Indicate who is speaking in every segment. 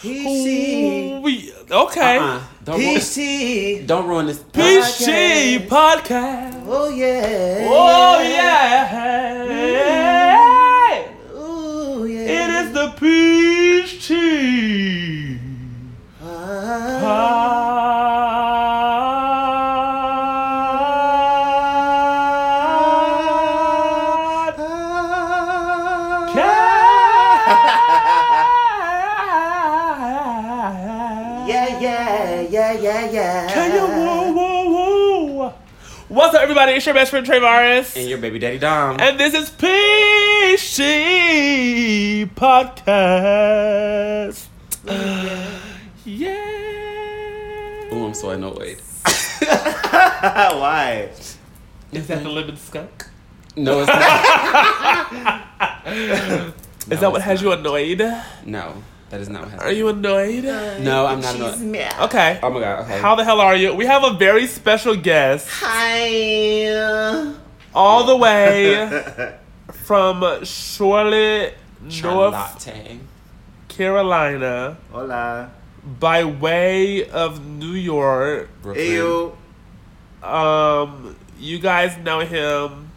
Speaker 1: PC.
Speaker 2: We, okay.
Speaker 1: Uh-uh.
Speaker 2: Don't, ruin,
Speaker 1: PC.
Speaker 2: don't ruin this.
Speaker 1: Podcast.
Speaker 2: PG podcast.
Speaker 1: Oh yeah.
Speaker 2: Oh, yeah.
Speaker 1: Oh yeah.
Speaker 2: It is the PG
Speaker 1: Ah.
Speaker 2: podcast.
Speaker 1: Yeah, yeah, yeah, yeah, yeah.
Speaker 2: Hey, yo, whoa, whoa, whoa. What's up, everybody? It's your best friend Trey Morris,
Speaker 1: And your baby daddy Dom.
Speaker 2: and this is PC Podcast. Yeah.
Speaker 1: Ooh, I'm so annoyed. Why?
Speaker 2: Is that the lemon skunk?
Speaker 1: No, it's not.
Speaker 2: Is that what has you annoyed?
Speaker 1: No, that is not what
Speaker 2: Are
Speaker 1: happened.
Speaker 2: you annoyed?
Speaker 3: Oh,
Speaker 1: No, I'm not annoyed.
Speaker 2: Okay.
Speaker 1: Oh my god. Okay.
Speaker 2: How the hell are you? We have a very special guest
Speaker 1: Hi.
Speaker 2: all the way from Charlotte, North
Speaker 1: Charlotte.
Speaker 2: Carolina.
Speaker 3: Hola.
Speaker 2: by way of New York.
Speaker 1: Brooklyn.
Speaker 3: Ayo.
Speaker 2: Um, you guys know him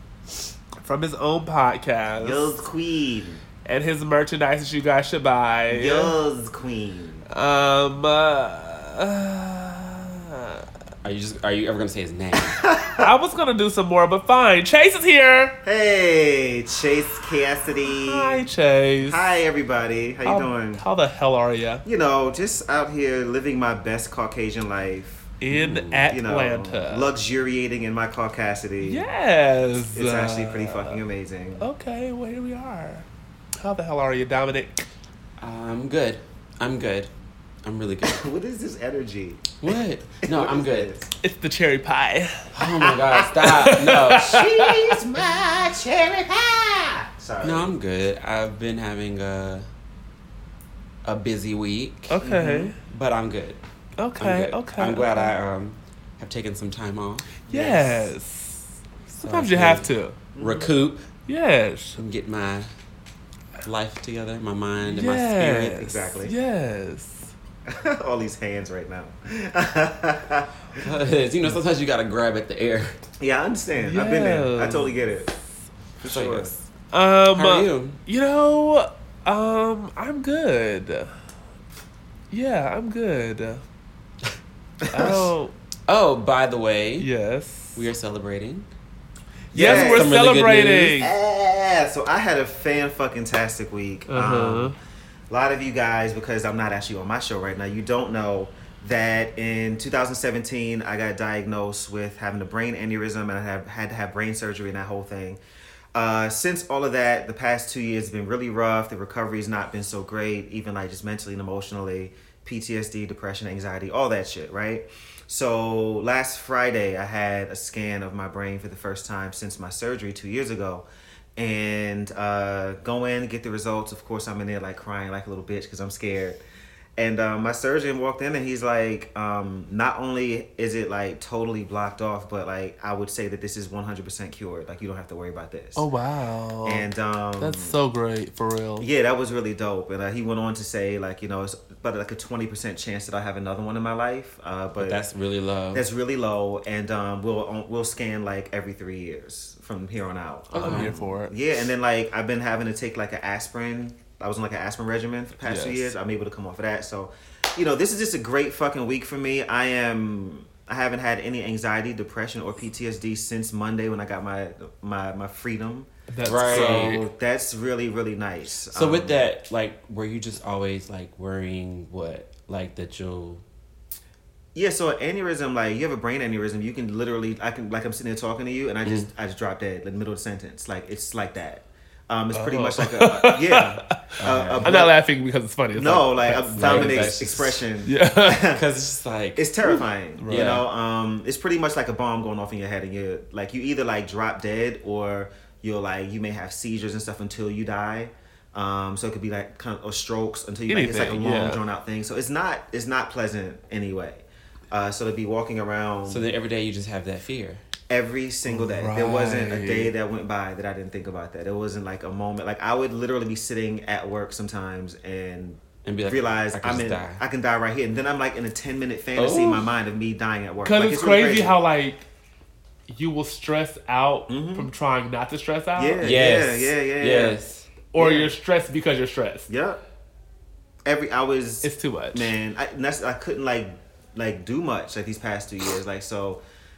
Speaker 2: from his own podcast
Speaker 3: Yo's queen.
Speaker 2: and his merchandise that you guys should buy.
Speaker 3: Yo's queen.
Speaker 2: Um, uh,
Speaker 1: Are you just? Are you ever gonna say his name?
Speaker 2: I was gonna do some more, but fine. Chase is here.
Speaker 3: Hey, Chase Cassidy.
Speaker 2: Hi, Chase.
Speaker 3: Hi, everybody. How you
Speaker 2: Um,
Speaker 3: doing?
Speaker 2: How the hell are you
Speaker 3: You know, just out here living my best Caucasian life.
Speaker 2: in
Speaker 3: You
Speaker 2: Atlanta?
Speaker 3: know, luxuriating in my Caucasity.
Speaker 2: yes, oh.
Speaker 3: It's actually pretty fucking amazing.
Speaker 2: Okay, well here we are. How the hell are you, Dominic?
Speaker 1: I'm good. I'm good. I'm really good.
Speaker 3: What is this energy?
Speaker 1: What? No,
Speaker 3: What
Speaker 1: I'm
Speaker 3: is
Speaker 1: good.
Speaker 3: this?
Speaker 2: It's the cherry pie.
Speaker 1: Oh my god! Stop. No.
Speaker 3: She's my cherry pie. Sorry.
Speaker 1: No, I'm good. I've been having a a busy week,
Speaker 3: Mm-hmm.
Speaker 2: Okay.
Speaker 1: but I'm good. I'm
Speaker 2: Oh. Okay.
Speaker 1: good.
Speaker 2: Okay.
Speaker 1: I'm glad
Speaker 2: okay.
Speaker 1: I um have taken some time off,
Speaker 2: Yes. Sometimes you
Speaker 1: I
Speaker 2: have
Speaker 1: feel-
Speaker 2: to.
Speaker 1: recoup,
Speaker 2: Yes.
Speaker 1: and get my life together, my mind and my
Speaker 2: Yes.
Speaker 1: spirit.
Speaker 3: Exactly.
Speaker 2: Yes.
Speaker 3: All these hands right now.
Speaker 1: Because, you know, sometimes you gotta grab at the air.
Speaker 3: yeah, I understand. I've been there. I
Speaker 2: Yes.
Speaker 3: totally get it. For
Speaker 1: So,
Speaker 3: sure.
Speaker 1: yes.
Speaker 2: Um.
Speaker 1: How are you?
Speaker 2: you know, um, I'm good. Yeah, I'm good. oh
Speaker 1: Oh, by the way,
Speaker 2: yes.
Speaker 1: we are celebrating.
Speaker 2: yes,
Speaker 3: Yes.
Speaker 2: we're
Speaker 1: Some really good
Speaker 2: celebrating.
Speaker 3: Yeah, Eh, so I had a fan fucking tastic week.
Speaker 2: Uh-huh.
Speaker 3: Um, a lot of you guys, because I'm not actually on my show right now, you don't know that in 2017 I got diagnosed with having a brain aneurysm and I have had to have brain surgery and that whole thing. Uh, since all of that, the past two years have been really rough. The recovery's not been so great, even like just mentally and emotionally. PTSD, depression, anxiety, all that shit, right? So last Friday, I had a scan of my brain for the first time since my surgery two years ago. And uh, go in, get the results. Of course, I'm in there like crying like a little bitch because I'm scared. And um, my surgeon walked in and he's like, um, not only is it like totally blocked off, but like I would say that this is 100% cured. Like you don't have to worry about this.
Speaker 2: Oh wow.
Speaker 3: and um,
Speaker 2: That's so great for real.
Speaker 3: yeah, that was really dope. And uh, he went on to say, like, you know, it's about like a 20% chance that I have another one in my life. Uh, but,
Speaker 1: That's really love.
Speaker 3: that's really low. And um, we'll we'll scan like every three years from here on out.
Speaker 2: I'm
Speaker 3: Um,
Speaker 2: here for it.
Speaker 3: yeah, and then like I've been having to take like an aspirin. I was on like an aspirin regimen for the past two
Speaker 2: Yes.
Speaker 3: years. I'm able to come off of that. So, you know, this is just a great fucking week for me. I am. I haven't had any anxiety, depression, or PTSD since Monday when I got my my my freedom.
Speaker 2: That's
Speaker 1: Right.
Speaker 2: great.
Speaker 3: So that's really really nice.
Speaker 1: So
Speaker 3: Um,
Speaker 1: with that, like, were you just always like worrying what, like that you'll?
Speaker 3: Yeah, so an aneurysm, like you have a brain aneurysm, you can literally, I can, like I'm sitting there talking to you, and I just,
Speaker 2: Mm.
Speaker 3: I just drop dead in the middle of the sentence, like it's like that. Um, it's pretty
Speaker 2: Oh.
Speaker 3: much like a, yeah. a- a
Speaker 2: I'm not laughing because it's funny. It's
Speaker 3: No,
Speaker 2: like-
Speaker 3: like a Dominic's
Speaker 1: that's-
Speaker 3: expression.
Speaker 2: yeah.
Speaker 1: Because it's just like
Speaker 3: It's terrifying,
Speaker 1: Right.
Speaker 3: you know. Um, it's pretty much like a bomb going off in your head, and you're like, you either like drop dead, or you're like, you may have seizures and stuff until you die. Um, so it could be like kind of or strokes until you. Like, it's like a
Speaker 2: Anything,
Speaker 3: long
Speaker 2: yeah.
Speaker 3: drawn out thing. So it's not, it's not pleasant anyway. Uh, so to be walking around.
Speaker 1: so. Then every day you just have that fear.
Speaker 3: every single day. There wasn't a day
Speaker 1: Right.
Speaker 3: that went by that I didn't think about that. It wasn't like a moment. Like I would literally be sitting at work sometimes and
Speaker 1: And be like,
Speaker 3: realize
Speaker 1: I could
Speaker 3: I'm
Speaker 1: just
Speaker 3: in,
Speaker 1: die.
Speaker 3: I can die right here, and then I'm like in a ten minute fantasy in my
Speaker 1: Oh.
Speaker 3: mind of me dying at work.
Speaker 2: Because
Speaker 3: Like,
Speaker 2: it's
Speaker 3: really
Speaker 2: crazy, how like you will stress out from trying not to stress out,
Speaker 3: Mm-hmm. Yeah.
Speaker 1: Yes.
Speaker 3: yeah, yeah, yeah.
Speaker 1: Yes.
Speaker 2: or
Speaker 3: Yeah.
Speaker 2: you're stressed because you're stressed.
Speaker 3: Yep. Every I was
Speaker 2: It's too much.
Speaker 3: man. I and that's, I couldn't like like do much like these past two years. Like so,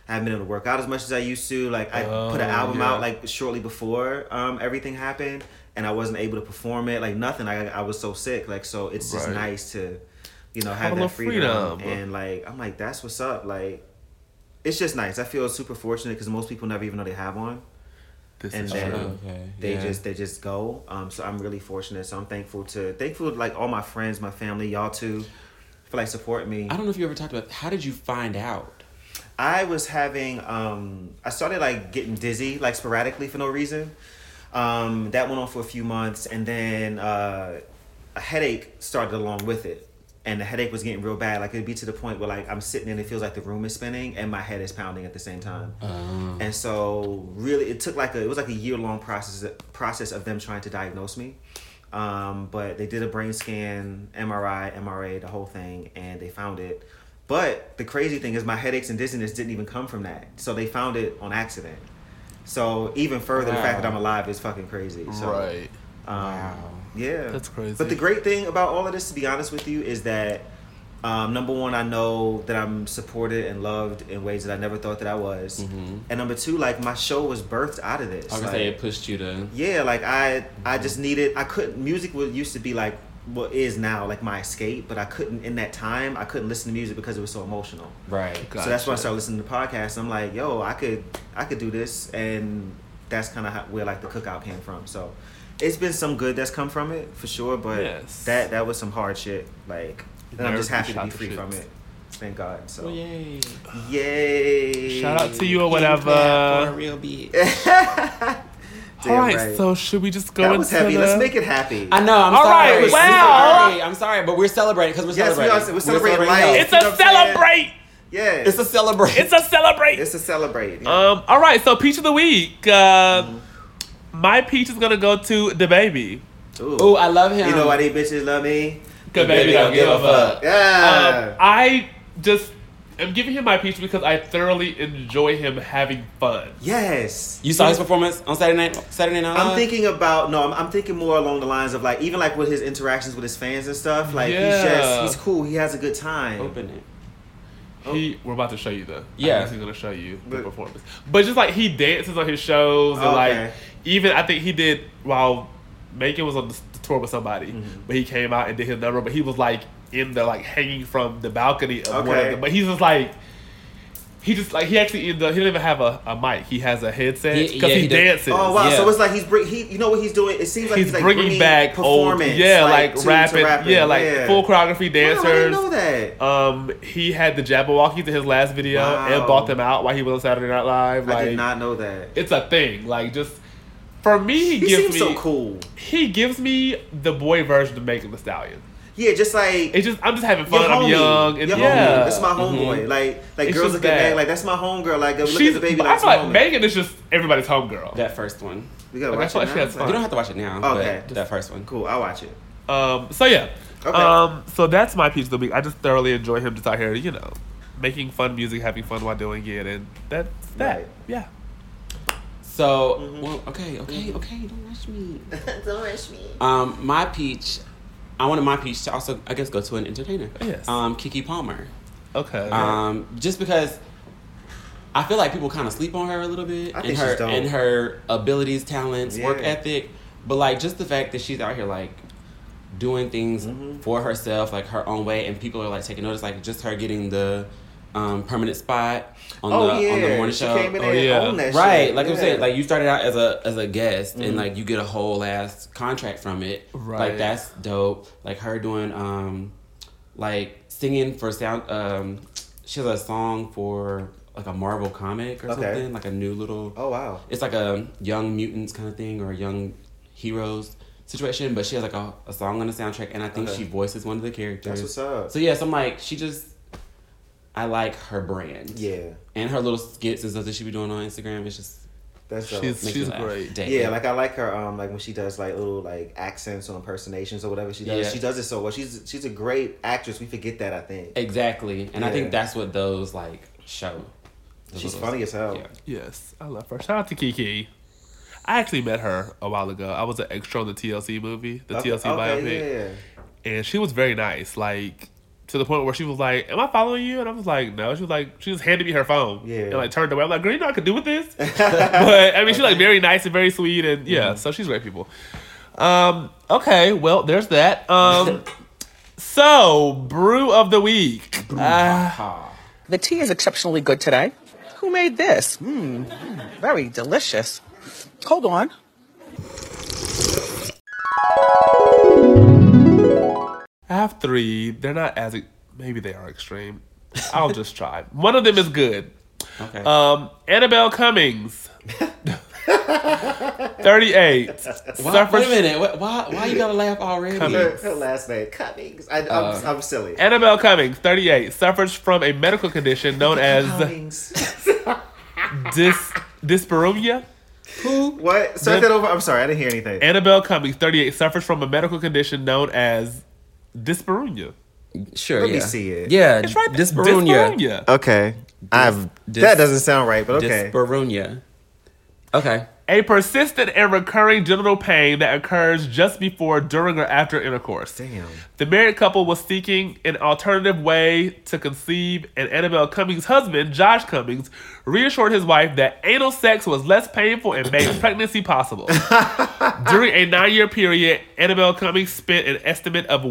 Speaker 3: I haven't been able to work out as much as I used to. Like I put an
Speaker 1: Oh,
Speaker 3: album
Speaker 1: yeah.
Speaker 3: out like shortly before um everything happened, and I wasn't able to perform it. Like nothing. I I was so sick. Like so, it's just
Speaker 1: Right.
Speaker 3: nice to you know
Speaker 2: Have
Speaker 3: have,
Speaker 2: a
Speaker 3: that
Speaker 2: little
Speaker 3: freedom.
Speaker 2: freedom.
Speaker 3: and like I'm like that's what's up. Like it's just nice. I feel super fortunate because most people never even know they have one
Speaker 2: This
Speaker 3: and
Speaker 2: is
Speaker 3: then
Speaker 2: true.
Speaker 1: Okay,
Speaker 3: they
Speaker 1: yeah.
Speaker 3: just they just go. Um, so I'm really fortunate. So I'm thankful to thankful to, like all my friends, my family, y'all too, for like supporting me.
Speaker 1: I don't know if you ever talked about how did you find out?
Speaker 3: I was having um I started like getting dizzy like sporadically for no reason. Um that went on for a few months and then uh a headache started along with it. And the headache was getting real bad. Like it'd be to the point where like I'm sitting and it feels like the room is spinning and my head is pounding at the same time. And so really it took like a it was like a year long process process of them trying to diagnose me. Um, but they did a brain scan, MRI, MRA, the whole thing, and they found it. But the crazy thing is, my headaches and dizziness didn't even come from that. So they found it on accident. So even further, the fact that I'm
Speaker 1: Wow.
Speaker 3: alive is fucking crazy. So,
Speaker 2: right.
Speaker 3: Um,
Speaker 1: Wow.
Speaker 3: Yeah.
Speaker 2: That's crazy.
Speaker 3: But the great thing about all of this, to be honest with you, is that um, number one, I know that I'm supported and loved in ways that I never thought that I was. And number two, like my show was birthed out of this.
Speaker 1: Mm-hmm. I was gonna
Speaker 3: Like,
Speaker 1: say it pushed you to
Speaker 3: yeah like i i just needed i couldn't music was used to be like what is now like my escape but i couldn't in that time i couldn't listen to music because it was so emotional
Speaker 1: right.
Speaker 3: so that's why i
Speaker 2: Gotcha.
Speaker 3: started listening to podcasts i'm like yo i could i could do this and that's kind of where like the cookout came from so it's been some good that's come from it for sure but
Speaker 2: Yes.
Speaker 3: that that was some hard shit like and i'm just
Speaker 2: Nerves
Speaker 3: happy
Speaker 2: and
Speaker 3: to be free
Speaker 2: shot the
Speaker 3: from
Speaker 2: shits.
Speaker 3: it thank god so
Speaker 1: Oh, yay.
Speaker 3: yay
Speaker 2: Shout out to you or
Speaker 1: Hand clap for a
Speaker 2: whatever.
Speaker 1: real beat.
Speaker 3: Damn
Speaker 2: All right,
Speaker 3: right.
Speaker 2: so should we just go
Speaker 3: that
Speaker 2: into
Speaker 3: was heavy
Speaker 2: the?
Speaker 3: let's make it happy
Speaker 1: I know. I'm
Speaker 2: All
Speaker 1: sorry.
Speaker 2: right,
Speaker 1: I'm
Speaker 2: wow.
Speaker 1: sorry. I'm sorry, but we're celebrating because we're
Speaker 3: Yes, we are.
Speaker 1: celebrating.
Speaker 3: We're celebrating life.
Speaker 2: it's
Speaker 1: health.
Speaker 3: You
Speaker 2: a
Speaker 3: know what I'm saying?
Speaker 2: celebrate.
Speaker 3: Yeah.
Speaker 1: It's a celebration.
Speaker 2: It's a celebrate.
Speaker 3: it's a celebrate. Yeah.
Speaker 2: um. All right. So peach of the week. Uh,
Speaker 3: Mm-hmm.
Speaker 2: My peach is gonna go to the baby.
Speaker 3: Ooh.
Speaker 1: Ooh, I love him.
Speaker 3: you know why these bitches love me?
Speaker 2: Good baby, don't give a fuck. Um,
Speaker 3: Yeah.
Speaker 2: I just am giving him my peach because I thoroughly enjoy him having fun.
Speaker 3: yes.
Speaker 1: You saw his performance on Saturday night. Saturday night. Live?
Speaker 3: I'm thinking about no, I'm, I'm thinking more along the lines of like even like with his interactions with his fans and stuff. Like he's
Speaker 2: Yeah.
Speaker 3: just he's cool. He has a good time.
Speaker 1: Open it.
Speaker 2: He, we're about to show you the.
Speaker 1: Yeah.
Speaker 2: I guess he's gonna show you
Speaker 3: Oh.
Speaker 2: the
Speaker 3: But- Oh,
Speaker 2: performance. But just like he dances on his shows and
Speaker 3: Okay.
Speaker 2: like even I think he did while Megan was on the s- the tour with somebody,
Speaker 3: Mm-hmm.
Speaker 2: but he came out and did his number. But he was like in the like hanging from the balcony of one
Speaker 3: Okay.
Speaker 2: of them. But he's just like. He just like he actually he doesn't even have a, a mic. He has a headset
Speaker 1: He-
Speaker 2: because
Speaker 1: yeah,
Speaker 2: he,
Speaker 1: he does.
Speaker 2: dances.
Speaker 3: Oh wow! So
Speaker 1: Yeah.
Speaker 3: it's like he's bring, he. You know what he's doing? It seems like he's,
Speaker 2: he's,
Speaker 3: like
Speaker 2: bringing, back old,
Speaker 3: performance.
Speaker 2: yeah, like,
Speaker 3: to- to
Speaker 2: rapping, yeah, like full choreography
Speaker 3: Wow, I didn't know
Speaker 2: dancers.
Speaker 3: that.
Speaker 2: Um, he had the Jabberwockies in his last video
Speaker 3: Wow.
Speaker 2: and bought them out while he was on Saturday Night Live. Like,
Speaker 3: I did not know that.
Speaker 2: it's a thing. Like, just for me, he,
Speaker 3: He
Speaker 2: gives
Speaker 3: seems
Speaker 2: me
Speaker 3: so cool.
Speaker 2: he gives me the boy version of Megan Thee Stallion.
Speaker 3: Yeah, just like
Speaker 2: It's just I'm just having fun. I'm
Speaker 3: homie.
Speaker 2: young and
Speaker 3: Your
Speaker 2: yeah, Mm-hmm.
Speaker 3: homie. That's my homeboy. Like, like
Speaker 2: It's
Speaker 3: girls
Speaker 2: just
Speaker 3: look at
Speaker 2: that.
Speaker 3: Meg like that's my homegirl. Like, look
Speaker 2: She's
Speaker 3: at the baby.
Speaker 2: I
Speaker 3: Like,
Speaker 2: feel like
Speaker 3: homie.
Speaker 2: Megan is just everybody's homegirl.
Speaker 1: That first one.
Speaker 3: We gotta
Speaker 2: like,
Speaker 3: watch
Speaker 2: that's why
Speaker 3: it.
Speaker 2: she
Speaker 3: now.
Speaker 2: has
Speaker 1: You
Speaker 2: fun.
Speaker 1: don't have to watch it now.
Speaker 3: Okay.
Speaker 1: But that first one.
Speaker 3: Cool, I'll watch it.
Speaker 2: Um, so yeah.
Speaker 3: Okay.
Speaker 2: Um, so that's my peach of the week. I just thoroughly enjoy him just out here, you know, making fun music, having fun while doing it, and that's that.
Speaker 3: Right.
Speaker 2: Yeah.
Speaker 1: So, well, okay, okay, okay. Don't rush me.
Speaker 3: Mm-hmm. Don't rush me.
Speaker 1: Um, my peach. I wanted my peach to also, I guess, go to an entertainer.
Speaker 2: Yes.
Speaker 1: Um, Kiki Palmer.
Speaker 2: Okay.
Speaker 1: Um, just because I feel like people kind of sleep on her a little bit
Speaker 3: I
Speaker 1: and
Speaker 3: think
Speaker 1: her
Speaker 3: she's dope.
Speaker 1: and her abilities, talents, work
Speaker 3: Yeah.
Speaker 1: ethic, but like just the fact that she's out here like doing things
Speaker 3: Mm-hmm.
Speaker 1: for herself, like her own way, and people are like taking notice, like just her getting the um, permanent spot on
Speaker 3: Oh
Speaker 1: the
Speaker 3: yeah,
Speaker 1: on the morning
Speaker 3: she
Speaker 1: show.
Speaker 3: came in
Speaker 2: Oh,
Speaker 3: there and
Speaker 2: yeah.
Speaker 3: owned that
Speaker 1: Right,
Speaker 3: shit. Mm-hmm.
Speaker 1: like I'm
Speaker 3: Yeah.
Speaker 1: saying, like you started out as a as a guest, and like you get a whole ass contract from it.
Speaker 2: Right.
Speaker 1: like that's dope. Like her doing um, like singing for sound. Um, she has a song for like a Marvel comic or
Speaker 3: Okay.
Speaker 1: something, like a new little.
Speaker 3: oh wow,
Speaker 1: It's like a Young Mutants kind of thing or a Young Heroes situation, but she has like a, a song on the soundtrack, and I think
Speaker 3: Okay.
Speaker 1: she voices one of the characters.
Speaker 3: that's what's up.
Speaker 1: So yeah, so I'm like, she just I like her brand.
Speaker 3: Yeah.
Speaker 1: And her little skits and stuff that she be doing on Instagram. It's just
Speaker 3: That's dope.
Speaker 2: She's
Speaker 1: makes
Speaker 2: she's
Speaker 1: me laugh.
Speaker 2: great.
Speaker 1: Daily.
Speaker 3: Yeah, like I like her. Um, like when she does like little like accents or impersonations or whatever she does,
Speaker 1: Yeah.
Speaker 3: she does it so well. She's she's a great actress. We forget that. I think
Speaker 1: exactly. And I
Speaker 3: Yeah.
Speaker 1: think that's what those like show. Those
Speaker 3: she's
Speaker 1: little-
Speaker 3: funny as hell.
Speaker 1: Yeah.
Speaker 2: Yes, I love her. Shout out to Kiki. I actually met her a while ago. I was an extra on the TLC movie, the
Speaker 3: Okay,
Speaker 2: TLC biopic.
Speaker 3: okay, yeah.
Speaker 2: and she was very nice, like to the point where she was like, "Am I following you?" And I was like, "No." She was like, she just handed me her phone,
Speaker 3: Yeah.
Speaker 2: and like turned away. I'm like, "Girl, you know what I could do with this." but I mean, she's like very nice and very sweet, and yeah,
Speaker 3: Mm-hmm.
Speaker 2: so she's great people. Um, okay, well, there's that. Um, so brew of the week. Uh,
Speaker 4: The tea is exceptionally good today. Who made this? Mmm, mm, very delicious. Hold on.
Speaker 2: I have three. E, They're not as maybe they are extreme. I'll just try. One of them is good.
Speaker 1: Okay.
Speaker 2: Um, Annabelle Cummings. 38.
Speaker 1: why, wait a
Speaker 2: Suffrage-
Speaker 1: minute. What, why? Why you gotta laugh already?
Speaker 2: Come here.
Speaker 3: Her, her last name Cummings. I, I'm,
Speaker 2: Uh,
Speaker 3: I'm silly.
Speaker 2: Annabelle Cummings, 38, suffers from a medical condition known as
Speaker 3: Cummings.
Speaker 2: dys, dyspareunia.
Speaker 3: what? Start that over. I'm sorry, I didn't hear anything.
Speaker 2: Annabelle Cummings, 38, suffers from a medical condition known as dyspareunia.
Speaker 1: Sure.
Speaker 3: Let me
Speaker 1: yeah.
Speaker 3: see it.
Speaker 1: Yeah.
Speaker 2: It's right there.
Speaker 1: Dyspareunia.
Speaker 2: Dyspareunia.
Speaker 3: Okay, I've
Speaker 1: dis-
Speaker 3: that doesn't sound right, but okay.
Speaker 1: Dyspareunia. Okay.
Speaker 2: A persistent and recurring genital pain that occurs just before, during, or after intercourse.
Speaker 3: Damn.
Speaker 2: The married couple was seeking an alternative way to conceive, and Annabelle Cummings' husband, Josh Cummings, reassured his wife that anal sex was less painful and made pregnancy possible. During a nine year period, Annabelle Cummings spent an estimate of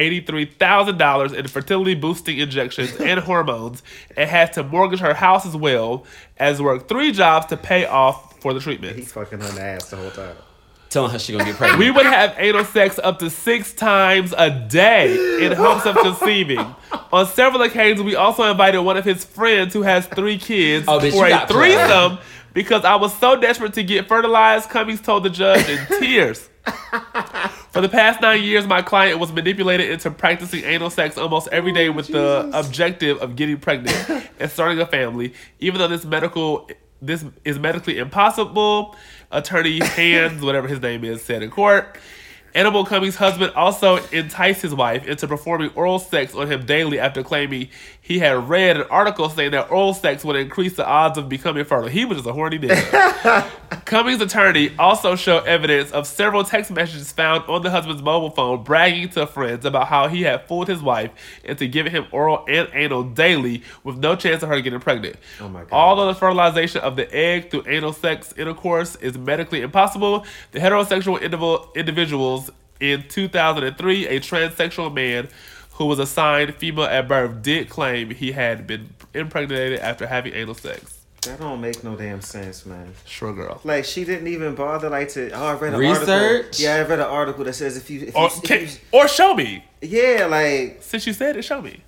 Speaker 2: $183,000 in fertility boosting injections and hormones and had to mortgage her house as well as work three jobs to pay off for the treatment.
Speaker 3: He's fucking on the ass the whole time.
Speaker 1: Telling her she gonna get pregnant.
Speaker 2: We would have anal sex up to six times a day in hopes of conceiving. On several occasions, we also invited one of his friends who has three kids
Speaker 1: Oh, bitch,
Speaker 2: for
Speaker 1: you
Speaker 2: a
Speaker 1: got
Speaker 2: threesome
Speaker 1: planned.
Speaker 2: because I was so desperate to get fertilized, Cummings told the judge in tears. For the past nine years, my client was manipulated into practicing anal sex almost every day with the objective of getting pregnant and starting a family. Even though this medical this is medically impossible, attorney Hands, whatever his name is, said in court. Annabelle Cummings' husband also enticed his wife into performing oral sex on him daily after claiming he had read an article saying that oral sex would increase the odds of becoming fertile. He was just a horny nigga. Cummings' attorney also showed evidence of several text messages found on the husband's mobile phone bragging to friends about how he had fooled his wife into giving him oral and anal daily with no chance of her getting pregnant.
Speaker 3: Oh my God.
Speaker 2: Although the fertilization of the egg through anal sex intercourse is medically impossible, the heterosexual indiv- individuals in 2003, a transsexual man who was assigned female at birth did claim he had been impregnated after having anal sex.
Speaker 3: That don't make no damn sense, man.
Speaker 2: Sure, girl.
Speaker 3: Like she didn't even bother like to. Oh, I read an article.
Speaker 1: Research? Oh,
Speaker 3: Yeah, I read an article that says if you, if you,
Speaker 2: Or,
Speaker 3: if
Speaker 2: can-
Speaker 3: you-
Speaker 2: or show me.
Speaker 3: yeah, like
Speaker 2: Since you said it, show me.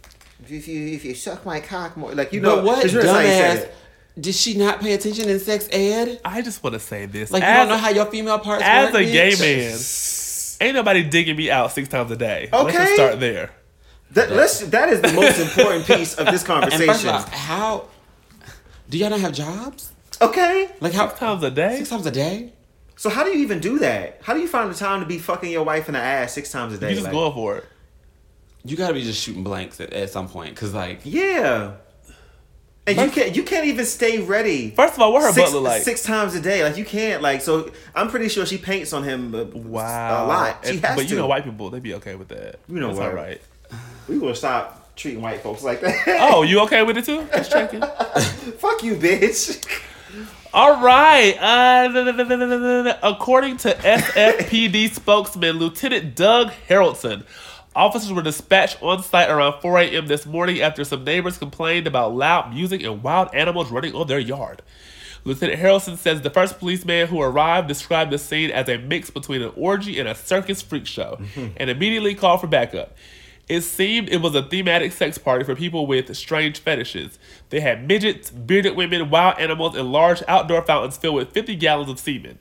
Speaker 3: if you if you suck my cock more, like you know
Speaker 1: But what
Speaker 3: you know that's how you said
Speaker 1: dumbass?
Speaker 3: it.
Speaker 1: Did she not pay attention in sex ed?
Speaker 2: I just want to say this.
Speaker 1: Like you
Speaker 2: as,
Speaker 1: don't know how your female parts
Speaker 2: as
Speaker 1: work.
Speaker 2: a gay
Speaker 1: bitch?
Speaker 2: man, ain't nobody digging me out six times a day. Let's just
Speaker 3: Okay.
Speaker 2: start there.
Speaker 3: That, let's, that is the most important piece of this
Speaker 1: And first
Speaker 3: conversation.
Speaker 1: of all, how do y'all not have jobs?
Speaker 3: okay,
Speaker 1: Like how
Speaker 2: Six times a day?
Speaker 1: six times a day?
Speaker 3: so how do you even do that? How do you find the time to be fucking your wife in the ass six times a day?
Speaker 2: You just
Speaker 3: like-
Speaker 2: going for it.
Speaker 1: You gotta be just shooting blanks at, at some point, cause like
Speaker 3: Yeah, and you can't you can't even stay ready.
Speaker 2: First of all, what her
Speaker 3: six,
Speaker 2: butt look like?
Speaker 3: six times a day. Like you can't. Like so, I'm pretty sure she paints on him. uh, a
Speaker 2: wow.
Speaker 3: lot. She
Speaker 2: And-
Speaker 3: has
Speaker 2: but
Speaker 3: to.
Speaker 2: you know white people, they be okay with that.
Speaker 3: You know
Speaker 2: That's
Speaker 3: what?
Speaker 2: all right.
Speaker 3: We will stop treating white folks like that.
Speaker 2: Oh, you okay with it too? Just checking.
Speaker 3: Fuck you, bitch.
Speaker 2: All right. Uh, da- da- da- da- da- da- da- according to SFPD spokesman Lieutenant Doug Harrelson, officers were dispatched on site around 4 a.m. this morning after some neighbors complained about loud music and wild animals running on their yard. Lieutenant Harrelson says the first policeman who arrived described the scene as a mix between an orgy and a circus freak show and immediately called for backup. It seemed it was a thematic sex party for people with strange fetishes. They had midgets, bearded women, wild animals, and large outdoor fountains filled with 50 gallons of semen.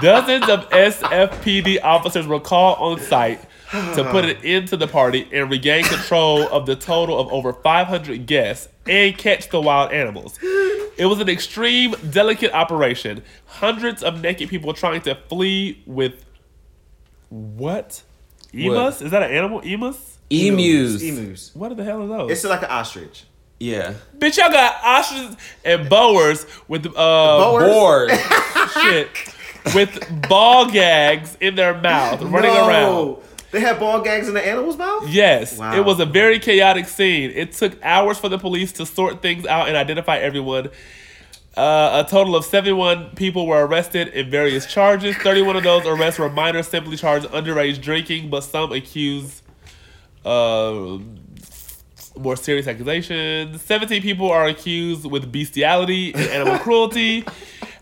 Speaker 2: Dozens of SFPD officers were called on site. to put an end to the party and regain control of the total of over 500 guests and catch the wild animals. It was an extreme, delicate operation. Hundreds of naked people trying to flee with what? Emus? Is that an animal? Emus?
Speaker 1: Emus.
Speaker 3: Emus.
Speaker 2: What the hell are those?
Speaker 3: It's like an ostrich.
Speaker 1: Yeah.
Speaker 2: Bitch, y'all got ostriches and boers with uh
Speaker 3: Boers?
Speaker 1: Bored.
Speaker 2: shit with ball gags in their mouth running
Speaker 3: No.
Speaker 2: around.
Speaker 3: They had ball gags in the animal's mouth?
Speaker 2: Yes,
Speaker 3: Wow.
Speaker 2: it was a very chaotic scene. It took hours for the police to sort things out and identify everyone. Uh, a total of 71 people were arrested in various charges. 31 of those arrests were minors simply charged underage drinking, but some accused uh, more serious accusations. 17 people are accused with bestiality and animal cruelty.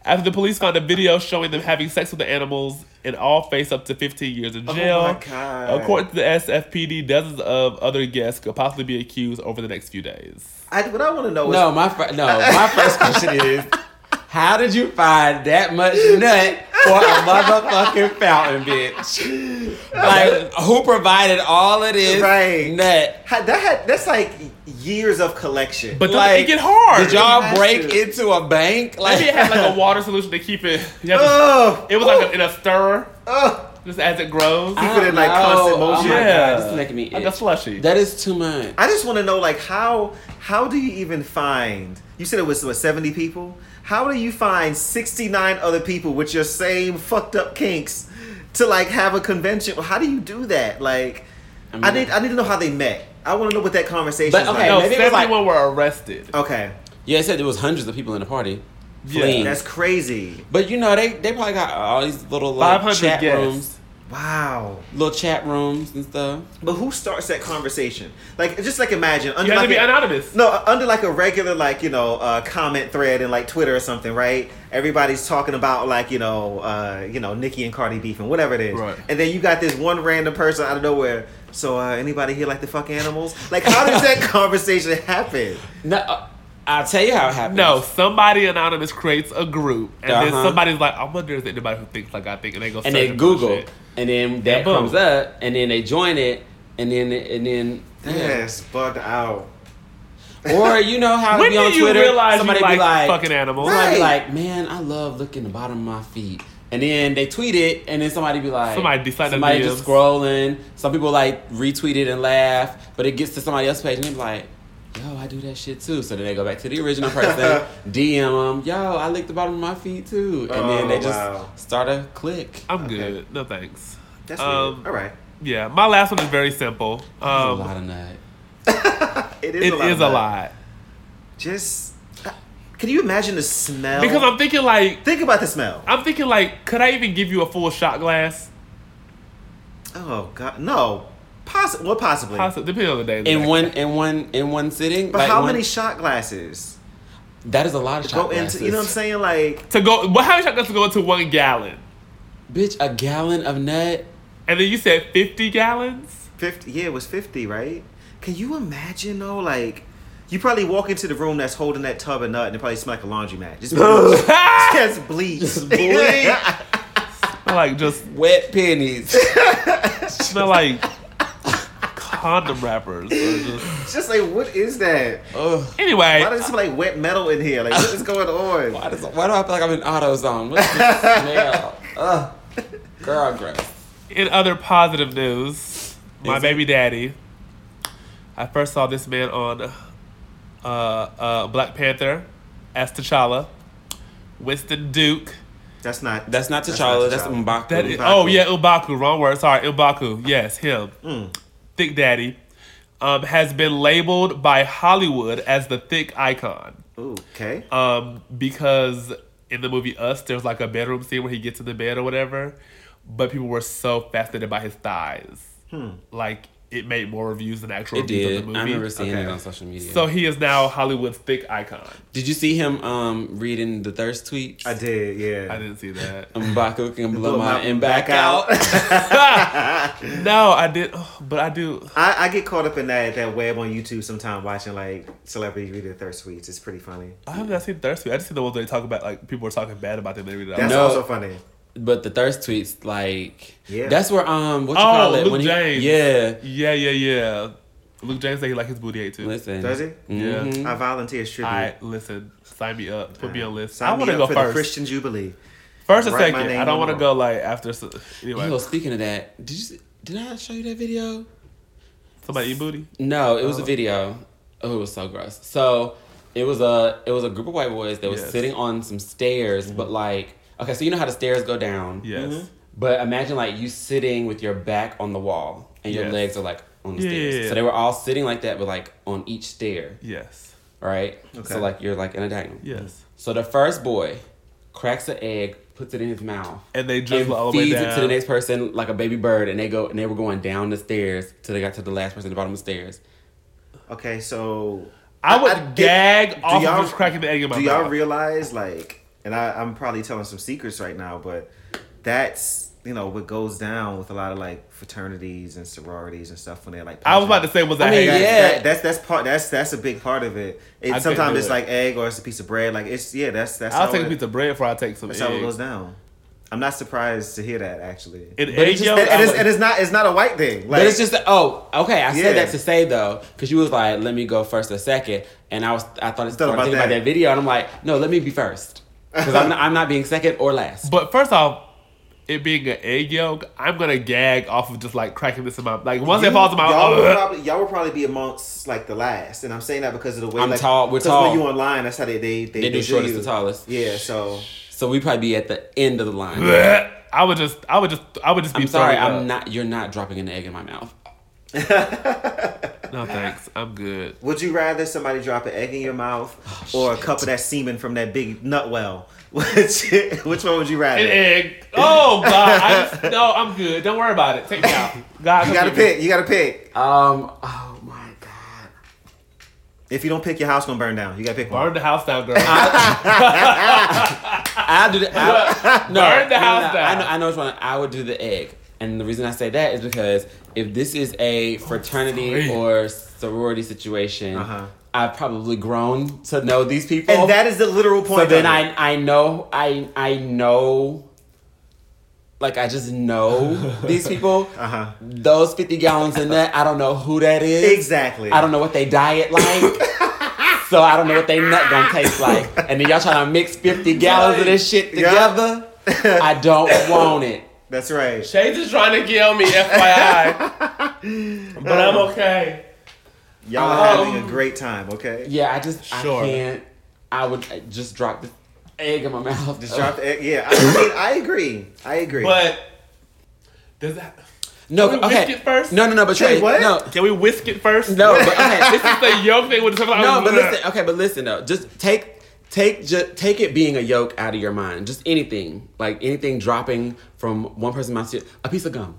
Speaker 2: After the police found a video showing them having sex with the animals and all face up to 15 years
Speaker 1: Oh
Speaker 2: in jail.
Speaker 3: my God.
Speaker 2: According to the SFPD, dozens of other guests could possibly be accused over the next few days.
Speaker 3: I, what I want to know is
Speaker 1: No, my fir- no, my first question is, how did you find that much nut for a motherfucking fountain, bitch? Like, who provided all of this
Speaker 3: Right.
Speaker 1: nut?
Speaker 3: Ha- that had, that's like years of collection.
Speaker 2: But doesn't
Speaker 1: Like,
Speaker 2: it get hard?
Speaker 1: Did y'all
Speaker 3: has
Speaker 1: break
Speaker 3: to.
Speaker 1: into a bank? Like,
Speaker 2: Maybe it had like a water solution to keep it. you have to-
Speaker 3: oh,
Speaker 2: it was like a, in a stirrer,
Speaker 3: oh.
Speaker 2: just as it grows,
Speaker 1: I
Speaker 3: keep it in, like,
Speaker 1: don't
Speaker 3: constant
Speaker 1: know.
Speaker 3: motion.
Speaker 1: Oh my
Speaker 2: Yeah.
Speaker 1: god, this is making me
Speaker 2: like a
Speaker 1: itch.
Speaker 2: slushy.
Speaker 1: That is too much.
Speaker 3: I just want to know, like, how how do you even find? You said it was what seventy people. How do you find sixty nine other people with your same fucked up kinks to like have a convention? How do you do that? Like, I,
Speaker 1: mean-
Speaker 3: need I need to know how they met. I want to know what that conversation.
Speaker 1: But,
Speaker 3: is
Speaker 1: okay,
Speaker 2: no,
Speaker 3: like.
Speaker 1: maybe it was like-
Speaker 2: seventy-one were arrested.
Speaker 3: okay,
Speaker 1: Yeah, it said there was hundreds of people in the party.
Speaker 2: Yeah,
Speaker 1: Fleeing.
Speaker 3: that's crazy. But
Speaker 1: but you know, they, they probably got all these little
Speaker 2: Five
Speaker 1: like,
Speaker 2: hundred
Speaker 1: chat
Speaker 2: guests.
Speaker 1: rooms.
Speaker 3: wow.
Speaker 1: Little chat rooms and stuff.
Speaker 3: But who starts that conversation? Like, just like imagine under
Speaker 2: You have
Speaker 3: like
Speaker 2: to be
Speaker 3: a-
Speaker 2: anonymous.
Speaker 3: No, uh, under like a regular like you know uh, comment thread in like Twitter or something, right? Everybody's talking about like you know uh, you know Nicki and Cardi beef and whatever it is,
Speaker 2: Right.
Speaker 3: and then you got this one random person out of nowhere. So uh, anybody here like to fuck animals? Like how does that conversation happen?
Speaker 1: No, uh, I'll tell you how it happened.
Speaker 2: No, somebody anonymous creates a group, and then
Speaker 1: Uh-huh.
Speaker 2: somebody's like, "I wonder if there's anybody who thinks like I think," and they go
Speaker 1: and
Speaker 2: searching
Speaker 1: then
Speaker 2: for
Speaker 1: Google,
Speaker 2: shit.
Speaker 1: and then that
Speaker 2: And boom.
Speaker 1: comes up, and then they join it, and then and then.
Speaker 3: Yes, bugged out.
Speaker 1: Or you know how
Speaker 2: When
Speaker 1: it be on
Speaker 2: do you
Speaker 1: Twitter,
Speaker 2: realize you
Speaker 1: somebody
Speaker 2: like,
Speaker 1: be like,
Speaker 2: fucking animals?
Speaker 1: somebody be
Speaker 3: Right.
Speaker 1: like, man, I love looking the bottom of my feet. And then they tweet it, and then somebody be like,
Speaker 2: Somebody decide to
Speaker 1: somebody
Speaker 2: DMs.
Speaker 1: just scrolling. Some people like retweet it and laugh, but it gets to somebody else's page, and they be like, yo, I do that shit too. So then they go back to the original person, DM them, yo, I lick the bottom of my feet too. And then
Speaker 3: Oh,
Speaker 1: they just
Speaker 3: wow.
Speaker 1: start a click.
Speaker 2: I'm
Speaker 3: Okay.
Speaker 2: good. No thanks.
Speaker 3: That's
Speaker 2: Um,
Speaker 3: weird. All right,
Speaker 2: Yeah, my last one is very simple.
Speaker 1: That's
Speaker 2: Um,
Speaker 1: a lot of nut.
Speaker 3: it
Speaker 2: it
Speaker 3: is a lot.
Speaker 2: is
Speaker 3: of
Speaker 2: a
Speaker 3: that.
Speaker 2: lot
Speaker 3: Just uh, can you imagine the smell?
Speaker 2: because I'm thinking like
Speaker 3: think about the smell.
Speaker 2: I'm thinking like, could I even give you a full shot glass?
Speaker 3: oh God, no. Poss- well, possibly.
Speaker 2: Possi depending on the day. of the
Speaker 1: in
Speaker 2: day.
Speaker 1: one in one in one sitting.
Speaker 3: But
Speaker 1: like
Speaker 3: how
Speaker 1: one-
Speaker 3: many shot glasses
Speaker 1: That is a lot of
Speaker 3: go
Speaker 1: shot
Speaker 3: into?
Speaker 1: glasses.
Speaker 3: You know what I'm saying? Like
Speaker 2: to go, well, how many shotguns to go into one gallon?
Speaker 1: Bitch, a gallon of nut.
Speaker 2: And then you said fifty gallons.
Speaker 3: 50 yeah it was 50 right can you imagine though like you probably walk into the room that's holding that tub of nut and it probably smell like a laundromat just bleach.
Speaker 2: Ah!
Speaker 3: just bleach
Speaker 1: Just bleach.
Speaker 2: Smell like just
Speaker 1: Wet pennies.
Speaker 2: smell like condom wrappers. or just-
Speaker 3: just like what is that
Speaker 1: Ugh.
Speaker 2: Anyway,
Speaker 3: why does it smell like wet metal in here like what is going on
Speaker 1: Why, does, why do I feel like I'm in AutoZone? What's this smell? Ugh. Girl, gross.
Speaker 2: In other positive news, my
Speaker 1: Is it?
Speaker 2: baby daddy. I first saw this man on uh, uh, Black Panther as T'Challa, Winston Duke.
Speaker 3: that's not
Speaker 1: That's not T'Challa. That's, M'Baku.
Speaker 2: That is,
Speaker 3: M'Baku.
Speaker 2: oh yeah, Ubaku. Wrong word. Sorry, Ubaku. Yes, him.
Speaker 1: Hmm.
Speaker 2: Thick Daddy um, has been labeled by Hollywood as the thick icon
Speaker 3: Ooh, okay
Speaker 2: um, because in the movie Us, there's like a bedroom scene where he gets in the bed or whatever, but people were so fascinated by his thighs,
Speaker 3: Hmm.
Speaker 2: like it made more reviews than actual
Speaker 1: it
Speaker 2: reviews
Speaker 1: did.
Speaker 2: of the movie.
Speaker 1: I remember seeing
Speaker 3: Okay.
Speaker 1: it on social media.
Speaker 2: So he is now Hollywood's thick icon.
Speaker 1: did you see him um, reading the thirst tweets?
Speaker 3: i did yeah
Speaker 2: I didn't see that.
Speaker 1: M'Baku can blow
Speaker 3: Blow
Speaker 1: my
Speaker 3: my-
Speaker 1: and back, out.
Speaker 2: no, I did, oh, but I do.
Speaker 3: I, I get caught up in that that web on youtube sometime watching like celebrities read their thirst tweets it's pretty funny
Speaker 2: I have not seen Thirsty. I just see the ones where they talk about like people are talking bad about them. They read it. out
Speaker 3: that's
Speaker 2: loud.
Speaker 1: No.
Speaker 3: also funny
Speaker 1: But the thirst tweets, like,
Speaker 3: Yeah.
Speaker 1: that's where um, what you
Speaker 2: Oh,
Speaker 1: call it
Speaker 2: Luke
Speaker 1: when he,
Speaker 2: James.
Speaker 1: yeah,
Speaker 2: Yeah, yeah, yeah. Luke James said he like his booty ate too.
Speaker 1: listen,
Speaker 3: Does he?
Speaker 2: Yeah.
Speaker 1: Mhm.
Speaker 3: I volunteer as tribute.
Speaker 2: All right, listen. Sign me up. Put me Mm-hmm. on list.
Speaker 3: Sign
Speaker 2: I want
Speaker 3: me
Speaker 2: to
Speaker 3: up
Speaker 2: go
Speaker 3: for the
Speaker 2: first.
Speaker 3: Christian Jubilee.
Speaker 2: first or
Speaker 3: Write my
Speaker 2: second.
Speaker 3: name
Speaker 2: I don't
Speaker 3: on
Speaker 2: want to
Speaker 3: the
Speaker 2: go like after. s- Anyway,
Speaker 1: Yo, speaking of that, did you see- did I show you that video?
Speaker 2: somebody eat booty.
Speaker 1: No, it was a video. Oh, it was so gross. So it was a it was a group of white boys that was
Speaker 2: Yes. Mm-hmm.
Speaker 1: sitting on some stairs, but like okay, so you know how the stairs go down.
Speaker 2: Yes.
Speaker 1: But imagine like you sitting with your back on the wall and your
Speaker 2: Yes.
Speaker 1: legs are like on the
Speaker 2: Yeah,
Speaker 1: stairs.
Speaker 2: yeah, yeah.
Speaker 1: So they were all sitting like that, but like on each stair,
Speaker 2: Yes.
Speaker 1: right?
Speaker 3: Okay.
Speaker 1: So like you're like in a diagonal.
Speaker 2: Yes.
Speaker 1: So the first boy cracks an egg, puts it in his mouth,
Speaker 2: And they
Speaker 1: and
Speaker 2: drizzle all the way
Speaker 1: feeds
Speaker 2: down.
Speaker 1: it to the next person like a baby bird, and they go and they were going down the stairs till they got to the last person at the bottom of the stairs.
Speaker 3: Okay, so
Speaker 2: I would
Speaker 3: I think-
Speaker 2: gag
Speaker 3: do
Speaker 2: off
Speaker 3: y'all-
Speaker 2: of just cracking the egg in my
Speaker 3: do
Speaker 2: mouth.
Speaker 3: y'all realize like and I, i'm probably telling some secrets right now but that's you know what goes down with a lot of like fraternities and sororities and stuff when they're like
Speaker 2: I was about to say, was I,
Speaker 1: I mean,
Speaker 2: hate?
Speaker 1: yeah.
Speaker 3: that, that's that's part that's that's a big part of it it
Speaker 2: I couldn't
Speaker 3: sometimes
Speaker 2: do
Speaker 3: it's
Speaker 2: it.
Speaker 3: like egg or it's a piece of bread like it's yeah that's that's
Speaker 2: I'll
Speaker 3: how
Speaker 2: take
Speaker 3: it-
Speaker 2: a piece of bread before I take some
Speaker 3: that's
Speaker 2: eggs.
Speaker 3: how it goes down i'm not surprised to hear that actually
Speaker 2: An
Speaker 1: it's
Speaker 2: egg
Speaker 1: just-
Speaker 2: yolk.
Speaker 3: and, and
Speaker 2: I
Speaker 3: it's,
Speaker 2: would-
Speaker 3: and it's not it's not a white thing like
Speaker 1: But it's just oh okay. I
Speaker 3: Yeah.
Speaker 1: said that to say though, because you was like, "Let me go first or second. and I was I thought it's
Speaker 3: Thought about
Speaker 1: thought about, thinking about
Speaker 3: that.
Speaker 1: that video, and I'm like, no, let me be first because I'm not, I'm not being second or last.
Speaker 2: But first off, it being an egg yolk, I'm gonna gag off of just like cracking this in my like once it
Speaker 3: You-
Speaker 2: falls in my
Speaker 3: y'all
Speaker 2: mouth.
Speaker 3: would probably y'all would probably be amongst like the last, and I'm saying that because of the way
Speaker 1: I'm
Speaker 3: like,
Speaker 1: tall- we're
Speaker 3: 'cause
Speaker 1: tall.
Speaker 3: When you online, that's how they they they,
Speaker 1: They do shortest
Speaker 3: you.
Speaker 1: to tallest.
Speaker 3: Yeah, so
Speaker 1: So we probably be at the end of the line.
Speaker 2: I would just, I would just, I would just be
Speaker 1: I'm sorry,
Speaker 2: throwing
Speaker 1: I'm
Speaker 2: up.
Speaker 1: not. You're not dropping an egg in my mouth.
Speaker 2: No thanks, I'm good.
Speaker 3: would you rather somebody drop an egg in your mouth
Speaker 1: Oh,
Speaker 3: or a cup of that semen from that big nut well? Which which one would you rather?
Speaker 2: An egg. Oh God, I just, no, I'm good. Don't worry about it. Take me out. God,
Speaker 3: You gotta
Speaker 2: forgive me.
Speaker 3: pick. You gotta pick.
Speaker 1: Um. Oh my god.
Speaker 3: If you don't pick, your house gonna burn down. You gotta pick one.
Speaker 2: Burn the house down, girl. I,
Speaker 1: I do the I, no,
Speaker 2: Burn the
Speaker 1: no, no,
Speaker 2: house
Speaker 1: no. I
Speaker 2: down.
Speaker 1: know, I know which one. I would do the egg, and the reason I say that is because if this is a fraternity
Speaker 2: sorry.
Speaker 1: or sorority situation,
Speaker 3: Uh-huh.
Speaker 1: I've probably grown to know these people,
Speaker 3: And that is the literal point.
Speaker 1: so then
Speaker 3: of it.
Speaker 1: I I know I I know. Like I just know these people.
Speaker 3: Uh-huh.
Speaker 1: Those fifty gallons in that, I don't know who that is.
Speaker 3: exactly.
Speaker 1: I don't know what they diet like. so I don't know what they nut gonna taste like. And then y'all trying to mix 50 gallons of this shit
Speaker 3: Yeah.
Speaker 1: together. I don't want it.
Speaker 3: That's right.
Speaker 2: Chase is trying to kill me, FYI. but I'm
Speaker 1: Um,
Speaker 2: okay.
Speaker 3: Y'all are having a
Speaker 2: Um,
Speaker 3: great time. Okay.
Speaker 1: Yeah, I just
Speaker 2: Sure.
Speaker 1: I can't. I would uh, just drop the egg in my mouth. Just
Speaker 3: Drop the egg. Yeah. I, mean, I agree. I agree.
Speaker 2: But does that?
Speaker 1: No,
Speaker 2: Can we
Speaker 1: okay.
Speaker 2: whisk it first?
Speaker 1: No, no, no. But
Speaker 3: Say
Speaker 1: Trey,
Speaker 3: what?
Speaker 1: no,
Speaker 2: Can we whisk it first?
Speaker 1: no. But okay,
Speaker 2: This is the yolk thing. With
Speaker 1: no, but listen. Okay, but listen though. Just take. Take ju- take it being a yolk out of your mind. Just anything, like anything dropping from one person's mouth to a piece of gum.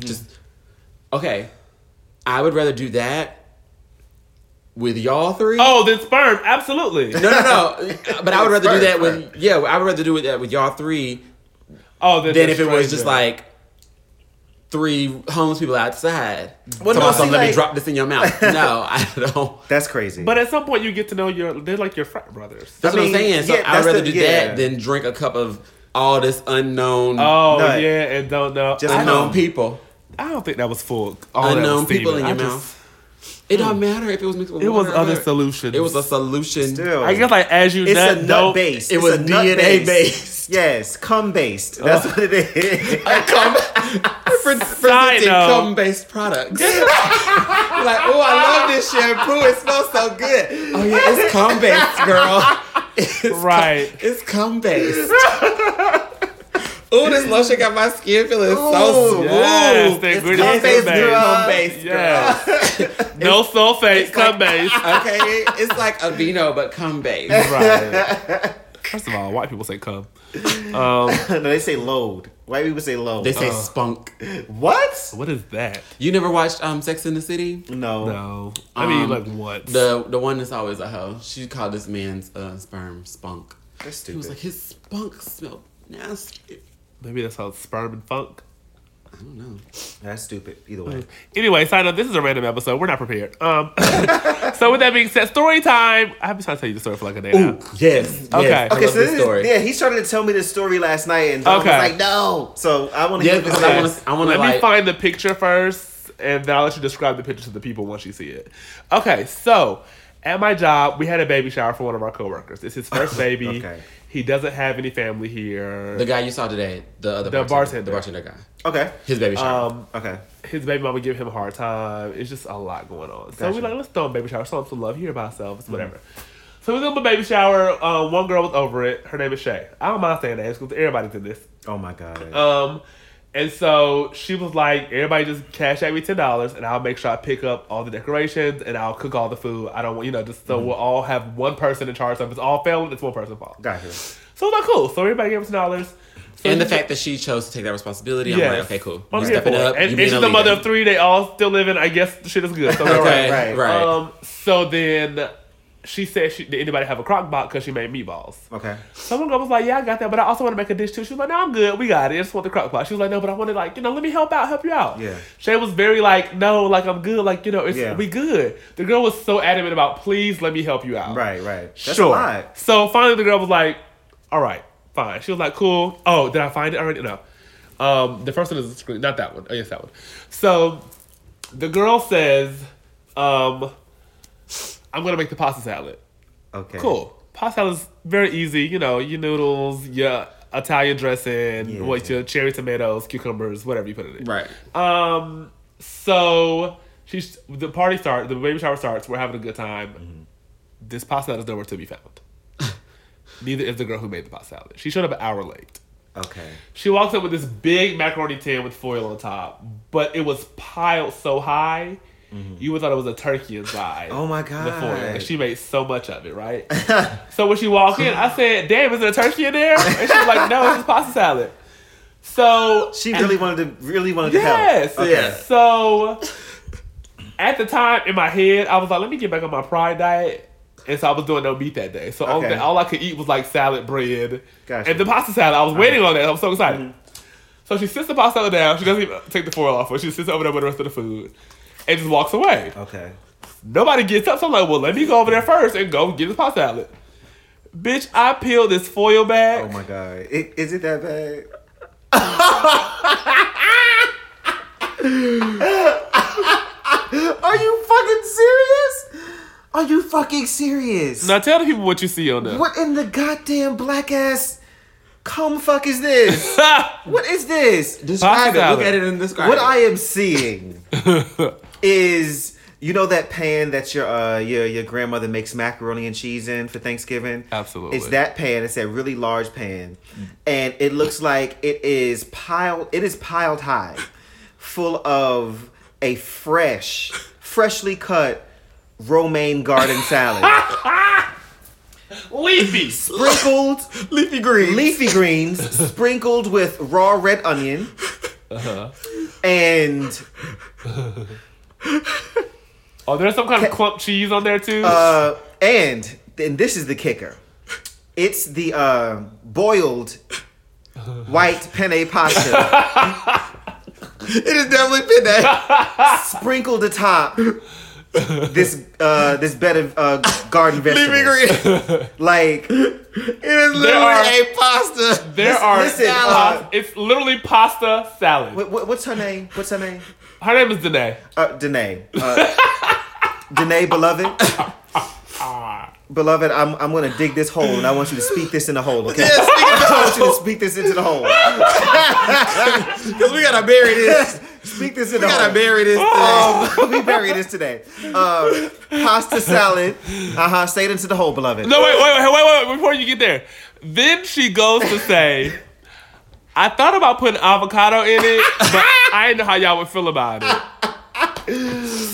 Speaker 1: Just okay. I would rather do that with y'all three.
Speaker 2: Oh, then sperm. Absolutely.
Speaker 1: uh, No, no, no. but I would rather do
Speaker 3: Right,
Speaker 1: that with yeah. I would rather do that with y'all three
Speaker 2: Oh, then,
Speaker 1: than
Speaker 2: the
Speaker 1: if it was just
Speaker 2: stranger.
Speaker 1: like three homeless people outside.
Speaker 3: Well,
Speaker 1: Well,
Speaker 3: no,
Speaker 1: no,
Speaker 3: see,
Speaker 1: let me
Speaker 3: like-
Speaker 1: drop this in your mouth. No, I don't.
Speaker 3: that's crazy.
Speaker 2: But at some point, you get to know your. They're like your frat brothers.
Speaker 1: That's
Speaker 3: I mean,
Speaker 1: what I'm saying. So
Speaker 3: yeah, that's
Speaker 1: I'd rather
Speaker 3: the-
Speaker 1: do
Speaker 3: yeah.
Speaker 1: that than drink a cup of all this unknown,
Speaker 2: Oh
Speaker 3: Nut.
Speaker 2: yeah, and don't know.
Speaker 3: Just
Speaker 2: I,
Speaker 3: nut.
Speaker 1: unknown people.
Speaker 2: I don't think that was full. All that
Speaker 1: unknown
Speaker 2: was
Speaker 1: people in
Speaker 2: semen.
Speaker 1: your
Speaker 2: I just-
Speaker 1: mouth. It don't matter if it was mixed with
Speaker 2: It was
Speaker 1: water or
Speaker 2: other
Speaker 1: not.
Speaker 2: solutions.
Speaker 1: It was a solution.
Speaker 3: Still.
Speaker 2: I guess like as you
Speaker 3: It's
Speaker 2: nut,
Speaker 3: a
Speaker 2: don't-
Speaker 3: nut based.
Speaker 1: it
Speaker 3: It's
Speaker 1: was
Speaker 3: a nut
Speaker 1: DNA based.
Speaker 3: Yes, cum based.
Speaker 2: Oh.
Speaker 3: That's what it is.
Speaker 1: Cum, for, for
Speaker 2: Side note.
Speaker 1: cum based products. like, oh, I love this shampoo. It smells so good. Oh yeah, it's cum based, girl. It's
Speaker 2: Right.
Speaker 1: Cum, it's cum based. oh, this lotion got my skin feeling so
Speaker 3: Ooh.
Speaker 1: smooth.
Speaker 2: Yes, the
Speaker 1: it's
Speaker 2: ingredients
Speaker 1: cum based,
Speaker 2: are based.
Speaker 1: girl. Cum based,
Speaker 2: Yes. no sulfate, cum based.
Speaker 3: ah.
Speaker 1: okay, it's like a vino but cum based.
Speaker 2: Right. First of all, white people say cum. Um,
Speaker 3: no, they say load. White people say load. Uh,
Speaker 1: They say spunk.
Speaker 3: what?
Speaker 2: what is that?
Speaker 1: Oh. You never watched um Sex in the City?
Speaker 3: No.
Speaker 2: No, I mean
Speaker 1: Um,
Speaker 2: like what?
Speaker 1: The the one that's always a hoe. She called this man's uh, sperm spunk.
Speaker 3: That's
Speaker 1: He was
Speaker 3: stupid.
Speaker 1: like his spunk smelled nasty.
Speaker 2: Maybe that's how it's sperm and funk.
Speaker 1: I don't know.
Speaker 3: That's stupid. Either way.
Speaker 1: Mm.
Speaker 2: Anyway, sign up. This is a random episode. We're not prepared. Um, so with that being said, story time. I've been trying to tell you the story for like a day now.
Speaker 1: Yes.
Speaker 2: Okay.
Speaker 1: Yes, I
Speaker 2: Okay,
Speaker 3: Okay,
Speaker 1: love
Speaker 3: so
Speaker 1: this
Speaker 3: this is,
Speaker 1: story.
Speaker 3: yeah, he started to tell me this story last night, and I was
Speaker 2: Okay.
Speaker 3: like, no.
Speaker 1: Oh.
Speaker 3: So I want to
Speaker 1: Yeah,
Speaker 3: hear this.
Speaker 1: because I
Speaker 3: last-
Speaker 1: wanna- I wanna,
Speaker 2: Let me
Speaker 1: like-
Speaker 2: find the picture first, and then I'll let you describe the picture to the people once you see it. Okay, so at my job, we had a baby shower for one of our coworkers. It's his first baby.
Speaker 3: Okay.
Speaker 2: He doesn't have any family here.
Speaker 1: The guy you saw today, the other
Speaker 2: The
Speaker 1: the
Speaker 2: bartender.
Speaker 1: bartender guy,
Speaker 3: Okay.
Speaker 1: his baby shower.
Speaker 2: um,
Speaker 3: Okay.
Speaker 2: his baby mama give him a hard time. It's just a lot going on. So we
Speaker 3: Gotcha.
Speaker 2: like, let's throw him a baby shower. Show him some love here by ourselves,
Speaker 1: Mm-hmm.
Speaker 2: whatever. So we threw him a baby shower. Um, one girl was over it. Her name is Shay. I don't mind saying that because everybody did this.
Speaker 3: Oh my god.
Speaker 2: Um, and so she was like, everybody just cash at me ten dollars, and I'll make sure I pick up all the decorations and I'll cook all the food. I don't want you know just
Speaker 1: Mm-hmm.
Speaker 2: so we'll all have one person in charge. So if it's all failing, it's one person's fault.
Speaker 3: Got here.
Speaker 2: So it's like cool. So everybody gave us ten dollars. So
Speaker 1: and the
Speaker 2: she-
Speaker 1: fact that she chose to take that responsibility,
Speaker 2: Yes.
Speaker 1: I'm like, okay, cool.
Speaker 2: I'm
Speaker 1: You
Speaker 2: here
Speaker 1: step it
Speaker 2: for it.
Speaker 1: up.
Speaker 2: And,
Speaker 1: you
Speaker 2: and
Speaker 1: being
Speaker 2: she's
Speaker 1: a
Speaker 2: the mother of
Speaker 1: leader.
Speaker 2: three. They all still living. I guess the shit is good. So we're all
Speaker 1: Okay,
Speaker 2: right.
Speaker 1: right,
Speaker 3: Right.
Speaker 1: right.
Speaker 2: Um, so then she said, she, did anybody have a crock pot? Because she made meatballs.
Speaker 3: Okay.
Speaker 2: Someone girl was like, yeah, I got that, but I also want to make a dish too. She was like, no, I'm good. We got it. I just want the crock pot. She was like, no, but I want to like, you know, let me help out, help you out.
Speaker 3: Yeah.
Speaker 2: Shay was very like, no, like I'm good. Like, you know, it's,
Speaker 3: Yeah.
Speaker 2: we good. The girl was so adamant about, please let me help you out.
Speaker 3: Right, right. That's
Speaker 2: sure.
Speaker 3: a lot.
Speaker 2: So finally, the girl was like, "All right, fine." She was like, "Cool." Oh, did I find it already? No. Um, the first one is the screen, not that one. Oh, yes, that one. So the girl says, um, "I'm gonna make the pasta salad."
Speaker 3: Okay.
Speaker 2: Cool. Pasta salad's very easy. You know, your noodles, your Italian dressing,
Speaker 3: Yeah.
Speaker 2: what your cherry tomatoes, cucumbers, whatever you put in it.
Speaker 1: Right.
Speaker 2: Um. So she's the party starts. The baby shower starts. We're having a good time. This pasta salad is nowhere to be found. Neither is the girl who made the pasta salad. She showed up an hour late.
Speaker 3: Okay.
Speaker 2: She walks up with this big macaroni tin with foil on top, but it was piled so high, you would thought it was a turkey inside.
Speaker 3: Mm-hmm. Oh my
Speaker 2: The foil. And
Speaker 3: God.
Speaker 2: she made so much of it, right? so when she walked in, I said, "Damn, is there a turkey in there?" And she was like, "No, it's just pasta salad." So
Speaker 3: She
Speaker 2: and-
Speaker 3: really wanted to really wanted
Speaker 2: Yes.
Speaker 3: to help.
Speaker 1: Yeah.
Speaker 2: So at the time in my head, I was like, let me get back on my pride diet. And so I was doing no meat that day. So all,
Speaker 3: Okay.
Speaker 2: that- all I could eat was like salad, bread,
Speaker 3: Gotcha.
Speaker 2: and the pasta salad. I was waiting on that. I'm so excited. So she sits the pasta salad down. She doesn't even take the foil off, but she sits over there with the rest of the food and just walks away.
Speaker 3: Okay.
Speaker 2: Nobody gets up. So I'm like, well, let me go over there first and go get this pasta salad. Bitch, I peeled this foil back.
Speaker 3: Oh my god. I- Is it that bad? Are you fucking serious? Are you fucking serious?
Speaker 2: Now tell the people what you see on there.
Speaker 3: What in the goddamn black ass cum fuck is this? what is this?
Speaker 1: Describe it.
Speaker 2: salad.
Speaker 1: Look at it and describe
Speaker 3: What
Speaker 1: it.
Speaker 3: I am seeing is you know that pan that your uh your your grandmother makes macaroni and cheese in for Thanksgiving?
Speaker 2: Absolutely.
Speaker 3: It's that pan, it's that really large pan.
Speaker 1: Mm.
Speaker 3: And it looks like it is piled it is piled high full of a fresh, freshly cut romaine garden salad.
Speaker 2: Leafy.
Speaker 3: sprinkled
Speaker 1: leafy green.
Speaker 3: leafy greens sprinkled with raw red onion
Speaker 1: Uh-huh.
Speaker 3: and
Speaker 2: Oh, there's some kind of clump cheese on there too.
Speaker 3: uh, and and this is the kicker it's the uh, boiled white penne pasta
Speaker 1: It is definitely been that.
Speaker 3: sprinkled atop this uh, this bed of uh, garden vegetables
Speaker 1: leafy green.
Speaker 3: like
Speaker 1: It is literally
Speaker 2: are-
Speaker 1: a pasta.
Speaker 2: there are
Speaker 3: listen,
Speaker 2: pas-
Speaker 3: uh,
Speaker 2: it's literally pasta salad.
Speaker 3: what, what, what's her name what's her name
Speaker 2: Her name is Danae.
Speaker 3: uh, Danae. Uh, Danae, beloved. beloved, I'm, I'm going to dig this hole and I want you to speak this in the hole, okay?
Speaker 1: Yeah, speak
Speaker 3: I want you to speak this into the hole.
Speaker 1: Because we gotta bury this.
Speaker 3: speak this in
Speaker 1: We
Speaker 3: the
Speaker 1: gotta
Speaker 3: hole.
Speaker 1: bury this.
Speaker 3: Um, we bury this today. Uh, pasta salad. Uh huh. Say it into the hole, beloved.
Speaker 2: No, wait, wait, wait, wait, wait, before you get there. Then she goes to say, I thought about putting avocado in it, but I didn't know how y'all would feel about it.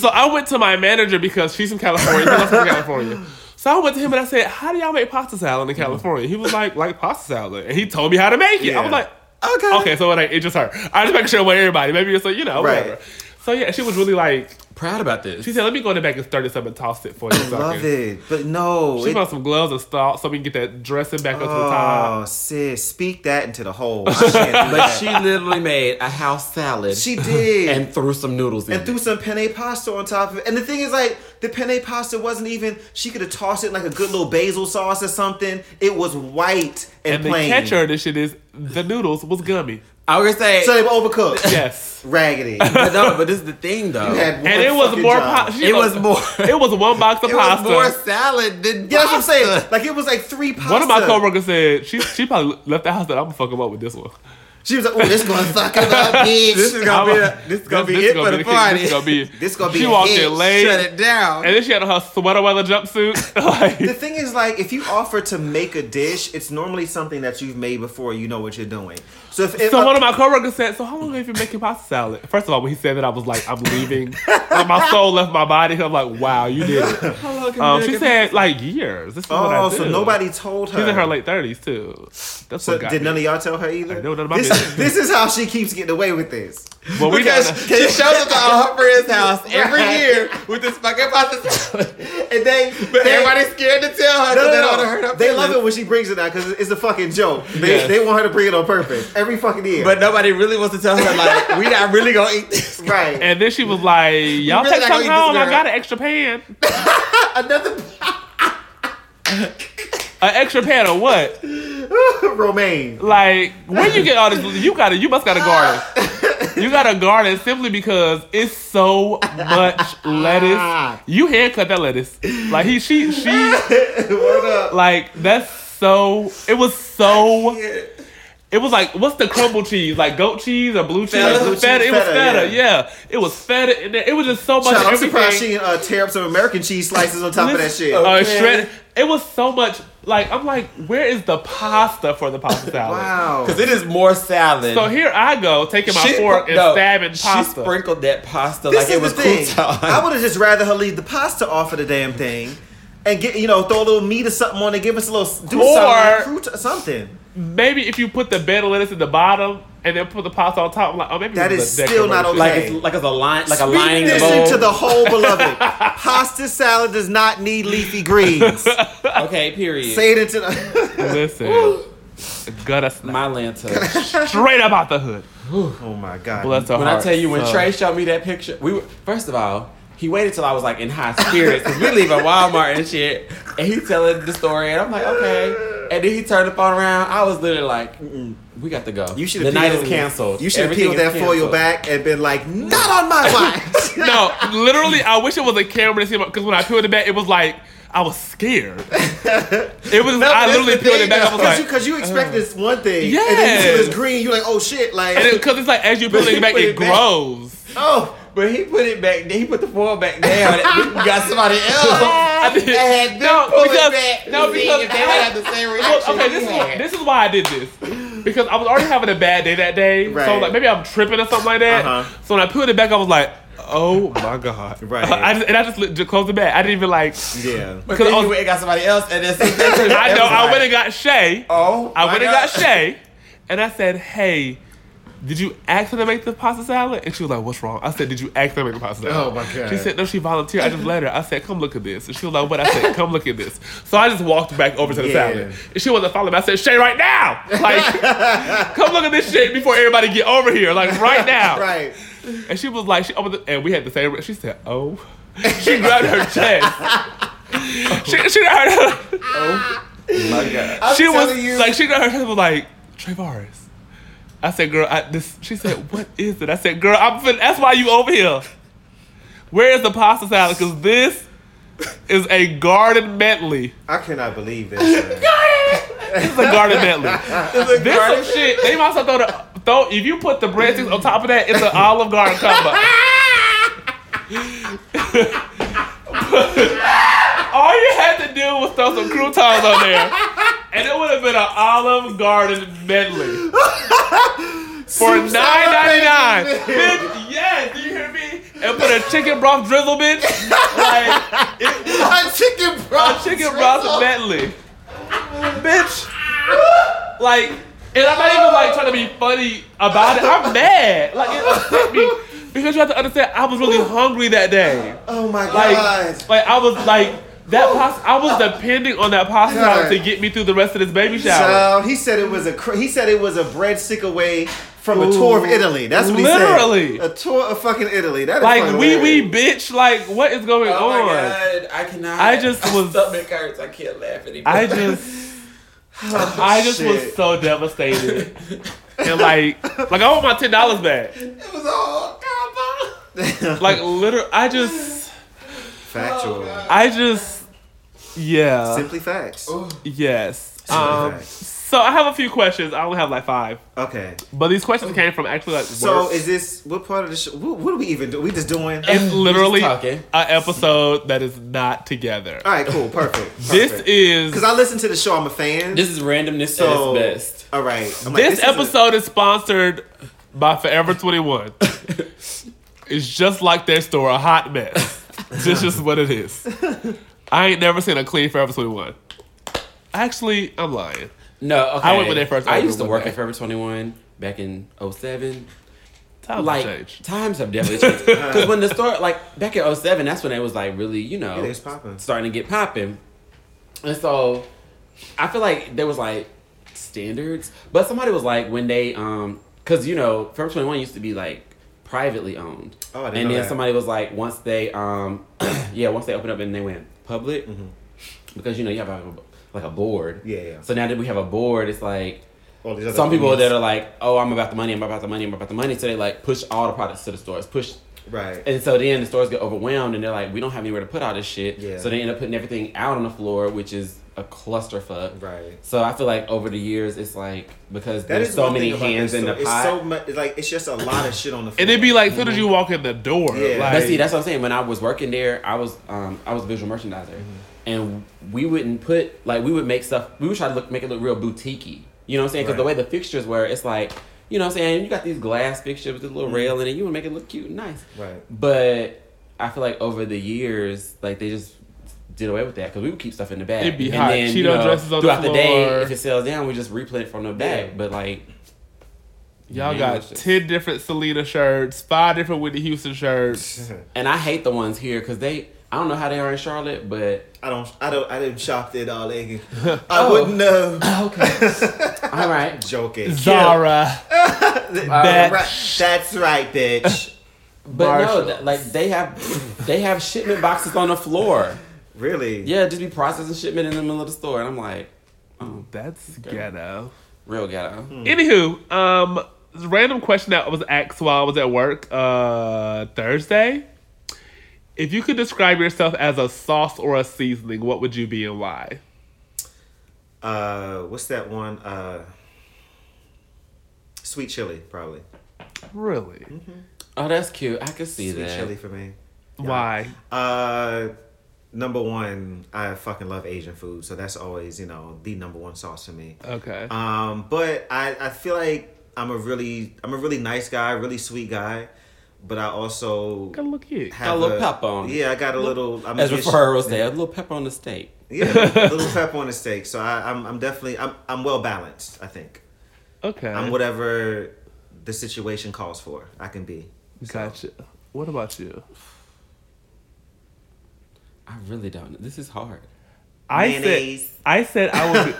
Speaker 2: So I went to my manager because she's from California. He lives from California. So I went to him and I said, How do y'all make pasta salad in California? He was like, Like pasta salad. And he told me how to make it. I was
Speaker 3: Yeah.
Speaker 2: like, Okay. Okay, so it, ain't- it just her. I just make sure it wasn't everybody. Maybe it's like, you know,
Speaker 3: Right.
Speaker 2: whatever. So yeah, she was really like
Speaker 1: proud about this.
Speaker 2: She said, "Let me go in the back and stir this up and toss it for you." so I
Speaker 3: Love
Speaker 2: can-
Speaker 3: it, but no.
Speaker 2: She
Speaker 3: it-
Speaker 2: found some gloves and stuff so we can get that dressing back up to the top.
Speaker 3: oh, sis, speak that into the hole. I can't do
Speaker 1: but
Speaker 3: that.
Speaker 1: she literally made a house salad.
Speaker 3: She did.
Speaker 1: and threw some noodles in.
Speaker 3: and threw some penne pasta on top of it. And the thing is, like, the penne pasta wasn't even. She could have tossed it in, like a good little basil sauce or something. It was white and,
Speaker 2: And the
Speaker 3: plain.
Speaker 2: catcher of this shit is the noodles was gummy.
Speaker 1: I was gonna say,
Speaker 3: So they were overcooked.
Speaker 2: Yes.
Speaker 3: Raggedy.
Speaker 1: but no, but this is the thing though.
Speaker 3: Had one
Speaker 2: And it was
Speaker 3: fucking
Speaker 2: more
Speaker 3: job.
Speaker 2: pasta.
Speaker 1: It was more-
Speaker 2: It was one box of
Speaker 1: it
Speaker 2: pasta.
Speaker 1: was more salad than
Speaker 3: Yeah, that's what I'm
Speaker 1: pasta.
Speaker 3: saying. Like it was like three pasta.
Speaker 2: One of my coworkers said she she probably left the house that I'm gonna fuck him up with this one.
Speaker 3: She was like, "Oh, this gonna fuck it up, bitch.
Speaker 1: This is gonna be the, this is gonna be it for the party.
Speaker 2: This is gonna be
Speaker 3: This gonna be
Speaker 2: She
Speaker 3: a
Speaker 2: walked
Speaker 3: hit.
Speaker 2: in late,
Speaker 1: Shut it down.
Speaker 2: and then she had on her sweater weather jumpsuit. like,
Speaker 3: The thing is, like, if you offer to make a dish, it's normally something that you've made before. You know what you're doing. So if, if
Speaker 2: so one of my coworkers said, "So how long have you been making pasta salad?" First of all, when he said that, I was like, "I'm leaving." Like, my soul left my body. I'm like, "Wow, you did it." Um, she said like years. This is what I
Speaker 3: oh,
Speaker 2: do.
Speaker 3: so nobody told her.
Speaker 2: She's in her late thirties too. That's
Speaker 3: So
Speaker 2: what got
Speaker 3: did
Speaker 2: me.
Speaker 3: none of y'all tell her either?
Speaker 2: know none of my
Speaker 3: this,
Speaker 2: business.
Speaker 3: this is how she keeps getting away with this.
Speaker 2: Well, we
Speaker 1: because
Speaker 2: done-
Speaker 1: she shows up to all her friends' house every
Speaker 3: Right.
Speaker 1: year with this fucking pasta salad.
Speaker 3: And they,
Speaker 1: But
Speaker 3: they
Speaker 1: everybody's scared to tell
Speaker 3: No,
Speaker 1: her because
Speaker 3: no,
Speaker 1: they
Speaker 3: no.
Speaker 1: don't want to hurt her
Speaker 3: They
Speaker 1: feelings.
Speaker 3: love it when she brings it out because it's a fucking joke. They,
Speaker 2: Yes.
Speaker 3: they want her to bring it on purpose every fucking year.
Speaker 1: But nobody really wants to tell her like we not really gonna eat this.
Speaker 3: right,
Speaker 2: And then she was like, "Y'all
Speaker 1: really
Speaker 2: take some
Speaker 1: not gonna eat this
Speaker 2: home. I
Speaker 1: girl."
Speaker 2: got an extra pan.
Speaker 3: another
Speaker 2: An extra pan of what?
Speaker 3: romaine.
Speaker 2: Like, where you get all this? You got to You must got a garden. You got a garden simply because it's so much lettuce. You haircut that lettuce. Like he, she, she.
Speaker 3: Word up.
Speaker 2: Like that's so. It was so. It was like what's the crumble cheese? Like goat cheese or blue cheese?
Speaker 1: Feta.
Speaker 2: It
Speaker 1: Blue
Speaker 2: was
Speaker 3: cheese,
Speaker 2: feta. It was
Speaker 3: feta,
Speaker 2: feta. Yeah. it was feta. And it was just so much.
Speaker 3: Child, I'm surprised
Speaker 2: everything.
Speaker 3: she didn't uh, tear up some American cheese slices on top of that shit.
Speaker 2: Uh,
Speaker 1: Okay.
Speaker 2: shred- It was so much. Like I'm like, where is the pasta for the pasta salad?
Speaker 3: wow.
Speaker 2: uh,
Speaker 1: Because it is more salad.
Speaker 2: So here I go taking my
Speaker 1: She-
Speaker 2: fork and
Speaker 1: no,
Speaker 2: stabbing
Speaker 1: She
Speaker 2: pasta.
Speaker 1: sprinkled that pasta
Speaker 3: This
Speaker 1: like it was
Speaker 3: is the thing.
Speaker 1: crouton.
Speaker 3: I would have just rather her leave the pasta off of the damn thing and get you know throw a little meat or something on it, give us a little do
Speaker 2: Or-
Speaker 3: something, fruit, something.
Speaker 2: maybe if you put the bed of lettuce at the bottom and then put the pasta on top, I'm like, oh, maybe
Speaker 3: That
Speaker 2: this
Speaker 3: is
Speaker 2: a
Speaker 3: still not
Speaker 2: decoration.
Speaker 1: like
Speaker 3: okay.
Speaker 1: it's like it's a line like a
Speaker 3: Speak
Speaker 1: lining
Speaker 3: this
Speaker 1: bowl.
Speaker 3: into the whole beloved. Pasta salad does not need leafy greens.
Speaker 1: okay, period.
Speaker 3: Say it into the.
Speaker 2: Listen, gutter
Speaker 1: my lanta.
Speaker 2: straight up out the hood.
Speaker 3: oh my god.
Speaker 2: Bless her
Speaker 1: when I
Speaker 2: heart.
Speaker 1: tell you, when
Speaker 2: So-
Speaker 1: Trey showed me that picture, we were, first of all, he waited till I was like in high spirits because we leaving Walmart and shit, and he telling the story, and I'm like, okay. And then he turned the phone around. I was literally like, we got to go.
Speaker 3: You should
Speaker 1: The
Speaker 3: have
Speaker 1: night is canceled.
Speaker 3: You should have
Speaker 1: Everything
Speaker 3: peeled
Speaker 1: is
Speaker 3: that foil
Speaker 1: canceled.
Speaker 3: back and been like, not on my watch.
Speaker 2: No, literally, I wish it was a camera to see because when I peeled it back, it was like I was scared. It was. I
Speaker 1: that's
Speaker 2: literally
Speaker 1: the
Speaker 2: peeled
Speaker 1: thing,
Speaker 2: it back. I was
Speaker 3: Because
Speaker 2: like, uh,
Speaker 3: you, 'cause you expect this one thing, and then you see
Speaker 2: Yes.
Speaker 3: this green, you're like, oh shit, like,
Speaker 2: and because it's like as you peel
Speaker 1: But
Speaker 2: it
Speaker 1: you
Speaker 2: back,
Speaker 1: put
Speaker 2: it
Speaker 1: it back.
Speaker 2: grows.
Speaker 3: oh,
Speaker 1: But he put it back. He put the foil back down. and we got somebody else.
Speaker 2: I did-
Speaker 1: And had them
Speaker 2: No,
Speaker 1: pull
Speaker 2: because-
Speaker 1: it back.
Speaker 2: no,
Speaker 1: to see
Speaker 2: because
Speaker 1: if they would
Speaker 2: I-
Speaker 1: have the same
Speaker 2: Well,
Speaker 1: reaction.
Speaker 2: okay,
Speaker 1: we
Speaker 2: this is, why,
Speaker 1: had.
Speaker 2: this is why I did this because I was already having a bad day that day. So
Speaker 3: Right.
Speaker 2: like maybe I'm tripping or something like that.
Speaker 3: Uh-huh.
Speaker 2: So when I peeled it back, I was like, "Oh my god!"
Speaker 3: Right.
Speaker 2: I just, and I just, li- just closed it back. I didn't even like.
Speaker 3: yeah.
Speaker 1: But then
Speaker 2: because
Speaker 1: you went and got somebody else, and then
Speaker 2: I
Speaker 1: I
Speaker 2: know. I went and got Shay.
Speaker 1: Oh,
Speaker 2: I
Speaker 1: my
Speaker 2: went and
Speaker 1: God.
Speaker 2: got Shay, and I said, "Hey, did you ask her to make the pasta salad?" And she was like, "What's wrong?" I said, "Did you ask her to make the pasta salad?"
Speaker 3: Oh, my God.
Speaker 2: She said, "No, she volunteered." I just let her. I said, "Come look at this," and she was like, "What?" I said, "Come look at this." So I just walked back over to the
Speaker 3: Yeah.
Speaker 2: salad, and she wasn't following. me. I said, "Shay, right now, like, come look at this shit before everybody get over here, like right now."
Speaker 3: Right.
Speaker 2: And she was like, she opened the, and we had the same. She said, "Oh," she grabbed her chest. she she grabbed her
Speaker 3: I'm
Speaker 2: she was
Speaker 3: telling you,
Speaker 2: like, she got her husband like Trayvon. I said, girl, I, this. She said, what is it? I said, girl, I'm. Fin- that's why you over here. Where is the pasta salad? Because this is a garden medley.
Speaker 3: I cannot believe this. man.
Speaker 2: This is a garden medley. This some shit. They might as well throw the throw. If you put the breadsticks on top of that, it's an Olive Garden combo. All you had to do was throw some croutons on there, and it would have been an Olive Garden medley for nine ninety nine. Bitch, yes, do you hear me? And put a chicken broth drizzle, bitch. Like
Speaker 3: A chicken
Speaker 2: a
Speaker 3: broth.
Speaker 2: chicken broth medley, bitch. Like, and I'm not even like trying to be funny about it. I'm mad. Like it upset me. Because you have to understand, I was really hungry that day.
Speaker 3: Oh my
Speaker 2: Like,
Speaker 3: god.
Speaker 2: like I was like that. Pos- I was depending on that pasta
Speaker 3: God.
Speaker 2: to get me through the rest of this baby shower.
Speaker 3: Child, he said it was a cr- he said it was a breadstick away from a tour of Italy. That's what he
Speaker 2: Literally.
Speaker 3: said. A tour of fucking Italy. That is
Speaker 2: Like
Speaker 3: fucking
Speaker 2: wee wee
Speaker 3: hilarious.
Speaker 2: bitch. Like what is going
Speaker 1: Oh
Speaker 2: on?
Speaker 1: my god, I cannot.
Speaker 2: I just
Speaker 1: my
Speaker 2: was-
Speaker 1: Stomach hurts. I can't laugh anymore.
Speaker 2: I just,
Speaker 1: Oh,
Speaker 2: I just was
Speaker 3: shit.
Speaker 2: so devastated. And like, like I want my ten dollars back.
Speaker 1: It was all combo.
Speaker 2: Like, literally, I just,
Speaker 3: Factual.
Speaker 2: I just, yeah,
Speaker 3: Simply facts.
Speaker 2: yes.
Speaker 3: Simply
Speaker 2: Um,
Speaker 3: facts.
Speaker 2: so I have a few questions. I only have like five,
Speaker 3: Okay.
Speaker 2: but these questions came from actually like.
Speaker 3: So
Speaker 2: work.
Speaker 3: is this what part of the show? What, what are we even doing? We just doing.
Speaker 2: it's literally an
Speaker 1: talking.
Speaker 2: episode that is not together.
Speaker 3: All right. Cool. Perfect.
Speaker 2: This is
Speaker 3: because I listen to the show. I'm a fan.
Speaker 1: This is randomness
Speaker 3: so
Speaker 1: at its best.
Speaker 3: All right. I'm like,
Speaker 2: this,
Speaker 3: is a-
Speaker 2: episode is, sponsored by Forever 21. it's just like their store, a hot mess. this is what it is. I ain't never seen a clean Forever 21. Actually, I'm lying.
Speaker 1: No, okay.
Speaker 2: I went with their first
Speaker 1: I
Speaker 2: open
Speaker 1: used to
Speaker 2: one
Speaker 1: work
Speaker 2: day.
Speaker 1: at Forever 21 back in 07.
Speaker 2: Times
Speaker 1: Like,
Speaker 2: change.
Speaker 1: times have definitely changed. Because when the store, like, back in 07, that's when it was, like, really, you know,
Speaker 3: Yeah, they was popping.
Speaker 1: starting to get popping. And so I feel like there was, like, standards. But somebody was like, when they, um, because, you know, Forever 21 used to be, like, privately owned.
Speaker 3: Oh, I didn't
Speaker 1: And
Speaker 3: know
Speaker 1: then
Speaker 3: that.
Speaker 1: somebody was like, once they, um, yeah, once they opened up and they went public, because, you know, you have, a, like, a board.
Speaker 3: Mm-hmm. Yeah, yeah.
Speaker 1: So now that we have a board, it's like,
Speaker 3: All these other
Speaker 1: some people
Speaker 3: homies.
Speaker 1: that are like, oh, I'm about the money, I'm about the money, I'm about the money. So they like push all the products to the stores, push.
Speaker 3: Right.
Speaker 1: And so then the stores get overwhelmed and they're like, we don't have anywhere to put all this shit.
Speaker 3: Yeah.
Speaker 1: So they end up putting everything out on the floor, which is a clusterfuck.
Speaker 3: Right.
Speaker 1: So I feel like over the years, it's like, because
Speaker 3: That
Speaker 1: there's
Speaker 3: is
Speaker 1: so
Speaker 3: one
Speaker 1: many
Speaker 3: thing about
Speaker 1: hands
Speaker 3: this
Speaker 1: in the
Speaker 3: show. It's
Speaker 1: pot.
Speaker 3: so much. Like it's just a lot of shit on the. Floor.
Speaker 2: And it'd be like, soon as you walk in the door,
Speaker 3: Yeah.
Speaker 2: like,
Speaker 1: But see, that's what I'm saying. When I was working there, I was um, I was a visual merchandiser,
Speaker 2: Mm-hmm.
Speaker 1: and we wouldn't put like we would make stuff. We would try to look make it look real boutiquey. You know what I'm saying? Because the way
Speaker 3: Right.
Speaker 1: the fixtures were, it's like you know what I'm saying. You got these glass fixtures with a
Speaker 2: Mm-hmm.
Speaker 1: little rail in it. You would make it look cute and nice.
Speaker 3: Right.
Speaker 1: But I feel like over the years, like they just did away with that because we would keep stuff in the bag.
Speaker 2: It'd be hot. Cheeto dresses on the
Speaker 1: throughout the,
Speaker 2: floor.
Speaker 1: day, if it sells down, we just replay it from the bag.
Speaker 3: Yeah.
Speaker 1: But like
Speaker 2: y'all
Speaker 1: Man,
Speaker 2: got
Speaker 1: that's just-
Speaker 2: 10 different Selena shirts, five different Whitney Houston shirts.
Speaker 1: and I hate the ones here because they. I don't know how they are in Charlotte, but
Speaker 3: I don't. I don't. I didn't shop it all again. I
Speaker 1: Oh.
Speaker 3: wouldn't know.
Speaker 1: all right.
Speaker 3: Joking. uh,
Speaker 2: Zara.
Speaker 3: Right.
Speaker 2: That
Speaker 3: That's right, bitch.
Speaker 1: But
Speaker 2: Marshalls.
Speaker 1: no, th- like they have they have shipment boxes on the floor.
Speaker 3: Really?
Speaker 1: Yeah, just be processing shipment in the middle of the store, and I'm like, oh,
Speaker 2: That's ghetto.
Speaker 1: real ghetto.
Speaker 2: Hmm. Anywho, um, random question that was asked while I was at work uh, Thursday. If you could describe yourself as a sauce or a seasoning, what would you be and why?
Speaker 3: Uh, what's that one? Uh, sweet chili, probably.
Speaker 2: Really?
Speaker 1: Oh, that's cute. I could see
Speaker 3: Sweet
Speaker 1: that.
Speaker 3: chili for me.
Speaker 2: Why?
Speaker 3: Uh, number one, I fucking love Asian food, so that's always you know the number one sauce for me.
Speaker 2: Okay.
Speaker 3: Um, but I, I feel like I'm a really I'm a really nice guy, really sweet guy, but I also
Speaker 2: Gotta look cute.
Speaker 3: have
Speaker 1: Got a little pep on it.
Speaker 3: Yeah, I got a little. I'm
Speaker 1: As
Speaker 3: just-
Speaker 1: referrals, they have a little pepper on the steak.
Speaker 3: Yeah, a little pep on the steak. So I, I'm I'm definitely I'm I'm well balanced. I think
Speaker 2: Okay.
Speaker 3: I'm whatever the situation calls for. I can be.
Speaker 2: gotcha. What about you?
Speaker 1: I really don't. know. This is hard.
Speaker 2: I
Speaker 3: Mayonnaise.
Speaker 2: said I said I would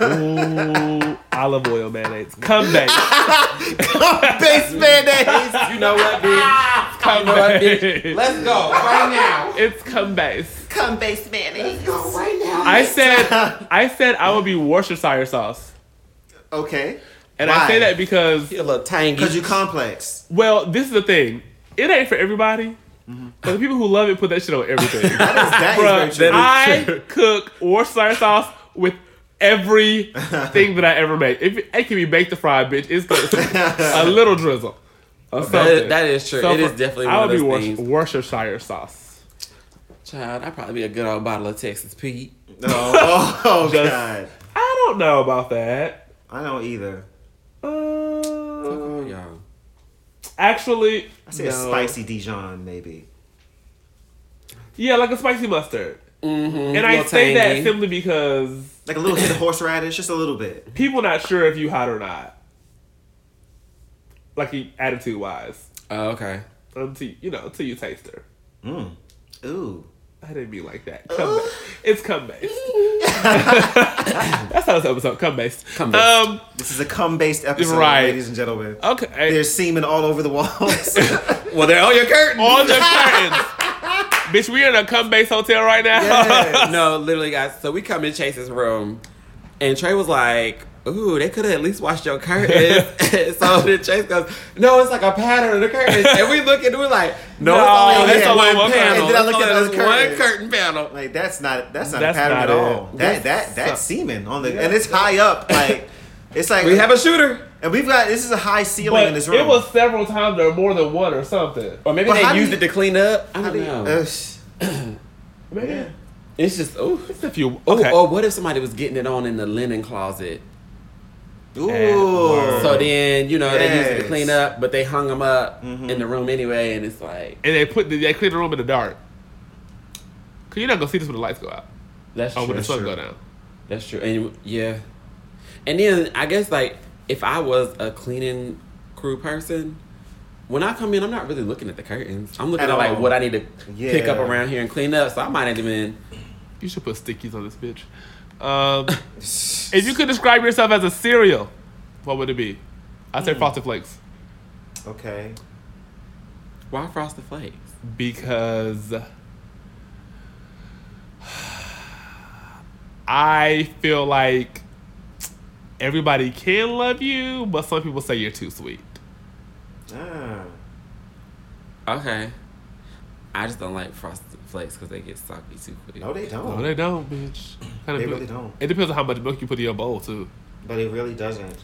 Speaker 2: be ooh, olive oil mayonnaise. Come back.
Speaker 3: Base mayonnaise.
Speaker 1: you know what, bitch?
Speaker 2: Come
Speaker 1: You know what,
Speaker 2: back.
Speaker 1: bitch?
Speaker 2: It's
Speaker 1: Let's go right
Speaker 2: come back.
Speaker 3: Come base mayonnaise.
Speaker 1: now. Go right now.
Speaker 2: I said I said I would be Worcestershire sauce.
Speaker 3: Okay.
Speaker 2: And I say
Speaker 3: Why?
Speaker 2: that because
Speaker 1: You're a little tangy.
Speaker 3: Cause you complex.
Speaker 2: Well, this is the thing. It ain't for everybody. But the people who love it put that shit on everything.
Speaker 3: That is very true.
Speaker 2: Bruh, I cook Worcestershire sauce with everything that I ever make. If it, it can be baked or fried, bitch. It's got a little drizzle. or something.
Speaker 1: that is true. It
Speaker 2: for-
Speaker 1: is definitely
Speaker 2: I
Speaker 1: one
Speaker 2: would
Speaker 1: of
Speaker 2: be
Speaker 1: those
Speaker 2: Worc-
Speaker 1: things.
Speaker 2: Worcestershire sauce.
Speaker 1: Child, I'd probably be a good old bottle of Texas Pete.
Speaker 3: oh, oh,
Speaker 2: Just-
Speaker 3: god.
Speaker 2: I don't know about that.
Speaker 3: I don't either.
Speaker 2: Uh,
Speaker 1: Oh, y'all.
Speaker 2: actually,
Speaker 3: I say a
Speaker 2: no.
Speaker 3: spicy Dijon, maybe.
Speaker 2: Yeah, like a spicy mustard.
Speaker 1: Mm-hmm.
Speaker 2: And I say that simply because
Speaker 3: Like a little hit of horseradish, just a little bit.
Speaker 2: people not sure if you hot or not. Like attitude wise.
Speaker 1: Oh, okay.
Speaker 2: until you know until you taste her.
Speaker 3: Ooh.
Speaker 2: I didn't mean like that. Come ba- It's cum based. That's how this episode cum based.
Speaker 1: Cum-based.
Speaker 2: Um,
Speaker 3: This is a cum based episode,
Speaker 2: Right.
Speaker 3: ladies and gentlemen.
Speaker 2: okay.
Speaker 3: There's semen all over the walls.
Speaker 1: Well, they're on your curtain.
Speaker 2: on the curtains. Bitch, we in a cum based hotel right now.
Speaker 1: no, literally, guys. So we come in Chase's room, and Trey was like, "Ooh, they could have at least washed your curtains." so then Chase goes, "No, it's like a pattern of the curtains." And we look and we're like, "No,
Speaker 2: No,
Speaker 1: it's
Speaker 3: it's
Speaker 1: only
Speaker 2: only
Speaker 1: one,
Speaker 2: one
Speaker 1: panel."
Speaker 2: panel. And then
Speaker 3: I look
Speaker 1: It's
Speaker 3: at
Speaker 1: only
Speaker 3: those
Speaker 1: this one
Speaker 3: curtains.
Speaker 1: curtain panel.
Speaker 3: Like that's not that's not
Speaker 2: That's
Speaker 3: a pattern
Speaker 2: not
Speaker 3: at all.
Speaker 2: it.
Speaker 3: That that that's semen on the and it's high up. Like it's like
Speaker 1: We have a shooter,
Speaker 3: and we've got this is a high ceiling in
Speaker 2: But
Speaker 3: this room.
Speaker 2: it was several times or more than one or something.
Speaker 1: or maybe
Speaker 3: But how
Speaker 1: they
Speaker 3: do
Speaker 1: used
Speaker 3: you-
Speaker 1: it to clean up. I
Speaker 3: How
Speaker 1: don't
Speaker 3: do you-
Speaker 1: know.
Speaker 3: uh, sh-
Speaker 2: Maybe
Speaker 1: it's just Oh, ooh.
Speaker 2: it's a few.
Speaker 1: Ooh,
Speaker 2: Okay.
Speaker 1: Or what if somebody was getting it on in the linen closet?
Speaker 3: Ooh.
Speaker 1: So then, you know, they used it to
Speaker 3: Yes.
Speaker 1: clean up, but they hung them up in the room anyway, and it's like,
Speaker 2: And they put the, they clean the room in the dark. Cause you're not gonna see this when the lights go out.
Speaker 1: that's
Speaker 2: Oh,
Speaker 1: true.
Speaker 2: when the
Speaker 1: That's
Speaker 2: sun
Speaker 1: true.
Speaker 2: go down.
Speaker 1: That's true. And yeah. And then I guess, like, if I was a cleaning crew person, when I come in, I'm not really looking at the curtains. I'm looking at,
Speaker 3: At
Speaker 1: like,
Speaker 3: all.
Speaker 1: what I need to pick up
Speaker 3: Yeah.
Speaker 1: around here and clean up, so I might have been.
Speaker 2: You should put stickies on this bitch. Um, if you could describe yourself as a cereal, what would it be? I say Frosted Flakes
Speaker 3: Okay.
Speaker 1: Why Frosted Flakes?
Speaker 2: because I feel like everybody can love you, but some people say you're too sweet.
Speaker 3: Ah.
Speaker 1: Okay. I just don't like Frosted Flakes because they get soggy too quick.
Speaker 3: No, they don't.
Speaker 2: No, they don't, bitch. Kinda
Speaker 3: They
Speaker 2: be-
Speaker 3: really don't.
Speaker 2: It depends on how much milk you put in your bowl too.
Speaker 3: But it really doesn't.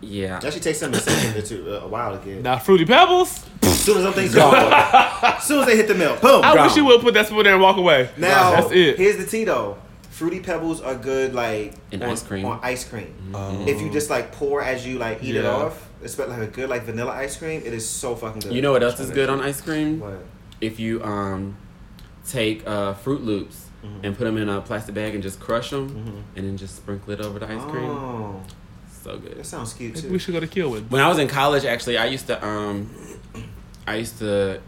Speaker 1: Yeah.
Speaker 3: It actually takes them a second or two, a while to get.
Speaker 2: Now, fruity pebbles.
Speaker 3: As soon as those things go, as soon as they hit the milk, boom.
Speaker 2: I wish
Speaker 1: Gone.
Speaker 2: you would put that spoon there and walk away.
Speaker 3: Now
Speaker 2: that's it.
Speaker 3: here's the tea though. Fruity pebbles are good like
Speaker 1: In
Speaker 3: on,
Speaker 1: ice cream. Mm-hmm.
Speaker 3: On ice cream. If you just like pour as you like eat it
Speaker 2: Yeah.
Speaker 3: off, especially like a good like vanilla ice cream, it is so fucking good.
Speaker 1: You know what else is good on ice cream?
Speaker 3: What?
Speaker 1: if you um take uh, Fruit Loops
Speaker 3: Mm-hmm.
Speaker 1: and put them in a plastic bag and just crush them, and then just sprinkle it over the ice cream.
Speaker 3: Oh,
Speaker 1: So good.
Speaker 3: that sounds cute
Speaker 2: Maybe
Speaker 3: too.
Speaker 2: we should go to Kilwin.
Speaker 1: When I was in college, actually, I used to um, I used to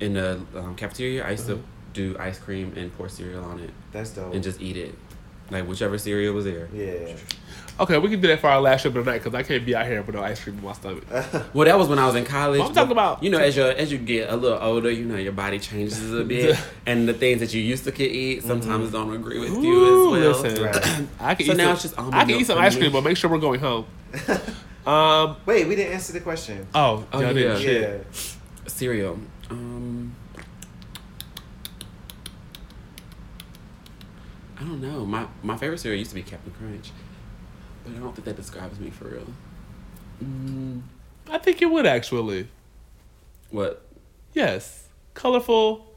Speaker 1: in the um, cafeteria, I used to
Speaker 2: Mm-hmm.
Speaker 1: do ice cream and pour cereal on it
Speaker 3: That's dope.
Speaker 2: Oh.
Speaker 1: and just eat it, like whichever cereal was there.
Speaker 3: yeah.
Speaker 2: Okay, we can do that for our last trip of the night because I can't be out here with no ice cream in my stomach.
Speaker 1: Well, that was when I was in college.
Speaker 2: I'm talking about-
Speaker 1: you know, as you as you get a little older, you know, your body changes a little bit, and the things that you used to could eat sometimes don't agree with you
Speaker 2: Mm-hmm. Ooh,
Speaker 1: as well.
Speaker 2: listen.
Speaker 3: Right.
Speaker 2: I can
Speaker 1: So
Speaker 2: eat
Speaker 1: now
Speaker 2: some,
Speaker 1: it's just almond
Speaker 2: I can
Speaker 1: milk
Speaker 2: eat some
Speaker 1: for
Speaker 2: ice
Speaker 1: me.
Speaker 2: cream, but make sure we're going home. Um.
Speaker 3: Wait, we didn't answer the question.
Speaker 2: Oh,
Speaker 1: Oh,
Speaker 2: y'all didn't.
Speaker 1: yeah.
Speaker 2: Shit.
Speaker 3: yeah.
Speaker 1: cereal. Um, I don't know. My my favorite cereal used to be Captain Crunch, but I don't think that describes me for real.
Speaker 2: I think it would actually.
Speaker 1: What?
Speaker 2: Yes, colorful.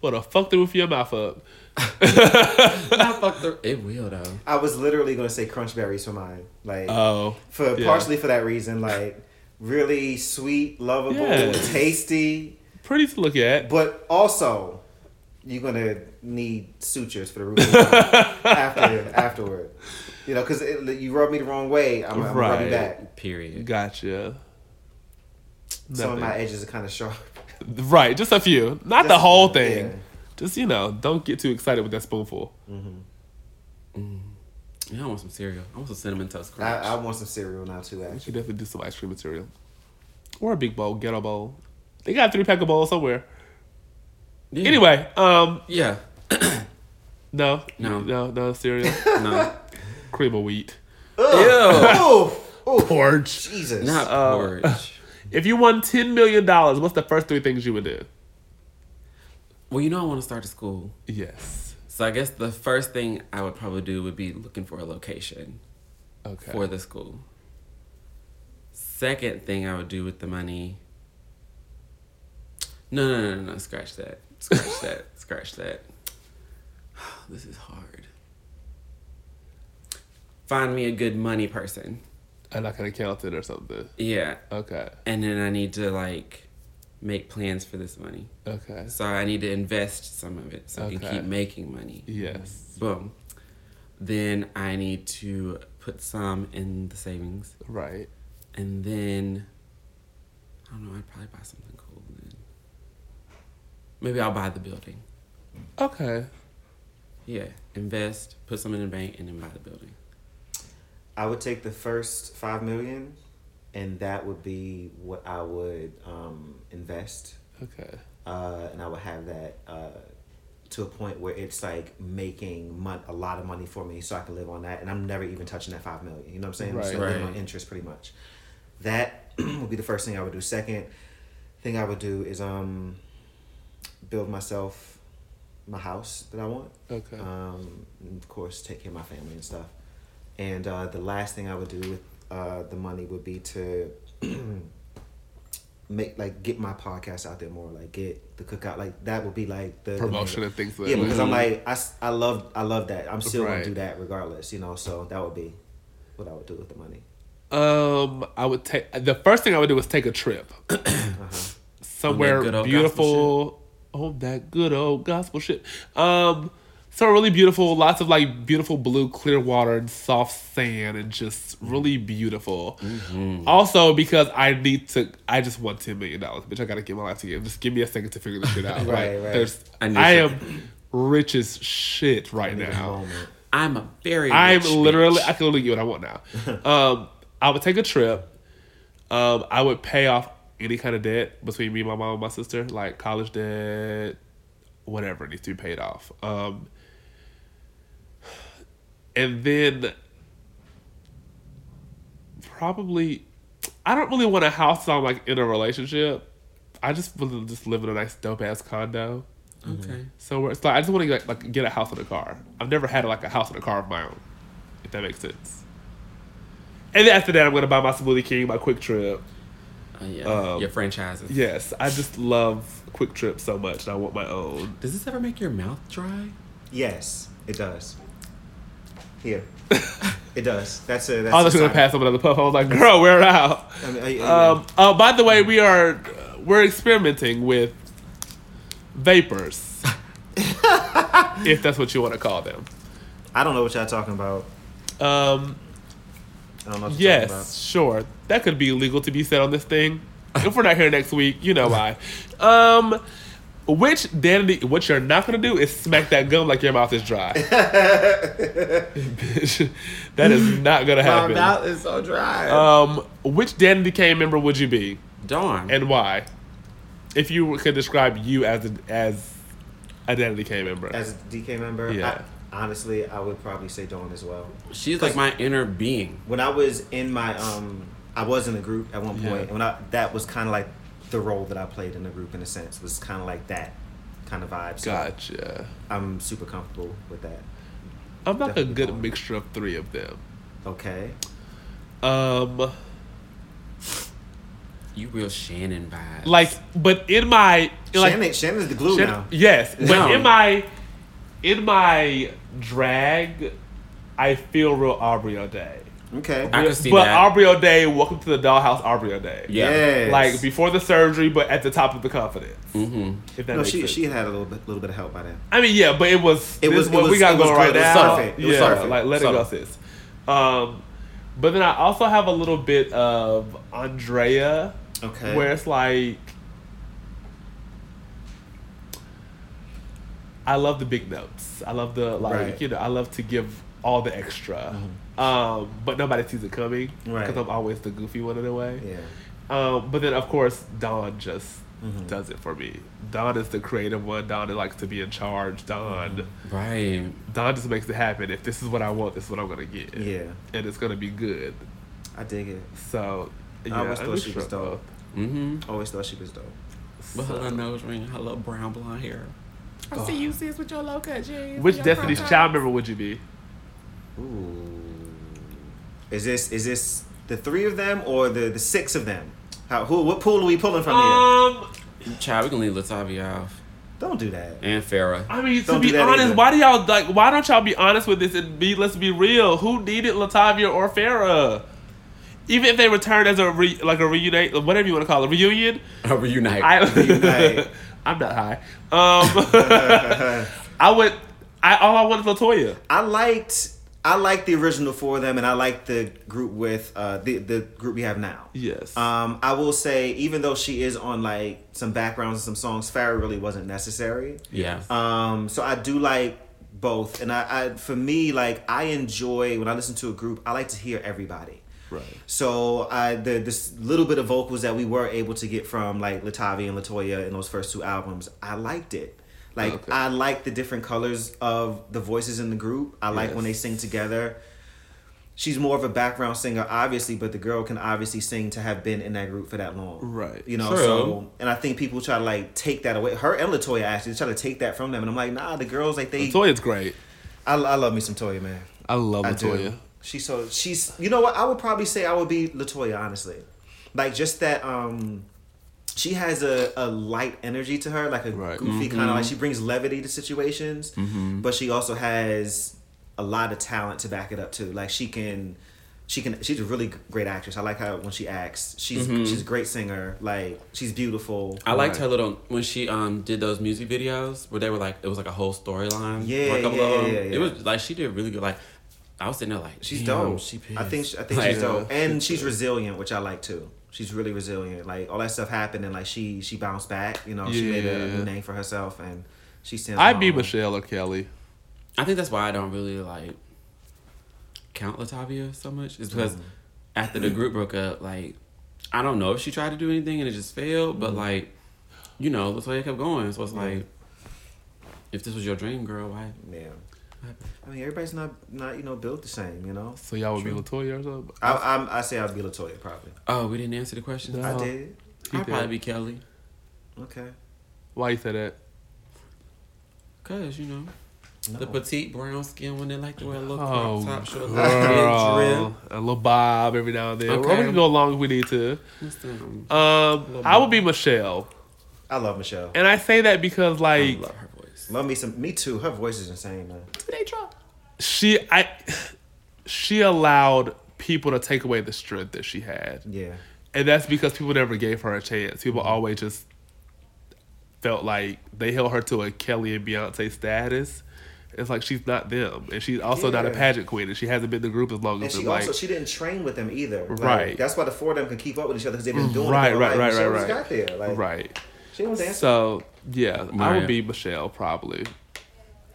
Speaker 2: What a fuck the roof of your mouth up.
Speaker 1: I fucked the. It will though.
Speaker 3: I was literally gonna say crunch berries for mine. Like
Speaker 1: Uh,
Speaker 2: Oh,
Speaker 3: for
Speaker 2: yeah.
Speaker 3: partially for that reason, like really sweet, lovable,
Speaker 2: Yes.
Speaker 3: tasty.
Speaker 2: pretty to look at.
Speaker 3: But also, you're gonna need sutures for the root of your mouth after afterward. You know, because you rub me the wrong way, I'm, I'm gonna rub
Speaker 2: Right.
Speaker 3: you back.
Speaker 1: Period.
Speaker 2: Gotcha.
Speaker 3: Some of my
Speaker 2: Nothing.
Speaker 3: edges are kind of sharp.
Speaker 2: Right, just a few, not the
Speaker 3: Just-
Speaker 2: whole thing.
Speaker 3: yeah.
Speaker 2: Just you know, don't get too excited with that spoonful.
Speaker 1: Yeah, I want some cereal. I want some cinnamon toast
Speaker 3: I,
Speaker 1: crunch.
Speaker 3: I want some cereal now too.
Speaker 2: You
Speaker 3: Actually,
Speaker 2: should definitely do some ice cream material. Or a big bowl, ghetto bowl. They got three pack of bowls somewhere.
Speaker 1: Yeah.
Speaker 2: Anyway, um,
Speaker 1: Yeah.
Speaker 2: no,
Speaker 1: No.
Speaker 2: no, no cereal,
Speaker 1: No.
Speaker 2: cream of wheat,
Speaker 1: Ew.
Speaker 3: oh,
Speaker 2: porridge.
Speaker 3: Jesus!
Speaker 1: Not porridge.
Speaker 2: If you won ten million dollars, what's the first three things you would do?
Speaker 1: Well, you know I want to start a school,
Speaker 2: Yes.
Speaker 1: so I guess the first thing I would probably do would be looking for a location.
Speaker 2: Okay.
Speaker 1: for the school. Second thing I would do with the money. No, no, no, no, no. Scratch that. Scratch that. Scratch that. This is hard. Find me a good money person.
Speaker 2: and like an accountant or something.
Speaker 1: Yeah.
Speaker 2: Okay.
Speaker 1: And then I need to like make plans for this money.
Speaker 2: Okay.
Speaker 1: So I need to invest some of it so I can
Speaker 2: Okay.
Speaker 1: keep making money.
Speaker 2: Yes.
Speaker 1: Boom. Then I need to put some in the savings.
Speaker 2: Right.
Speaker 1: And then I don't know, I'd probably buy something cool then. Maybe I'll buy the building.
Speaker 2: Okay.
Speaker 1: Yeah, invest, put some in the bank, and then buy the building.
Speaker 3: I would take the first five million, and that would be what I would um, invest,
Speaker 2: Okay.
Speaker 3: uh, and I would have that uh, to a point where it's like making mon- a lot of money for me, so I can live on that, and I'm never even touching that five million. You know what I'm saying? I'm
Speaker 2: Right.
Speaker 3: just gonna live
Speaker 1: Right.
Speaker 3: on interest pretty much. That would be the first thing I would do. Second thing I would do is um, build myself my house that I want
Speaker 2: Okay.
Speaker 3: um, and of course take care of my family and stuff and uh, the last thing i would do with uh, the money would be to make like get my podcast out there more like get the cookout like that would be like the the
Speaker 2: Promotion
Speaker 3: main-
Speaker 2: and things like
Speaker 3: yeah
Speaker 2: that.
Speaker 3: because i'm like I, s- I love i love that i'm still
Speaker 2: Right.
Speaker 3: gonna do that regardless you know so that would be what i would do with the money
Speaker 2: Um, I would take the first thing I would do is take a trip somewhere
Speaker 1: On Uh-huh. that good old
Speaker 2: beautiful. Oh, that good old gospel shit. Um, somewhere really beautiful. Lots of like beautiful blue, clear water and soft sand, and just
Speaker 1: Mm.
Speaker 2: really beautiful.
Speaker 1: Mm-hmm.
Speaker 2: Also, because I need to, I just want ten million dollars, bitch. I gotta get my life together. Just give me a second to figure this shit out.
Speaker 3: Right,
Speaker 2: Like,
Speaker 3: right.
Speaker 2: There's,
Speaker 1: I
Speaker 2: I,
Speaker 1: need to-
Speaker 2: am rich as shit right
Speaker 3: Nigga,
Speaker 2: now.
Speaker 3: moment.
Speaker 1: I'm a very.
Speaker 2: I'm
Speaker 1: rich bitch.
Speaker 2: literally I can literally get what I want now. um, I would take a trip. Um, I would pay off any kind of debt between me, my mom, and my sister, like college debt, whatever needs to be paid off. Um, and then probably I don't really want a house. So I'm like in a relationship. I just want to just live in a nice dope ass condo.
Speaker 1: Okay.
Speaker 2: So where it's like I just want to like, like get a house with a car. I've never had like a house with a car of my own, if that makes sense. And then after that, I'm gonna buy my Smoothie King, my Quick Trip.
Speaker 1: Uh, yeah.
Speaker 2: Um,
Speaker 1: Your franchises.
Speaker 2: Yes, I just love Quick Trip so much, and I want my own.
Speaker 1: Does this ever make your mouth dry?
Speaker 3: yes it does here it does that's a that's
Speaker 2: I
Speaker 3: a
Speaker 2: was just gonna
Speaker 3: sign.
Speaker 2: pass up another puff. I was like, girl, wear it out.
Speaker 3: I mean, I- I-
Speaker 2: Um, oh, by the way, we are uh, we're experimenting with vapors, if that's what you want to call them.
Speaker 3: I don't know what y'all talking about.
Speaker 2: Um,
Speaker 3: I don't know what you're talking
Speaker 2: Yes, sure. That could be illegal to be said on this thing. If we're not here next week, you know why. Um, which Danny, what you're not gonna do is smack that gum like your mouth is dry. Bitch, that is not gonna happen.
Speaker 1: Oh, is so dry.
Speaker 2: Um, which Danny DK member would you be
Speaker 1: Darn.
Speaker 2: and why? If you could describe you as a, as a Danny DK member,
Speaker 3: As a DK member,
Speaker 2: Yeah.
Speaker 3: I, honestly, I would probably say Dawn as well.
Speaker 1: She's like my inner being.
Speaker 3: When I was in my, um, I was in a group at one point,
Speaker 2: Yeah.
Speaker 3: and when I that was kind of like the role that I played in the group in a sense was kind of like that kind of vibe. So
Speaker 2: gotcha.
Speaker 3: I'm super comfortable with that.
Speaker 2: I'm like a
Speaker 3: Definitely
Speaker 2: good
Speaker 3: Dawn.
Speaker 2: mixture of three of them.
Speaker 3: Okay,
Speaker 2: Um.
Speaker 1: You real Shannon vibes.
Speaker 2: like but in my like
Speaker 3: Shannon, Shannon's the glue
Speaker 2: Shan-
Speaker 3: now.
Speaker 2: yes but
Speaker 1: No.
Speaker 2: in my in my drag i feel real aubrey o'day
Speaker 3: Okay,
Speaker 1: I can see
Speaker 2: but
Speaker 1: that.
Speaker 2: aubrey o'day welcome to the dollhouse aubrey o'day
Speaker 1: Yeah.
Speaker 3: Yes.
Speaker 2: like before the surgery but at the top of the confidence
Speaker 1: Mm-hmm.
Speaker 2: if that
Speaker 3: no,
Speaker 2: makes
Speaker 3: she
Speaker 2: sense
Speaker 3: she had a little bit little bit of help by then.
Speaker 2: i mean yeah but it was
Speaker 3: It
Speaker 2: it
Speaker 3: was-
Speaker 2: was
Speaker 3: it
Speaker 2: what
Speaker 3: was-
Speaker 2: we got
Speaker 3: it was
Speaker 2: going
Speaker 3: good.
Speaker 2: right
Speaker 3: It was
Speaker 2: now
Speaker 3: perfect. It
Speaker 2: yeah
Speaker 3: was perfect.
Speaker 2: like let it go
Speaker 1: Subtle.
Speaker 2: sis um but then i also have a little bit of andrea
Speaker 3: Okay,
Speaker 2: where it's like I love the big notes. I love the like
Speaker 3: Right. Mm-hmm.
Speaker 2: you know I love to give all the extra, um, but nobody sees it coming because
Speaker 3: Right.
Speaker 2: I'm always the goofy one in a way.
Speaker 3: yeah,
Speaker 2: Um, but then of course Don just
Speaker 3: Mm-hmm.
Speaker 2: does it for me. Don is the creative one. Don likes to be in charge. Don.
Speaker 3: Mm-hmm.
Speaker 1: Right.
Speaker 2: Don just makes it happen. If this is what I want, this is what I'm gonna get.
Speaker 3: Yeah.
Speaker 2: and it's gonna be good.
Speaker 3: I dig it.
Speaker 2: So yeah,
Speaker 3: always
Speaker 2: I'm
Speaker 3: thought she was
Speaker 2: extra-
Speaker 3: dope.
Speaker 1: Mm-hmm.
Speaker 3: Always thought she was dope.
Speaker 1: With her
Speaker 2: So-
Speaker 1: little nose ring, her little brown blonde hair. I see you sis with your low cut jeans.
Speaker 2: Which Destiny's Child member would you be?
Speaker 3: Ooh. Is this is this the three of them or the the six of them? How who what pool are we pulling from here?
Speaker 2: Um,
Speaker 1: Child, we can leave Latavia off
Speaker 3: Don't do that.
Speaker 1: and Farah.
Speaker 2: I mean,
Speaker 3: Don't
Speaker 2: to
Speaker 3: do
Speaker 2: be
Speaker 3: that
Speaker 2: honest,
Speaker 3: either.
Speaker 2: why do y'all like? Why don't y'all be honest with this and be? Let's be real. Who needed Latavia or Farah? Even if they returned as a re, like a reunite, whatever you want to call it, reunion.
Speaker 1: reunite.
Speaker 2: I,
Speaker 3: Reunite.
Speaker 2: I'm not high. Um, I would. I all I want is Latoya.
Speaker 3: I liked I like the original for them, and I like the group with uh, the the group we have now.
Speaker 2: Yes.
Speaker 3: Um, I will say, even though she is on like some backgrounds and some songs, Farrah really wasn't necessary.
Speaker 1: Yeah.
Speaker 3: Um, so I do like both, and I, I for me like I enjoy when I listen to a group, I like to hear everybody.
Speaker 2: Right.
Speaker 3: So I the this little bit of vocals that we were able to get from like Latavi and Latoya in those first two albums, I liked it. Like
Speaker 2: Okay.
Speaker 3: I like the different colors of the voices in the group. I like when they
Speaker 2: Yes.
Speaker 3: sing together. She's more of a background singer, obviously, but the girl can obviously sing to have been in that group for that long.
Speaker 2: Right.
Speaker 3: You know,
Speaker 1: True.
Speaker 3: so and I think people try to like take that away. Her and Latoya actually try to take that from them, and I'm like, nah, the girls like they.
Speaker 2: Toya's great.
Speaker 3: I, I love me some Toya, man.
Speaker 2: I love
Speaker 3: I
Speaker 2: Latoya.
Speaker 3: do. She's so she's. You know what? I would probably say I would be Latoya, honestly. Like just that. um She has a a light energy to her, like a
Speaker 2: Right.
Speaker 3: goofy kind of like she brings levity to situations, but she also has a lot of talent to back it up too. Like she can. She can. She's a really g- great actress. I like how when she acts, she's she's a great singer. Like she's beautiful.
Speaker 1: I liked
Speaker 2: Right.
Speaker 1: her little when she um did those music videos where they were like it was like a whole storyline.
Speaker 3: Yeah,
Speaker 1: for a couple
Speaker 3: yeah,
Speaker 1: of them.
Speaker 3: yeah, yeah.
Speaker 1: It was like she did really good. Like I was sitting there like
Speaker 3: She's
Speaker 1: damn,
Speaker 3: dope.
Speaker 1: She
Speaker 3: I think
Speaker 1: pissed.
Speaker 3: I think
Speaker 1: Like,
Speaker 3: she's dope,
Speaker 1: uh,
Speaker 3: and she's resilient, which I like too. She's really resilient. Like all that stuff happened, and like she she bounced back. You know, she made a
Speaker 2: Yeah.
Speaker 3: new name for herself, and she stands.
Speaker 2: I'd be
Speaker 3: alone.
Speaker 2: Michelle or Kelly.
Speaker 1: I think that's why I don't really like count Latavia so much. Is because
Speaker 3: Mm-hmm.
Speaker 1: after the group broke up, like I don't know if she tried to do anything and it just failed,
Speaker 3: Mm-hmm.
Speaker 1: but like you know, Latoya kept going. So it's like if this was your dream, girl, why?
Speaker 3: Yeah. I mean, everybody's not not you know built the same. You know,
Speaker 2: So y'all would be Latoya or something.
Speaker 3: I I'm, I say I'd be Latoya probably.
Speaker 1: Oh, we didn't answer the question.
Speaker 2: No.
Speaker 3: I
Speaker 2: Oh.
Speaker 3: did.
Speaker 2: He
Speaker 1: I'd
Speaker 2: did.
Speaker 1: probably be Kelly.
Speaker 3: Okay.
Speaker 2: Why you say that?
Speaker 1: Cause you know.
Speaker 3: No.
Speaker 1: The petite brown skin one that like to wear a little
Speaker 2: Oh,
Speaker 1: crop top, short
Speaker 2: girl.
Speaker 1: little
Speaker 2: a little bob every now and then. Or we
Speaker 1: Okay.
Speaker 2: can go along if we need to.
Speaker 1: big drip.
Speaker 2: Um, I would be Michelle,
Speaker 3: I love Michelle.
Speaker 2: and I say that because
Speaker 1: I
Speaker 2: like
Speaker 1: love her voice.
Speaker 3: Love me some. Me too. Her voice is insane, man.
Speaker 1: Today drop.
Speaker 2: she, I, she allowed people to take away the strength that she had.
Speaker 3: Yeah. Mm-hmm.
Speaker 2: And that's because people never gave her a chance. People always just felt like they held her to a Kelly and Beyonce status. It's like she's not them, and she's also not a
Speaker 3: Yeah.
Speaker 2: pageant queen, and she hasn't been in the group as long
Speaker 3: And
Speaker 2: as
Speaker 3: she
Speaker 2: them. Like,
Speaker 3: also she didn't train with them either. Like,
Speaker 2: Right.
Speaker 3: That's why the four of them can keep up with each other because they've been doing
Speaker 2: Right,
Speaker 3: it.
Speaker 2: right, right,
Speaker 3: Michelle
Speaker 2: right,
Speaker 3: just
Speaker 2: right.
Speaker 3: Got there. Like,
Speaker 2: right?
Speaker 3: She don't dance.
Speaker 2: So yeah, I would
Speaker 1: Right.
Speaker 2: be Michelle probably.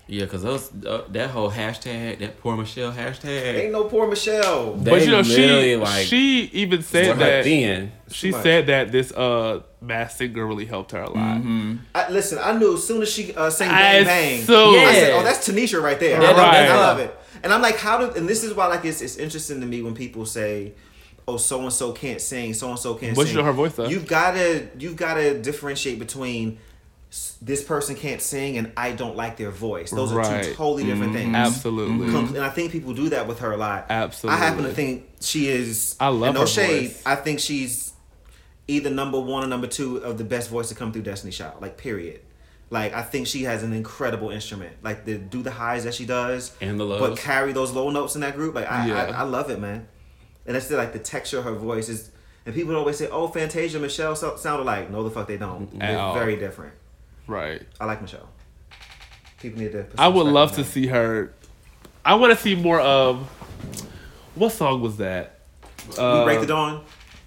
Speaker 1: Yeah, cause those uh, that whole hashtag, that poor Michelle hashtag.
Speaker 3: Ain't no poor Michelle.
Speaker 2: But you know,
Speaker 1: literally,
Speaker 2: she she even
Speaker 1: were
Speaker 2: said
Speaker 1: her
Speaker 2: that
Speaker 1: thin.
Speaker 2: she
Speaker 3: Right.
Speaker 2: said that this uh mass singer really helped her a lot.
Speaker 1: Mm-hmm.
Speaker 3: I, listen, I knew as soon as she uh, sang
Speaker 2: I
Speaker 3: "Bang Bang,"
Speaker 2: so-
Speaker 3: I said,
Speaker 1: Yeah.
Speaker 3: "Oh, that's Tanisha right there."
Speaker 1: Yeah,
Speaker 3: I, love it.
Speaker 2: right.
Speaker 3: I love it. And I'm like, "How did?" And this is why, like, it's it's interesting to me when people say, "Oh, so and so can't sing, so and so can't
Speaker 2: But you
Speaker 3: sing."
Speaker 2: know her voice, though.
Speaker 3: You've gotta you've gotta differentiate between s- this person can't sing and I don't like their voice. Those are two
Speaker 2: Right.
Speaker 3: totally different
Speaker 2: Mm-hmm.
Speaker 1: Mm-hmm.
Speaker 3: things.
Speaker 2: Absolutely.
Speaker 3: Com- And I think people do that with her a lot.
Speaker 2: Mm-hmm. Absolutely.
Speaker 3: I happen to think she is.
Speaker 2: I love
Speaker 3: and no
Speaker 2: her
Speaker 3: shade.
Speaker 2: voice.
Speaker 3: I think she's either number one or number two of the best voice to come through Destiny Child. Like period. Like I think she has an incredible instrument. Like the do the highs that she does
Speaker 1: And the
Speaker 3: but
Speaker 1: lows.
Speaker 3: carry those low notes in that group. Like I,
Speaker 2: Yeah.
Speaker 3: I, I love it, man. And that's the, like the texture of her voice is. And people always say, "Oh, Fantasia, Michelle so- sound alike." No, the fuck they don't. They're
Speaker 2: all.
Speaker 3: very different.
Speaker 2: Right.
Speaker 3: I like Michelle. People need to. put some
Speaker 2: I would
Speaker 3: respect
Speaker 2: love
Speaker 3: on
Speaker 2: to
Speaker 3: that.
Speaker 2: see her. I want to see more of. What song was that?
Speaker 3: We
Speaker 2: Uh,
Speaker 3: break the dawn.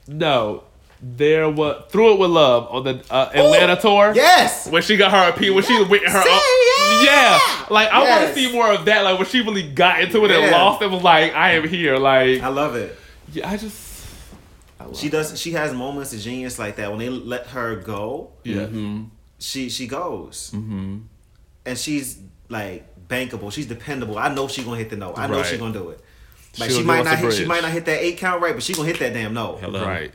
Speaker 2: No, there was through it with love on the uh, Atlanta tour.
Speaker 3: Yes.
Speaker 2: when she got her appeal, when she went her.
Speaker 3: Say
Speaker 2: own-
Speaker 3: yeah!
Speaker 2: yeah, like I want
Speaker 3: Yes.
Speaker 2: to see more of that. Like when she really got into it and
Speaker 3: Yeah.
Speaker 2: lost, it was like I am here. Like
Speaker 3: I love it.
Speaker 2: yeah, I just
Speaker 3: She does. She has moments of genius like that. When they let her go, Mm-hmm.
Speaker 2: yeah.
Speaker 3: she she goes, mm-hmm. and she's like bankable. She's dependable. I know she gonna hit the note. I know she
Speaker 2: Right.
Speaker 3: gonna do it. Like she
Speaker 2: She'll give
Speaker 3: might
Speaker 2: us
Speaker 3: not
Speaker 2: a
Speaker 3: hit, she
Speaker 2: bridge.
Speaker 3: might not hit that eight count right, but she gonna hit that damn note.
Speaker 1: Hello.
Speaker 2: right.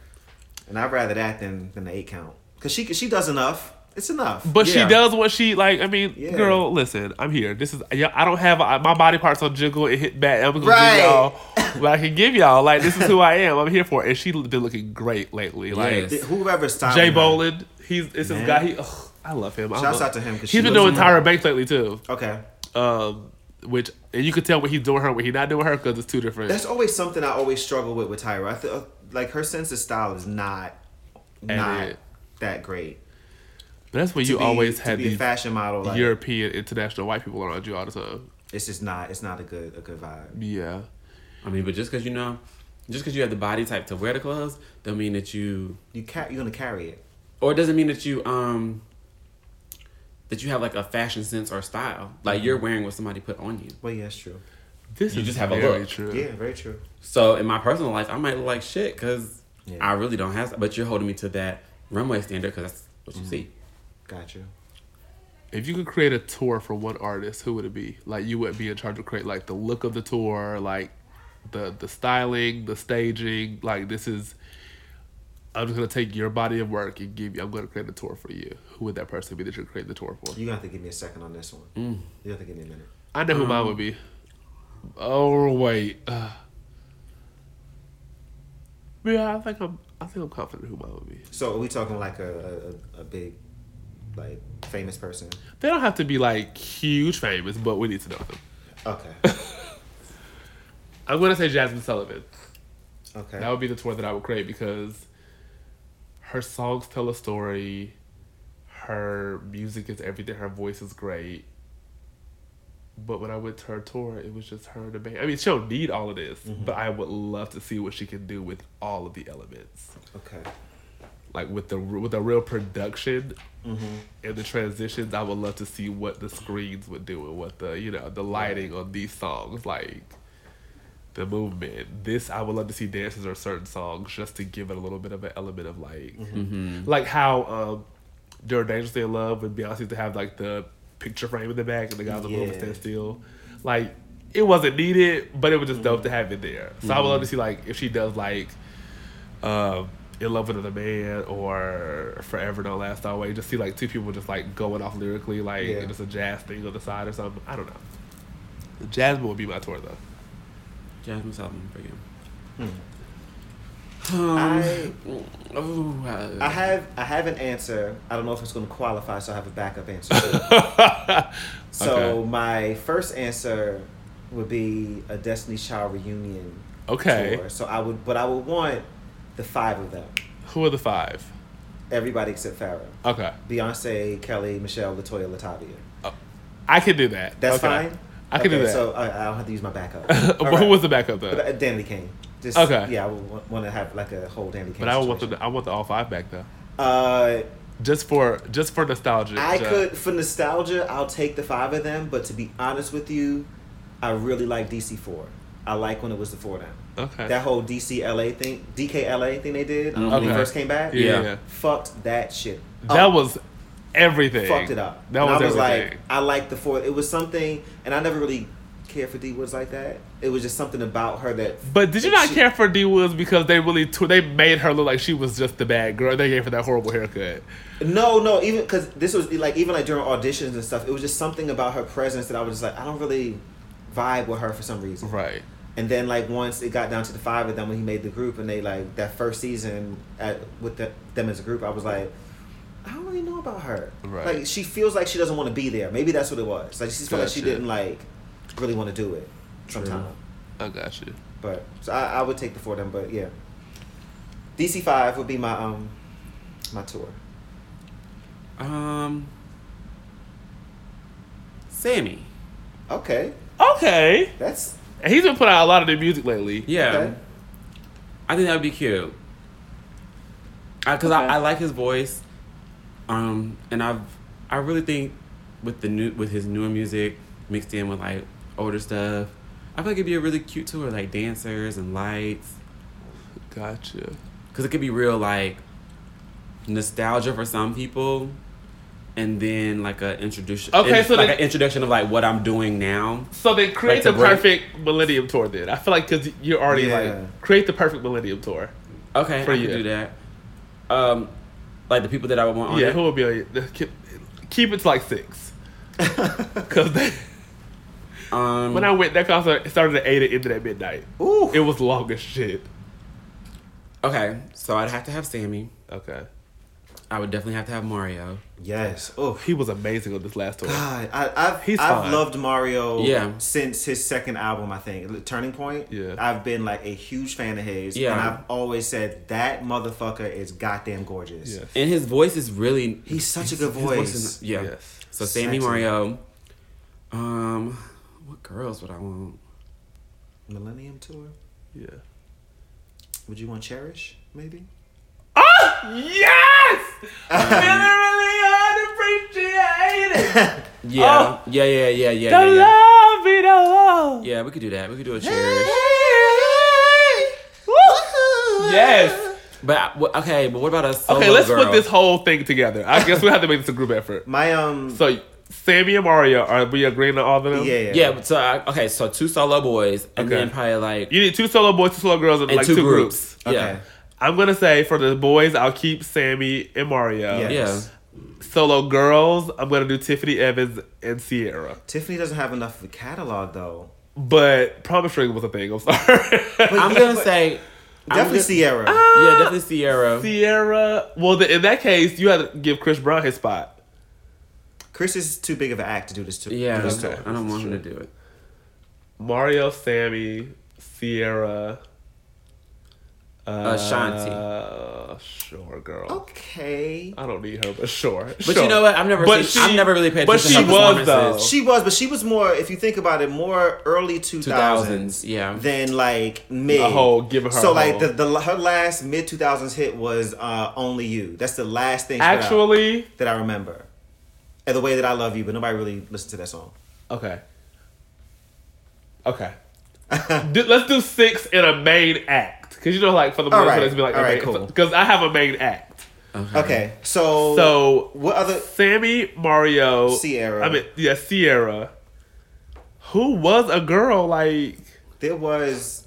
Speaker 3: And I'd rather that than than the eight count because she she does enough. It's enough.
Speaker 2: But
Speaker 1: Yeah.
Speaker 2: she does what she like. I mean,
Speaker 3: Yeah.
Speaker 2: girl, listen. I'm here. This is. Yeah, I don't have I- my body parts on jiggle and hit back. I'm gonna
Speaker 3: Right.
Speaker 2: give y'all what I can give y'all. Like this is who I am. I'm here for it. And she been looking great lately. Like
Speaker 1: Yes.
Speaker 3: whoever stopped
Speaker 2: Jay Boland. He's it's
Speaker 3: Man.
Speaker 2: this guy. He. Ugh, I love him. I
Speaker 3: Shouts
Speaker 2: love-
Speaker 3: out to him 'cause
Speaker 2: He's
Speaker 3: she
Speaker 2: been
Speaker 3: looks
Speaker 2: doing
Speaker 3: amazing.
Speaker 2: Tyra Banks lately too.
Speaker 3: Okay.
Speaker 2: Um, which and you can tell when he's doing her, when he's not doing her because it's two different.
Speaker 3: That's always something I always struggle with with Tyra. I th- uh, like her sense of style is not not
Speaker 2: it.
Speaker 3: that great.
Speaker 2: but that's when
Speaker 3: To
Speaker 2: you
Speaker 3: be-
Speaker 2: always
Speaker 3: to
Speaker 2: had
Speaker 3: be a
Speaker 2: these
Speaker 3: fashion model. Like,
Speaker 2: European international white people around you all the time.
Speaker 3: It's just not. It's not a good a good vibe.
Speaker 2: Yeah.
Speaker 1: I mean, but just because you know, just because you have the body type to wear the clothes, don't mean that you,
Speaker 3: You ca- you're gonna carry it.
Speaker 1: or it doesn't mean that you, um, that you have like a fashion sense or style.
Speaker 2: Mm.
Speaker 1: Like you're wearing what somebody put on you.
Speaker 3: Well, yeah, that's true.
Speaker 2: This
Speaker 1: You
Speaker 2: is
Speaker 1: just have a
Speaker 2: very
Speaker 1: look.
Speaker 2: True.
Speaker 3: Yeah, very true.
Speaker 1: So in my personal life, I might look like shit because
Speaker 3: Yeah.
Speaker 1: I really don't have. But you're holding me to that runway standard because that's what you
Speaker 3: Mm-hmm.
Speaker 1: see.
Speaker 3: Got you.
Speaker 2: If you could create a tour for one artist, who would it be? Like you would be in charge of create like the look of the tour, like the the styling, the staging. Like this is, I'm just gonna take your body of work and give you. I'm gonna create a tour for you. Who would that person be that you're creating the tour for?
Speaker 3: You're gonna have to give me a second on this one.
Speaker 2: Mm.
Speaker 3: You have to give me a minute.
Speaker 2: I know who mine would be. Um, Oh wait. Uh, yeah, I think I'm. I think I'm confident who mine would be.
Speaker 3: So are we talking like a a, a big, like famous person?
Speaker 2: They don't have to be like huge famous, but we need to know them.
Speaker 3: Okay.
Speaker 2: I'm gonna say Jasmine Sullivan.
Speaker 3: Okay.
Speaker 2: That would be the tour that I would create because her songs tell a story. Her music is everything. Her voice is great. But when I went to her tour, it was just her and the band. I mean, she don't need all of this, but I would love to see what she can do with all of the elements,
Speaker 3: Okay.
Speaker 2: like with the with a real production and the transitions. I would love to see what the screens would do and what the you know the lighting on these songs like the movement. This I would love to see dances or certain songs just to give it a little bit of an element of like, like how um, during "Dangerously in Love" when Beyonce used to have like the picture frame in the back and the guys on the woman
Speaker 3: Yeah.
Speaker 2: stand still, like it wasn't needed, but it was just dope to have it there. So I would love to see like if she does like. Um, in love with another man or forever don't last always just see like two people just like going off lyrically like
Speaker 3: Yeah.
Speaker 2: and it's a jazz thing on the side or something i don't know jasmine would be my tour though
Speaker 1: Jasmine Sullivan for you.
Speaker 3: Hmm.
Speaker 1: Um,
Speaker 3: I
Speaker 1: Oh,
Speaker 3: I have I have an answer. I don't know if it's going to qualify, so I have a backup answer. so
Speaker 2: Okay.
Speaker 3: my first answer would be a Destiny's Child reunion.
Speaker 2: Okay.
Speaker 3: Tour. So I would, but I would want the five of them.
Speaker 2: Who are the five?
Speaker 3: Everybody except Farrah.
Speaker 2: Okay.
Speaker 3: Beyonce, Kelly, Michelle, Latoya, Latavia.
Speaker 2: I can do that.
Speaker 3: That's
Speaker 2: Okay.
Speaker 3: fine.
Speaker 2: I can do
Speaker 3: Okay,
Speaker 2: that.
Speaker 3: So uh, I, I don't have to use my backup.
Speaker 2: but
Speaker 3: All
Speaker 2: who
Speaker 3: right.
Speaker 2: was the backup though?
Speaker 3: But,
Speaker 2: But,
Speaker 3: uh, Danny Kane. Just,
Speaker 2: Okay.
Speaker 3: Yeah, I would want to have like a whole Danny Kane.
Speaker 2: I want the
Speaker 3: situation.
Speaker 2: I want the all five back though.
Speaker 3: Uh,
Speaker 2: Just for just for nostalgia.
Speaker 3: I
Speaker 2: Just-
Speaker 3: could, for nostalgia, I'll take the five of them. But to be honest with you, I really like DC four. I like when it was the four down.
Speaker 2: Okay.
Speaker 3: That whole DC LA thing, DKLA thing they did um, when they
Speaker 2: Okay.
Speaker 3: first came back.
Speaker 2: yeah.
Speaker 1: Yeah.
Speaker 3: Fucked that shit.
Speaker 2: That
Speaker 3: up.
Speaker 2: was everything.
Speaker 3: fucked it up.
Speaker 2: That
Speaker 3: And
Speaker 2: was,
Speaker 3: I was
Speaker 2: everything.
Speaker 3: like, I like the four. It was something, and I never really cared for D Woods like that. It was just something about her that.
Speaker 2: but did you
Speaker 3: that
Speaker 2: not
Speaker 3: she-
Speaker 2: care for D Woods because they really tw- they made her look like she was just the bad girl. They gave her that horrible haircut.
Speaker 3: No, no, even because this was like even like during auditions and stuff. It was just something about her presence that I was just like, I don't really vibe with her for some reason.
Speaker 2: Right.
Speaker 3: And then like once it got down to the five of them when he made the group and they like that first season at with the, them as a group, I was like, I don't really know about her.
Speaker 2: Right.
Speaker 3: Like she feels like she doesn't want to be there. Maybe that's what it was. Like she feels like she
Speaker 2: Gotcha.
Speaker 3: didn't like really want to do it sometime.
Speaker 2: I got you.
Speaker 3: But so I, I would take the four of them. But yeah, DC five would be my um my tour.
Speaker 1: um, Sammy.
Speaker 3: Okay,
Speaker 2: Okay.
Speaker 3: that's
Speaker 2: And he's been putting out a lot of new music lately.
Speaker 1: Yeah,
Speaker 3: okay.
Speaker 1: I think that would be cute. I, Cause
Speaker 3: Okay.
Speaker 1: I, I like his voice, um, and I've I really think with the new with his newer music mixed in with like older stuff, I feel like it'd be a really cute tour like dancers and lights.
Speaker 2: Gotcha.
Speaker 1: because it could be real like nostalgia for some people and then like a introduction
Speaker 2: Okay,
Speaker 1: in-
Speaker 2: so
Speaker 1: like
Speaker 2: then-
Speaker 1: an introduction of like what i'm doing now
Speaker 2: So then create
Speaker 1: Like
Speaker 2: the
Speaker 1: to break-
Speaker 2: perfect Millennium Tour then. I feel like because you're already
Speaker 3: Yeah.
Speaker 2: like, create the perfect Millennium Tour.
Speaker 1: okay
Speaker 2: For
Speaker 1: i can
Speaker 2: you.
Speaker 1: do that um like the people that i would want on
Speaker 2: yeah,
Speaker 1: it.
Speaker 2: who will be on your- the- Keep, keep it to like six. Because
Speaker 1: um
Speaker 2: when I went, that concert it started at 8 and ended at midnight.
Speaker 3: Ooh.
Speaker 2: It was long as shit.
Speaker 1: okay so i'd have to have sammy
Speaker 2: Okay.
Speaker 1: i would definitely have to have mario
Speaker 3: yes. Oh
Speaker 2: He was amazing on this last tour.
Speaker 3: God, I, I've
Speaker 2: He's
Speaker 3: I've
Speaker 2: fine.
Speaker 3: loved Mario
Speaker 1: Yeah.
Speaker 3: since his second album, I think, Turning Point.
Speaker 2: Yeah.
Speaker 3: I've been like a huge fan of his,
Speaker 1: Yeah.
Speaker 3: and I've always said that motherfucker is goddamn gorgeous.
Speaker 2: Yes.
Speaker 1: and his voice is really
Speaker 3: He's such a good
Speaker 1: his voice
Speaker 3: voice.
Speaker 1: is- yeah
Speaker 2: Yes.
Speaker 1: so sammy
Speaker 3: Sexy.
Speaker 1: mario um What girls would I want?
Speaker 3: Millennium Tour.
Speaker 2: Yeah.
Speaker 3: Would you want Cherish? Maybe.
Speaker 2: Oh yes! Literally unappreciated.
Speaker 1: Yeah, yeah, yeah, yeah, yeah, yeah,
Speaker 2: Oh! The
Speaker 1: yeah.
Speaker 2: love it all.
Speaker 1: Yeah, we could do that. We could do a cherish.
Speaker 2: Yes.
Speaker 1: But I- wh- okay, but what about a solo
Speaker 2: Okay, let's
Speaker 1: Oh, girl?
Speaker 2: put this whole thing together. I guess we have to make this a group effort.
Speaker 3: My um.
Speaker 2: So Sammy and Mario, are we agreeing on all of them?
Speaker 3: yeah, yeah.
Speaker 1: Yeah, but so I, okay, so two solo boys, and
Speaker 2: Okay.
Speaker 1: then probably like
Speaker 2: You need two solo boys, two solo girls, and,
Speaker 1: and
Speaker 2: like
Speaker 1: two,
Speaker 2: two,
Speaker 1: groups.
Speaker 3: Okay.
Speaker 2: I'm gonna say for the boys, I'll keep Sammy and Mario.
Speaker 3: Yeah.
Speaker 1: Yeah,
Speaker 3: Yes.
Speaker 2: Solo girls, I'm gonna do Tiffany Evans and Sierra.
Speaker 3: Tiffany doesn't have enough of a catalog though.
Speaker 2: But Promise Ring was a thing. I'm sorry.
Speaker 1: yeah. I'm gonna say I'm
Speaker 3: Definitely
Speaker 1: gonna-
Speaker 3: Sierra.
Speaker 1: Yeah, definitely Sierra.
Speaker 2: Sierra. Well, th in that case, you have to give Chris Brown his spot.
Speaker 3: Chris is too big of an act to do this to.
Speaker 1: yeah,
Speaker 3: do this
Speaker 2: Okay.
Speaker 1: I don't want him to do it.
Speaker 2: Mario, Sammy, Sierra. Uh,
Speaker 1: Ashanti.
Speaker 2: sure, girl.
Speaker 3: to. Okay.
Speaker 2: I don't need her, but sure.
Speaker 1: But you know what? I've never seen- I've never really paid
Speaker 2: But she
Speaker 1: attention to her
Speaker 2: was though.
Speaker 1: performances.
Speaker 3: She was, but she was more. If you think about it, more early two thousands,
Speaker 1: 2000s, yeah.
Speaker 3: than like mid.
Speaker 2: A whole- giving her
Speaker 3: So
Speaker 2: a
Speaker 3: like
Speaker 2: whole.
Speaker 3: the, the her last mid two thousands hit was uh, "Only You." That's the last thing she put out
Speaker 2: Actually,
Speaker 3: that I remember, and the way that I love you, but nobody really listened to that song.
Speaker 2: okay. Okay. Do- let's do six in a main act, because you know, like for the most
Speaker 3: All
Speaker 2: part,
Speaker 3: right.
Speaker 2: it's been like
Speaker 3: All right, cool.
Speaker 2: Because I have a main act.
Speaker 3: Okay, so
Speaker 2: So
Speaker 3: what other?
Speaker 2: Sammy, Mario,
Speaker 3: Sierra.
Speaker 2: I mean, yeah, Sierra. Who was a girl like?
Speaker 3: There was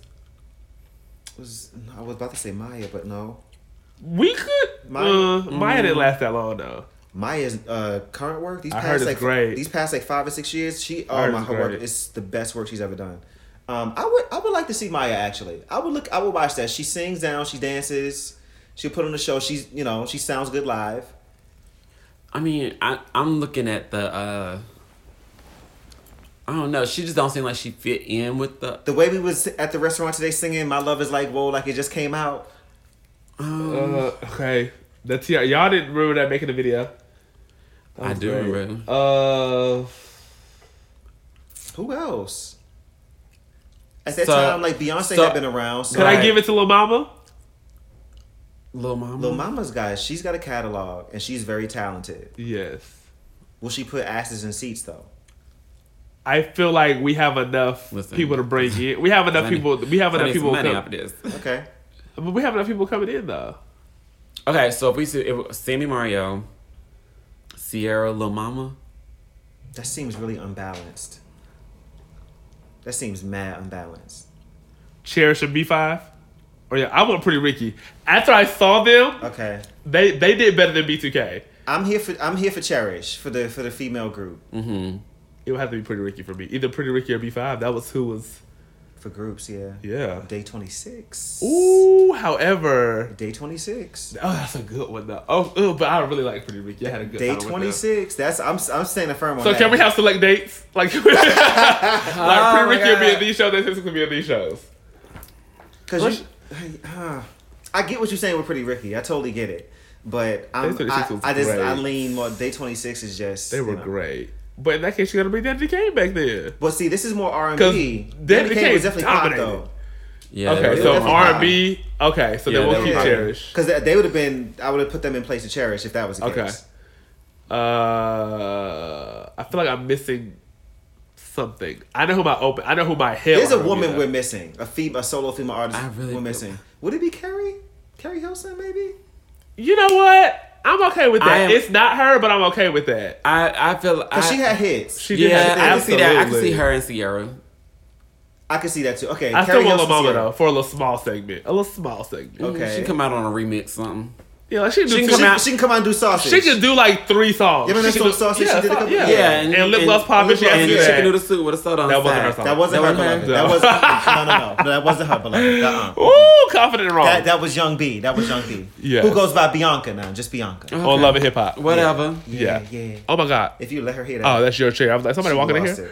Speaker 3: was I was about to say Maya, but no.
Speaker 2: We could.
Speaker 3: Maya.
Speaker 2: Maya, uh, Maya didn't last that long though.
Speaker 3: Maya's uh, current work these
Speaker 2: I
Speaker 3: past
Speaker 2: heard it's
Speaker 3: like
Speaker 2: great.
Speaker 3: these past like five or six years, she
Speaker 2: I
Speaker 3: oh
Speaker 2: heard
Speaker 3: my
Speaker 2: it's
Speaker 3: her work
Speaker 2: great.
Speaker 3: is the best work she's ever done. Um, I would I would like to see Maya actually. I would look I would watch that. She sings down, she dances, she'll put on the show. She's you know she sounds good live.
Speaker 1: I mean, I I'm looking at the uh I don't know. She just don't seem like she fit in with the.
Speaker 3: The way we was at the restaurant today singing "My Love Is Like Whoa" like it just came out.
Speaker 2: Uh, okay, the TR. Y'all didn't remember that making the video. That
Speaker 1: I
Speaker 2: was
Speaker 1: do
Speaker 2: great.
Speaker 1: remember.
Speaker 2: Uh,
Speaker 3: Who else? At that
Speaker 1: So-
Speaker 3: time, like Beyonce
Speaker 1: so-
Speaker 3: had been around. So
Speaker 2: could
Speaker 1: Right.
Speaker 2: I give it to Lil Mama?
Speaker 1: Lil Mama.
Speaker 3: Lil Mama's guys, she's got a catalog and she's very talented.
Speaker 2: Yes.
Speaker 3: Will she put asses in seats though?
Speaker 2: I feel like we have enough
Speaker 1: Listen.
Speaker 2: people to bring in. We have enough
Speaker 1: Money.
Speaker 2: people. We have
Speaker 1: I
Speaker 2: enough
Speaker 1: need some
Speaker 2: people.
Speaker 1: money
Speaker 2: Come,
Speaker 1: off of this.
Speaker 3: Okay.
Speaker 2: but we have enough people coming in though.
Speaker 1: Okay, so if we see if Sammy Mario, Sierra, Lil Mama,
Speaker 3: That seems really unbalanced. That seems mad unbalanced.
Speaker 2: Cherish and B five. Or yeah, I want Pretty Ricky. After I saw them,
Speaker 3: Okay.
Speaker 2: they they did better than B two K.
Speaker 3: I'm here for I'm here for Cherish for the for the female group
Speaker 2: Mm. It would have to be Pretty Ricky for me. Either Pretty Ricky or B five. That was who was.
Speaker 3: for groups. Yeah.
Speaker 2: Yeah.
Speaker 3: Day twenty six.
Speaker 2: Ooh. However.
Speaker 3: Day twenty six.
Speaker 2: Oh, that's a good one though. Oh, ew, but I really like Pretty Ricky. I had a good
Speaker 3: Day
Speaker 2: time with them.
Speaker 3: twenty six. That's I'm I'm staying firm on
Speaker 2: So
Speaker 3: that.
Speaker 2: can we have select dates? Like, like Pretty Ricky will be
Speaker 1: God.
Speaker 2: in these shows. That's just gonna be in these shows.
Speaker 3: Because I get what you're saying with Pretty Ricky. I totally get it. But I'm,
Speaker 2: Day 26
Speaker 3: I,
Speaker 2: was
Speaker 3: I just I
Speaker 2: great.
Speaker 3: lean more. Day twenty six is just
Speaker 2: They
Speaker 3: you
Speaker 2: were
Speaker 3: know.
Speaker 2: great. But in that case, you gotta bring Danny Kane back there.
Speaker 3: But see, this is more R and
Speaker 2: 'Cause
Speaker 3: B.
Speaker 2: Danny Kane dominated.
Speaker 1: yeah, they
Speaker 2: Okay,
Speaker 1: were-
Speaker 2: so
Speaker 3: definitely
Speaker 2: R and B. Okay, so then
Speaker 1: Yeah, they
Speaker 2: we'll
Speaker 1: were
Speaker 2: keep
Speaker 1: probably-
Speaker 2: Cherish.
Speaker 3: Because they would have been, I would have put them in place to cherish if that was the
Speaker 2: Okay.
Speaker 3: case.
Speaker 2: Uh, I feel like I'm missing something. I know who my open. I know who my hell.
Speaker 3: There's a
Speaker 2: are gonna
Speaker 3: woman
Speaker 2: be,
Speaker 3: we're
Speaker 2: though.
Speaker 3: missing, a fem- a solo female artist.
Speaker 1: I really
Speaker 3: we're
Speaker 1: do.
Speaker 3: missing. Would it be Carrie? Carrie Hilson, maybe.
Speaker 2: You know what? I'm okay with
Speaker 1: I
Speaker 2: that.
Speaker 1: am-
Speaker 2: it's not her, but I'm okay with that.
Speaker 1: I I feel I,
Speaker 3: Because she had hits.
Speaker 2: She did.
Speaker 1: yeah,
Speaker 2: have-
Speaker 1: I can see that. I can
Speaker 2: absolutely.
Speaker 1: see her and Sierra.
Speaker 3: I could see that too. Okay,
Speaker 2: I still
Speaker 3: Carrie
Speaker 2: want Lil
Speaker 3: Hilson's
Speaker 2: Mama
Speaker 3: here.
Speaker 2: though for a little small segment. A little small segment.
Speaker 3: Okay.
Speaker 1: She come out on a remix something.
Speaker 2: Yeah, like she can do
Speaker 1: She can
Speaker 2: two-
Speaker 1: come
Speaker 3: She,
Speaker 1: out-
Speaker 3: she can come out and do sausage.
Speaker 2: She can do like three songs.
Speaker 3: Yeah, but
Speaker 2: She
Speaker 3: that's
Speaker 2: can
Speaker 3: some
Speaker 2: do-
Speaker 3: sausage she
Speaker 2: yeah,
Speaker 3: did a
Speaker 2: so-
Speaker 3: couple-
Speaker 2: yeah.
Speaker 1: Yeah,
Speaker 2: and,
Speaker 1: and-
Speaker 2: lip
Speaker 1: and-
Speaker 2: gloss popping. She
Speaker 3: and
Speaker 2: has to
Speaker 1: And
Speaker 2: do
Speaker 3: Yeah.
Speaker 1: chicken
Speaker 2: that.
Speaker 1: noodle soup with a soda on
Speaker 2: That wasn't
Speaker 1: side.
Speaker 2: her song.
Speaker 3: That wasn't
Speaker 1: That
Speaker 3: her
Speaker 1: wasn't
Speaker 3: beloved.
Speaker 1: her?
Speaker 3: That was no, no, no, no. That wasn't her beloved. Uh-uh.
Speaker 2: Ooh, confident and wrong.
Speaker 3: That that was Young B. That was Young B.
Speaker 2: Yes. Uh-huh.
Speaker 3: Who goes by Bianca now? Just Bianca.
Speaker 2: On Love and Hip Hop.
Speaker 1: Whatever.
Speaker 2: Yeah.
Speaker 3: Yeah, yeah.
Speaker 2: Oh my God.
Speaker 3: If you let her hear that,
Speaker 2: Oh, that's your chair. I was like, somebody
Speaker 3: She
Speaker 2: walking in
Speaker 3: lost
Speaker 2: here.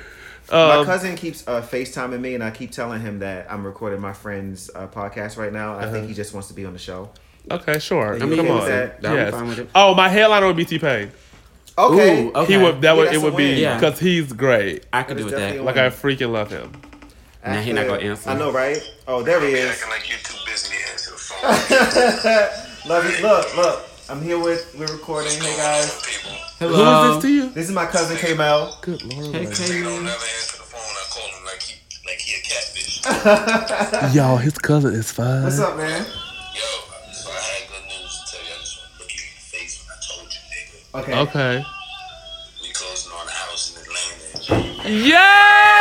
Speaker 3: it. my
Speaker 2: Um,
Speaker 3: cousin keeps uh, FaceTiming me, and I keep telling him that I'm recording my friend's uh, podcast right now. I
Speaker 1: Uh-huh.
Speaker 3: think he just wants to be on the show.
Speaker 2: Okay, sure.
Speaker 3: you
Speaker 2: Come
Speaker 3: okay with
Speaker 2: on.
Speaker 3: that?
Speaker 1: That'll be
Speaker 2: Yes.
Speaker 1: fine with it.
Speaker 2: Oh, my headliner would be T Pain.
Speaker 3: Okay.
Speaker 1: Ooh, okay.
Speaker 2: He would. That
Speaker 3: Yeah,
Speaker 2: would. It
Speaker 3: that's a
Speaker 2: would be
Speaker 1: win.
Speaker 2: because he's great.
Speaker 1: I could do with that.
Speaker 3: Definitely
Speaker 2: Like I freaking love him.
Speaker 1: Now he not gonna answer.
Speaker 3: I know, right? Oh, there he is.
Speaker 5: Acting like you're too busy to answer the phone.
Speaker 3: Love you. Look, look. I'm here with. We're recording. Hey guys.
Speaker 5: People,
Speaker 1: Hello.
Speaker 2: Who is this to you?
Speaker 3: This is my cousin K Mel.
Speaker 2: Good lord.
Speaker 1: Hey,
Speaker 5: they
Speaker 1: Kaylee.
Speaker 5: don't never answer the phone. I call him like he, like he a catfish.
Speaker 2: Y'all, his cousin is fine.
Speaker 3: What's up, man?
Speaker 5: Yo, so I had good news to tell you. I just want to look you in the face when I told you,
Speaker 3: Okay.
Speaker 5: nigga.
Speaker 2: Okay.
Speaker 5: We closing on a house in Atlanta.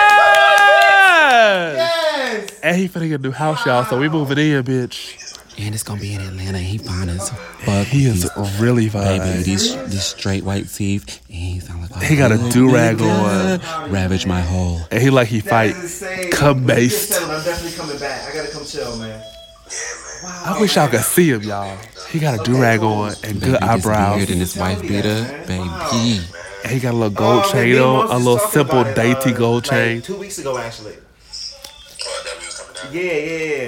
Speaker 2: Yes!
Speaker 3: Yes.
Speaker 2: And he finna get a new house, y'all. So we moving in, bitch.
Speaker 1: And it's gonna be in Atlanta. He fine as fuck.
Speaker 2: But he is really fine.
Speaker 1: Baby, these these straight white teeth. And he sound like
Speaker 2: He got a do-rag on.
Speaker 1: Ravage my whole.
Speaker 2: And he like he
Speaker 3: That
Speaker 2: fight
Speaker 3: is insane.
Speaker 2: cum
Speaker 3: When you get
Speaker 2: based.
Speaker 3: settled, I'm definitely coming back. I gotta come chill, man.
Speaker 2: I wish y'all could see him, y'all. He got a do-rag on and good
Speaker 1: Baby, this
Speaker 2: eyebrows.
Speaker 1: beard and his wife beater, baby.
Speaker 2: And he got a little gold
Speaker 3: Oh, man,
Speaker 2: chain
Speaker 3: me and
Speaker 2: on,
Speaker 3: Moses
Speaker 2: a little
Speaker 3: talking
Speaker 2: simple
Speaker 3: about it,
Speaker 2: dainty
Speaker 3: uh,
Speaker 2: gold
Speaker 3: like
Speaker 2: chain.
Speaker 3: Two weeks ago, actually.
Speaker 5: Oh, that was coming down.
Speaker 3: Yeah, yeah,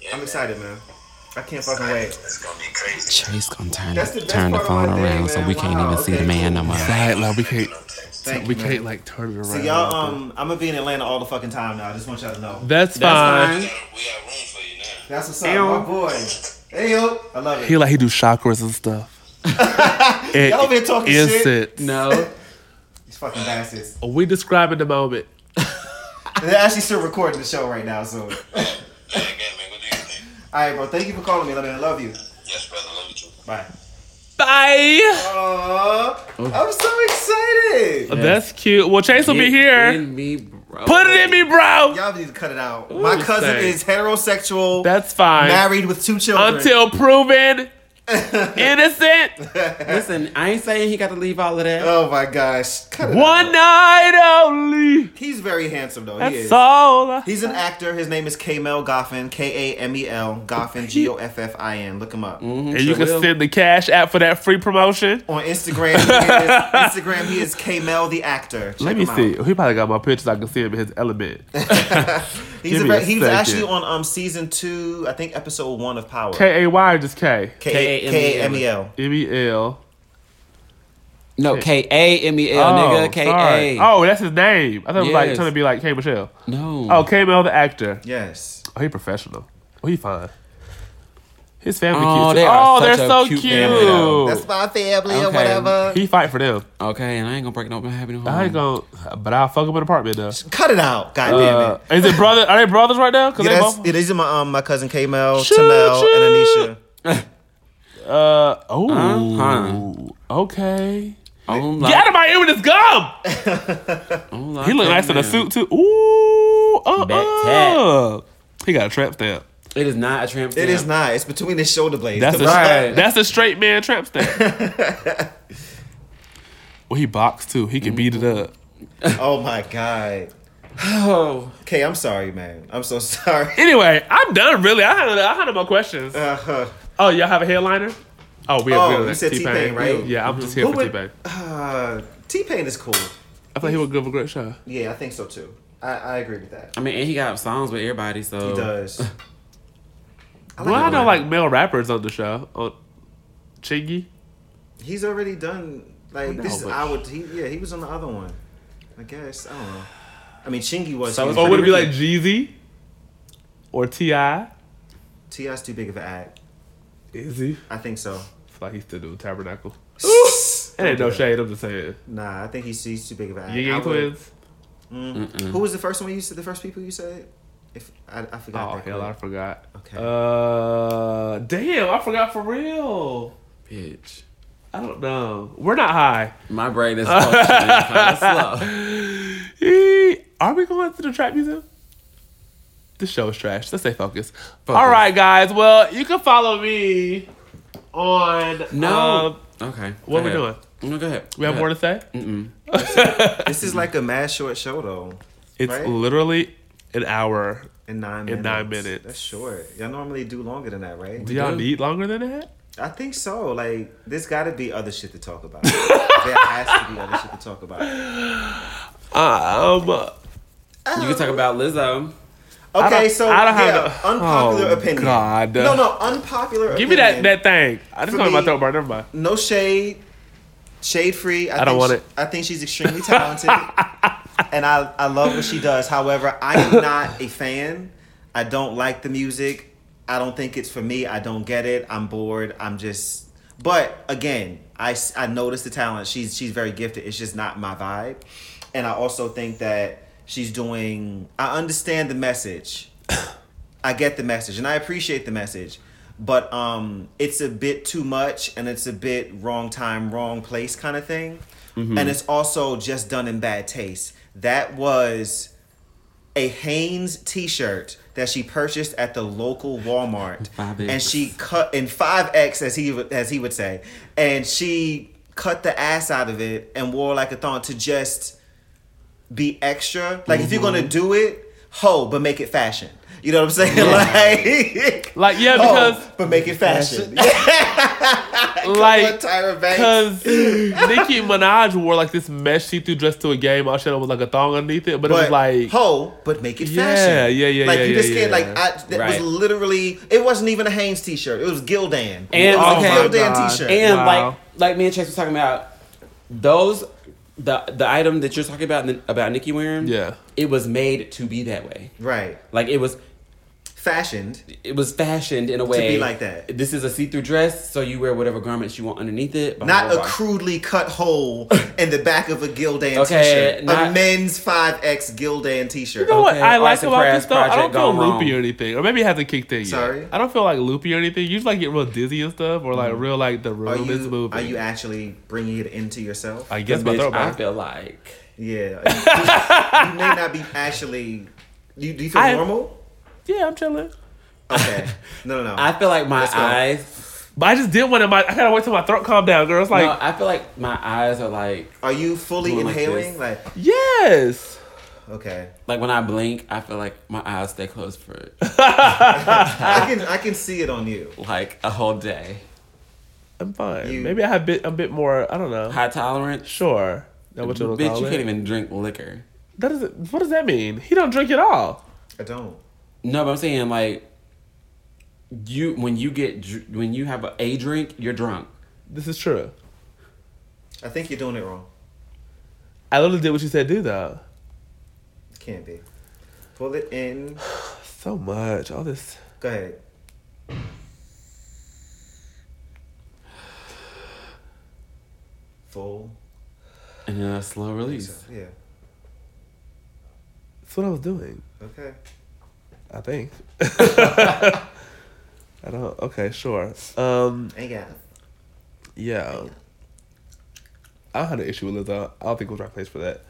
Speaker 3: yeah. I'm
Speaker 5: man.
Speaker 3: excited, man. I can't fucking wait.
Speaker 5: It's gonna be crazy.
Speaker 1: Chase gonna turn
Speaker 3: That's the best
Speaker 1: turn the
Speaker 3: part of
Speaker 1: phone
Speaker 3: my day,
Speaker 1: around so
Speaker 3: man.
Speaker 1: we can't
Speaker 3: Wow,
Speaker 1: even see the
Speaker 3: okay,
Speaker 1: man no
Speaker 3: cool.
Speaker 1: more.
Speaker 2: Right, like we can't,
Speaker 3: Thank
Speaker 2: we
Speaker 3: you, man.
Speaker 2: can't like turn it around.
Speaker 3: So y'all, um, I'm gonna be in Atlanta all the fucking time now. I just want y'all to know.
Speaker 2: that's
Speaker 1: That's
Speaker 2: fine.
Speaker 5: We
Speaker 1: fine.
Speaker 5: got, we got room for you now.
Speaker 3: That's what's up, my boy. Hey yo, I love
Speaker 2: He
Speaker 3: it.
Speaker 2: like he do chakras and stuff. and
Speaker 3: Y'all been talking shit.
Speaker 2: incense.
Speaker 1: No,
Speaker 3: These fucking bastards.
Speaker 2: We describing the moment.
Speaker 3: They're actually still recording the show right now, so. All
Speaker 5: Yeah, again, man. What do you think?
Speaker 3: right, bro. Thank you for calling me. Let me love you.
Speaker 5: Yes, brother. Love you too.
Speaker 3: Bye.
Speaker 2: Bye.
Speaker 3: Aww,
Speaker 1: Oh.
Speaker 3: I'm so excited.
Speaker 2: That's cute. Well, Chase will be here.
Speaker 1: In me, bro.
Speaker 2: Put it in me, bro.
Speaker 3: Y'all need to cut it out.
Speaker 2: Ooh,
Speaker 3: My cousin
Speaker 2: say.
Speaker 3: is heterosexual,
Speaker 2: That's fine.
Speaker 3: married with two children.
Speaker 2: Until proven innocent,
Speaker 1: Listen, I ain't saying he got to leave all of that.
Speaker 3: oh my gosh, cut it
Speaker 2: one
Speaker 3: out.
Speaker 2: night only.
Speaker 3: He's very handsome though. he
Speaker 2: That's
Speaker 3: is.
Speaker 2: all. I-
Speaker 3: He's an actor. His name is Kamel Goffin. K A M E L Goffin. G O F F I N. Look him up
Speaker 2: And you
Speaker 1: Sure
Speaker 2: can
Speaker 1: will.
Speaker 2: send the cash app for that free promotion.
Speaker 3: on Instagram. He is, Instagram. He is Kamel the actor. Check
Speaker 2: Let me
Speaker 3: him out.
Speaker 2: see. He probably got my pictures. I can see him in his element.
Speaker 3: He's
Speaker 2: Give
Speaker 3: a,
Speaker 2: me a
Speaker 3: very- he was
Speaker 2: second.
Speaker 3: actually on um season two, I think episode one of Power.
Speaker 2: K A Y or just K?
Speaker 3: K A M E L.
Speaker 2: M E L.
Speaker 1: No, K A M E L,
Speaker 2: Oh,
Speaker 1: nigga. K
Speaker 2: sorry.
Speaker 1: A.
Speaker 2: Oh, that's his name. I thought it was like
Speaker 1: Yes.
Speaker 2: trying to be like K Michelle.
Speaker 1: no.
Speaker 2: Oh, K Mel the actor.
Speaker 3: Yes.
Speaker 2: Oh, he professional. Oh, he fine. His family
Speaker 1: Oh,
Speaker 2: cute.
Speaker 1: they
Speaker 2: too.
Speaker 1: are
Speaker 2: oh, they're
Speaker 1: such a
Speaker 2: so
Speaker 1: cute
Speaker 2: cute.
Speaker 1: family, though.
Speaker 3: That's my family or
Speaker 1: Okay.
Speaker 3: whatever.
Speaker 2: He fight for them.
Speaker 1: Okay, and I ain't gonna break no happy home.
Speaker 2: Oh. I ain't
Speaker 3: Um,
Speaker 2: gonna, but I'll fuck up an apartment though.
Speaker 3: Cut it out. God damn
Speaker 2: Uh,
Speaker 3: it.
Speaker 2: is it brother? Are they brothers right now? Cause
Speaker 3: Yeah, that's,
Speaker 2: they
Speaker 3: it is my um my cousin Kamel,
Speaker 2: Choo
Speaker 3: Tamel,
Speaker 2: choo.
Speaker 3: and Anisha.
Speaker 2: both. Uh, oh,
Speaker 1: Uh-huh.
Speaker 2: okay.
Speaker 1: Oh,
Speaker 2: Get out of my ear with this gum. He look nice in a suit too. Ooh, uh,
Speaker 1: Back
Speaker 2: uh. He got a trap stamp.
Speaker 1: It is not a tramp stamp.
Speaker 3: It is not. It's between his shoulder blades.
Speaker 2: That's a
Speaker 3: Come on.
Speaker 1: Right.
Speaker 2: that's a straight man trap stamp. well, he boxed too. He can beat it up.
Speaker 3: Oh my god.
Speaker 1: Oh,
Speaker 3: K, I'm sorry, man. I'm so sorry.
Speaker 2: Anyway, I'm done. Really, I had I had no more questions.
Speaker 3: Uh,
Speaker 2: Oh, y'all have a headliner? Oh, we have
Speaker 3: Oh,
Speaker 2: we have
Speaker 3: you
Speaker 2: that
Speaker 3: said T-Pain, right?
Speaker 2: Yeah, I'm just here
Speaker 3: Who
Speaker 2: for
Speaker 3: would-
Speaker 2: T Pain.
Speaker 3: uh, T Pain is cool.
Speaker 2: I thought he would give a great show.
Speaker 3: Yeah, I think so too. I, I agree with that.
Speaker 1: I mean, and he got songs with everybody, so
Speaker 3: He does. I
Speaker 2: Oh. well, I
Speaker 3: him.
Speaker 2: know like male rappers on the show. Oh, On Chingy.
Speaker 3: He's already done. Like
Speaker 2: know,
Speaker 3: this is
Speaker 2: but-
Speaker 3: I would. He, yeah, he was on the other one. I guess I don't know. I mean, Chingy was.
Speaker 1: So
Speaker 3: he
Speaker 1: it's
Speaker 2: Or
Speaker 3: was
Speaker 2: Oh, would it be like
Speaker 1: Ricky.
Speaker 2: Jeezy? Or T.I.?
Speaker 3: Ti's too big of an act.
Speaker 2: Is he?
Speaker 3: I think so.
Speaker 2: It's like he's still doing Tabernacle. It ain't no shade, I'm just saying.
Speaker 3: Nah, I think he's, he's too big of an act.
Speaker 2: Ying
Speaker 3: I
Speaker 2: Yang
Speaker 3: would-
Speaker 2: Twins? Mm-hmm.
Speaker 3: Who was the first one you said? The first people you said? If I, I forgot.
Speaker 2: Oh,
Speaker 3: that
Speaker 2: hell, I
Speaker 3: quick.
Speaker 2: forgot.
Speaker 3: Okay.
Speaker 2: Uh, damn, I forgot for real.
Speaker 1: bitch.
Speaker 2: I don't know. We're not high.
Speaker 1: My brain is functioning kind of slow.
Speaker 2: Eh, Are we going to the trap museum? This show is trash. Let's stay focused.
Speaker 1: Focus.
Speaker 2: All right, guys. Well, you can follow me on.
Speaker 1: No.
Speaker 2: um,
Speaker 1: okay.
Speaker 2: what
Speaker 1: go
Speaker 2: we
Speaker 1: ahead. No, go ahead.
Speaker 2: we have more to say.
Speaker 3: This
Speaker 2: Mm-hmm.
Speaker 3: is like a mad short show though,
Speaker 2: It's
Speaker 3: Right?
Speaker 2: literally an hour.
Speaker 3: in nine minutes.
Speaker 2: In nine minutes.
Speaker 3: That's short. Y'all normally do longer than that, right?
Speaker 2: Do y'all
Speaker 1: do.
Speaker 2: need longer than that?
Speaker 3: I think so. Like, there's got to be other shit to talk about. there has to be other shit to talk about.
Speaker 2: Um,
Speaker 1: You can talk about Lizzo.
Speaker 3: Okay,
Speaker 2: don't-
Speaker 3: so
Speaker 2: I don't have
Speaker 3: yeah,
Speaker 2: no-
Speaker 3: unpopular
Speaker 2: Oh,
Speaker 3: opinion.
Speaker 2: God.
Speaker 3: No, no, unpopular.
Speaker 2: give me that
Speaker 3: opinion.
Speaker 2: that thing. I just
Speaker 3: For
Speaker 2: caught in my
Speaker 3: me-
Speaker 2: throat burn. Never mind.
Speaker 3: No shade. Shade free. I,
Speaker 2: don't
Speaker 3: think
Speaker 2: want
Speaker 3: she-
Speaker 2: it.
Speaker 3: I think she's extremely talented, and I I love what she does. However, I am not a fan. I don't like the music. I don't think it's for me. I don't get it. I'm bored. I'm just. But again, I s- I notice the talent. She's she's very gifted. It's just not my vibe, and I also think that she's doing. I understand the message. I get the message and I appreciate the message, but um, it's a bit too much and it's a bit wrong time, wrong place kind of thing. And it's also just done in bad taste. That was a Hanes T-shirt that she purchased at the local Walmart,
Speaker 1: 5X.
Speaker 3: and she cut in five X as he would- as he would say, and she cut the ass out of it and wore like a thong to just be extra. Like if you're gonna do it, ho, but make it fashion. You know what I'm saying? Like,
Speaker 2: Like, yeah,
Speaker 3: ho,
Speaker 2: because-
Speaker 3: but make it fashion.
Speaker 2: like,
Speaker 3: Tyra Banks.
Speaker 2: because Nicki Minaj wore like this mesh see-through dress to a game. All she had was like a thong underneath it, but, it was
Speaker 3: but
Speaker 2: like
Speaker 3: ho, but make it
Speaker 2: Yeah,
Speaker 3: fashion.
Speaker 2: yeah, yeah,
Speaker 3: Like
Speaker 2: yeah,
Speaker 3: you
Speaker 2: yeah,
Speaker 3: just can't.
Speaker 2: yeah.
Speaker 3: Like I, that was
Speaker 1: Right.
Speaker 3: literally. It wasn't even a Hanes T-shirt. It was Gildan.
Speaker 1: And-
Speaker 3: it was
Speaker 1: okay.
Speaker 3: a
Speaker 2: Oh my
Speaker 3: Gildan
Speaker 2: God.
Speaker 3: T-shirt.
Speaker 1: And
Speaker 2: Wow.
Speaker 1: like like me and Chase was talking about those the the item that you're talking about about Nikki wearing.
Speaker 2: Yeah.
Speaker 1: it was made to be that way.
Speaker 3: right,
Speaker 1: Like it was
Speaker 3: fashioned.
Speaker 2: Oh
Speaker 1: it was fashioned in a way
Speaker 3: be like that.
Speaker 1: This is a see through dress, so you wear whatever garments you want underneath it. blah,
Speaker 3: Not
Speaker 1: blah,
Speaker 3: a
Speaker 1: blah.
Speaker 3: crudely cut hole in the back of a Gildan
Speaker 1: Okay,
Speaker 3: T-shirt.
Speaker 1: not-
Speaker 3: a men's five X Gildan T-shirt.
Speaker 2: You know what
Speaker 1: Okay,
Speaker 2: I like
Speaker 1: Arts and
Speaker 2: about
Speaker 1: Crafts
Speaker 2: this though? I don't
Speaker 1: project
Speaker 2: feel
Speaker 1: gone wrong.
Speaker 2: loopy or anything, or maybe it hasn't kicked in yet.
Speaker 3: Sorry? Mm.
Speaker 2: I don't feel like loopy or anything. You just like get real dizzy and stuff, or like real like the
Speaker 3: Are
Speaker 2: room is
Speaker 3: you
Speaker 2: moving.
Speaker 3: are you actually bringing it into yourself?
Speaker 2: I guess
Speaker 1: Yes,
Speaker 2: my
Speaker 1: bitch, I
Speaker 2: throwback.
Speaker 1: feel like
Speaker 3: yeah, you, you may not be actually. You, do you feel
Speaker 2: I-
Speaker 3: normal?
Speaker 2: yeah, I'm chilling.
Speaker 3: Okay. No, no, no.
Speaker 1: I feel like my
Speaker 3: Let's go.
Speaker 1: eyes.
Speaker 2: But I just did one of my. I gotta wait till my throat calm down, girl. It's like
Speaker 1: no, I feel like my eyes are like
Speaker 3: Are you fully
Speaker 1: Doing like
Speaker 3: inhaling? Like,
Speaker 2: yes.
Speaker 3: okay.
Speaker 1: like when I blink, I feel like my eyes stay closed for
Speaker 3: I can I can see it on you.
Speaker 1: like a whole day.
Speaker 2: I'm fine.
Speaker 3: You-
Speaker 2: Maybe I have a bit, a bit more. I don't know.
Speaker 1: High tolerance.
Speaker 2: Sure. That what you wanna
Speaker 1: Bitch,
Speaker 2: call
Speaker 1: you
Speaker 2: it?
Speaker 1: can't even drink liquor.
Speaker 2: That does What does that mean? He don't drink at all.
Speaker 3: I don't.
Speaker 1: No, but I'm saying like you when you get dr- when you have a, a drink, you're drunk.
Speaker 2: This is true.
Speaker 3: I think you're doing it wrong.
Speaker 2: I literally did what you said do though.
Speaker 3: Can't be. Pull it in.
Speaker 2: So much. All this.
Speaker 3: Go ahead. Full.
Speaker 1: And then a slow release.
Speaker 3: Yeah.
Speaker 2: That's what I was doing.
Speaker 3: Okay.
Speaker 2: I think. I don't. Okay, sure. Um,
Speaker 3: Ain't got. it.
Speaker 2: yeah. I had an issue with Lizzo. I don't think it was the right place for that.